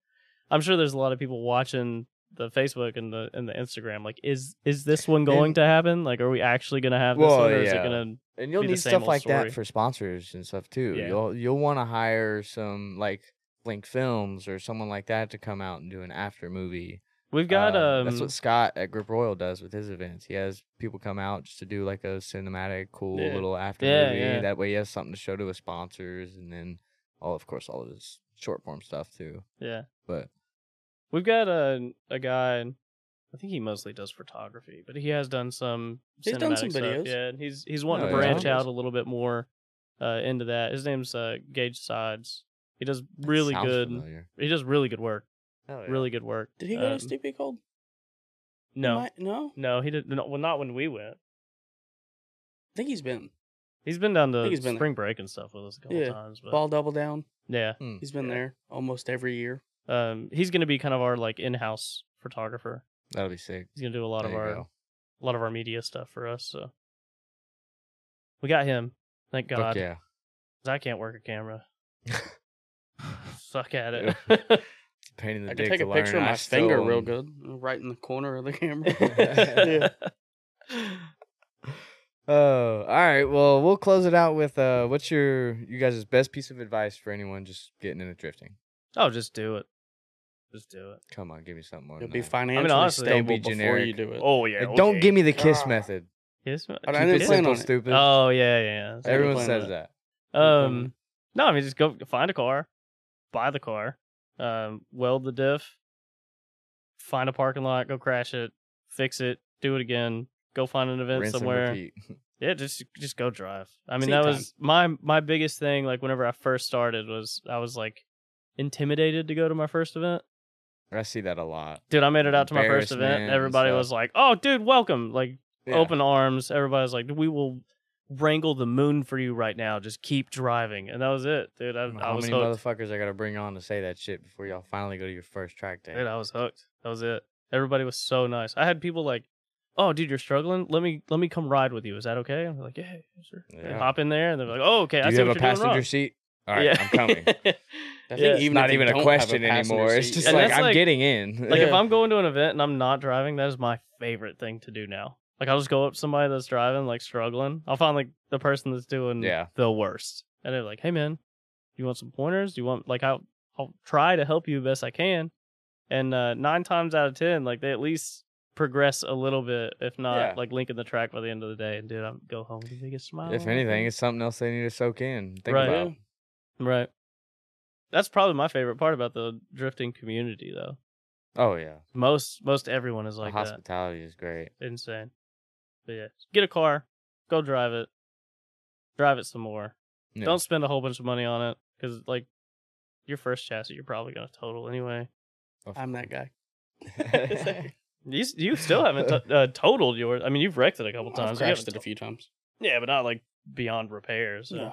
I'm sure there's a lot of people watching the Facebook and the and the Instagram. Like, is is this one going And- to happen? Like, are we actually going to have this Well, one, or is it yeah. going and you'll be the need same stuff old like story. that for sponsors and stuff too. Yeah. You'll you'll want to hire some like Blink Films or someone like that to come out and do an after movie. to? We've got Uh, um, that's what Scott at Grip Royal does with his events. He has people come out just to do like a cinematic, cool Yeah. little after Yeah, movie. yeah. That way he has something to show to his sponsors, and then all of course all of his short form stuff too. yeah. But We've got a a guy. I think he mostly does photography, but he has done some. He's done cinematic some stuff, videos. Yeah, and he's he's wanting Oh, to yeah. branch out a little bit more uh, into that. His name's uh, Gage Sides. He does that really sounds good. familiar. He does really good work. Hell yeah. Really good work. Did he go Um, to Stupid Cold? No, Am I- no. no, he didn't. No, well, not when we went. I think he's been He's been down to think he's been spring break and stuff with us a couple Yeah. times. But ball double down. yeah, Hmm. He's been Yeah. there almost every year. um, he's going to be kind of our like in-house photographer. That'll be sick. He's going to do a lot There of you our go. a lot of our media stuff for us. So we got him. Thank Fuck God. yeah. 'Cause I can't work a camera. Suck at it. It's a pain in the I dick can take to a picture learn. of I my finger still real am- good, right in the corner of the camera. Yeah. Oh, all right. Well, we'll close it out with uh, what's your you guys' best piece of advice for anyone just getting into drifting? Oh, just do it. Just do it. Come on, give me something more. You'll than be that. financially honestly, don't be stable before you generic. do it. Oh yeah. Like, Don't give me the kiss Ah. method. Yes, ma- But I Keep didn't it plan simple, on it. stupid. Oh yeah, yeah. I didn't Everyone plan says on that. Um, no, I mean just go find a car, buy the car, um, weld the diff, find a parking lot, go crash it, fix it, do it again, go find an event Rinse and somewhere. repeat. Yeah, just just go drive. I mean, Seat that time. was my my biggest thing. Like whenever I first started, was I was like intimidated to go to my first event. I see that a lot. Dude, I made it out to my first Embarrassment event. and Everybody stuff. was like, "Oh, dude, welcome!" Like Yeah. open arms. Everybody's like, "We will wrangle the moon for you right now. Just keep driving." And that was it, dude. I, I How was many hooked. motherfuckers I gotta bring on to say that shit before y'all finally go to your first track day? Dude, I was hooked. That was it. Everybody was so nice. I had people like, "Oh, dude, you're struggling. Let me let me come ride with you. Is that okay?" I'm like, "Yeah, sure." And Yeah. hop in there, and they're like, "Oh, okay. Do I you see have what a you're doing wrong." passenger seat? All right, I'm coming. I think Yeah. It's not if you even don't a have question passenger anymore. It's seat, just yeah. And like that's I'm like- getting in. Like if Yeah. I'm going to an event and I'm not driving, that is my favorite thing to do now. Like I'll just go up to somebody that's driving, like struggling. I'll find like the person that's doing Yeah. the worst, and they're like, "Hey man, you want some pointers? Do you want like I'll I'll try to help you best I can." And uh, nine times out of ten, like they at least progress a little bit, if not Yeah. like linking the track by the end of the day. And dude, I'm go home with the biggest smile. if on my anything, face. it's something else they need to soak in. Think Oh, Right. about. right. That's probably my favorite part about the drifting community, though. Oh yeah, Most most everyone is like the that. hospitality is great. insane. But yeah, get a car, go drive it, drive it some more. Yeah. Don't spend a whole bunch of money on it because like your first chassis, you're probably gonna total anyway. I'm that guy. You s- you still haven't to- uh, totaled yours. I mean, you've wrecked it a couple I've times. You crashed haven't it a few times. to- yeah, but not like beyond repairs. No.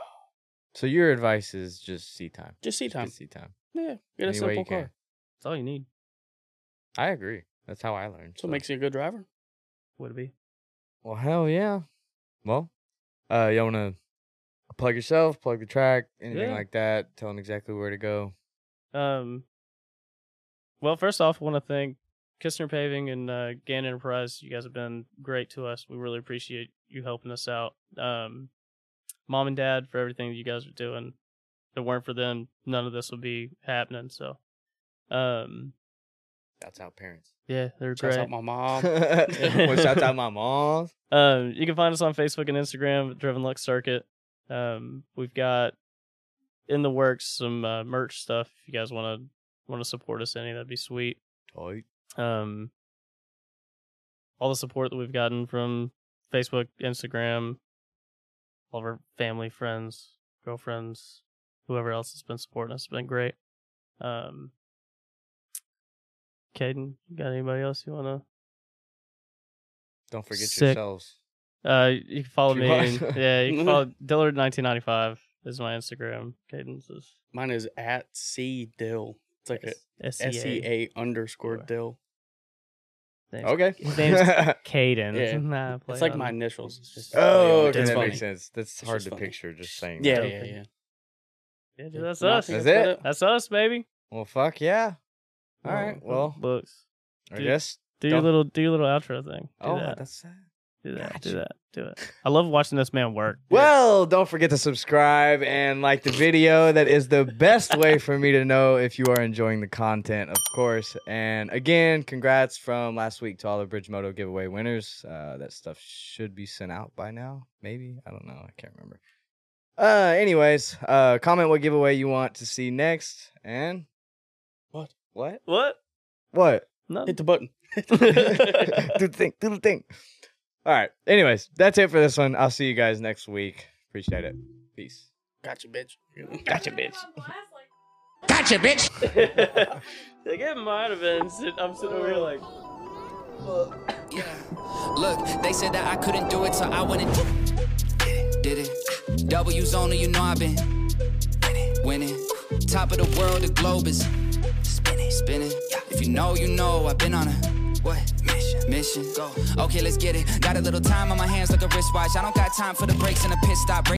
So your advice is just see time. Just seat Just get time. seat time. Yeah, get a Any way simple car. you can. That's all you need. I agree. That's how I learned. That's what makes you a good driver. Would it be? Well, hell yeah. Well, uh, you wanna plug yourself, plug the track, anything Yeah. like that. Tell them exactly where to go. Um, well, first off, I want to thank Kistner Paving and uh, Gann Enterprise. You guys have been great to us. We really appreciate you helping us out. Um, mom and dad for everything that you guys are doing. If it weren't for them, none of this would be happening. So, um, That's how parents. yeah, they're Shouts great. out my mom. well, shout out my mom. Um, you can find us on Facebook and Instagram at Driven Luck Circuit. Um, we've got in the works some uh, merch stuff. If you guys want to want to support us any, that'd be sweet. Tight. Um, all the support that we've gotten from Facebook, Instagram, all of our family, friends, girlfriends, whoever else has been supporting us, has been great. Um, Caden, you got anybody else you wanna? Don't forget Sick. yourselves. Uh, you can follow If you me. want. and- yeah, you can follow Dillard nineteen ninety five is my Instagram. Cadence is Mine is at C Dill. It's like a S S E E A underscore Dill. A. Okay. His name's oh, Cadence. Yeah. Nah, play It's like on- my initials. It's just- Oh, okay, Oh, That's that funny. makes sense. That's It's hard just to funny. picture just saying Yeah, that. yeah, yeah. Yeah, dude, that's And I us. think That's about it. That's us, baby. Well, fuck yeah. All right. Well, books. I dude. guess. Do your Don't- little, do your little outro thing. Do Oh, that. that's. do that. gotcha. Do that. Do it. I love watching this man work. Well, don't forget to subscribe and like the video. That is the best way for me to know if you are enjoying the content, of course. And again, congrats from last week to all the Bridge Moto giveaway winners. Uh, that stuff should be sent out by now, maybe. I don't know. I can't remember. Uh, anyways, uh, comment what giveaway you want to see next, and What? what, What? what. No. Hit the button. do the thing, do the thing. All right. Anyways, that's it for this one. I'll see you guys next week. Appreciate it. Peace. Gotcha, bitch. Gotcha, bitch. Gotcha, bitch. like it might have been. sit- I'm sitting over here like. Yeah. Look, they said that I couldn't do it, so I went and did it. W's only, you know I've been winning. Top of the world, the globe is spinning, spinning. If you know, you know I've been on a what mission? Mission. Go. Okay, let's get it. Got a little time on my hands like a wristwatch. I don't got time for the breaks and the pit stop. Break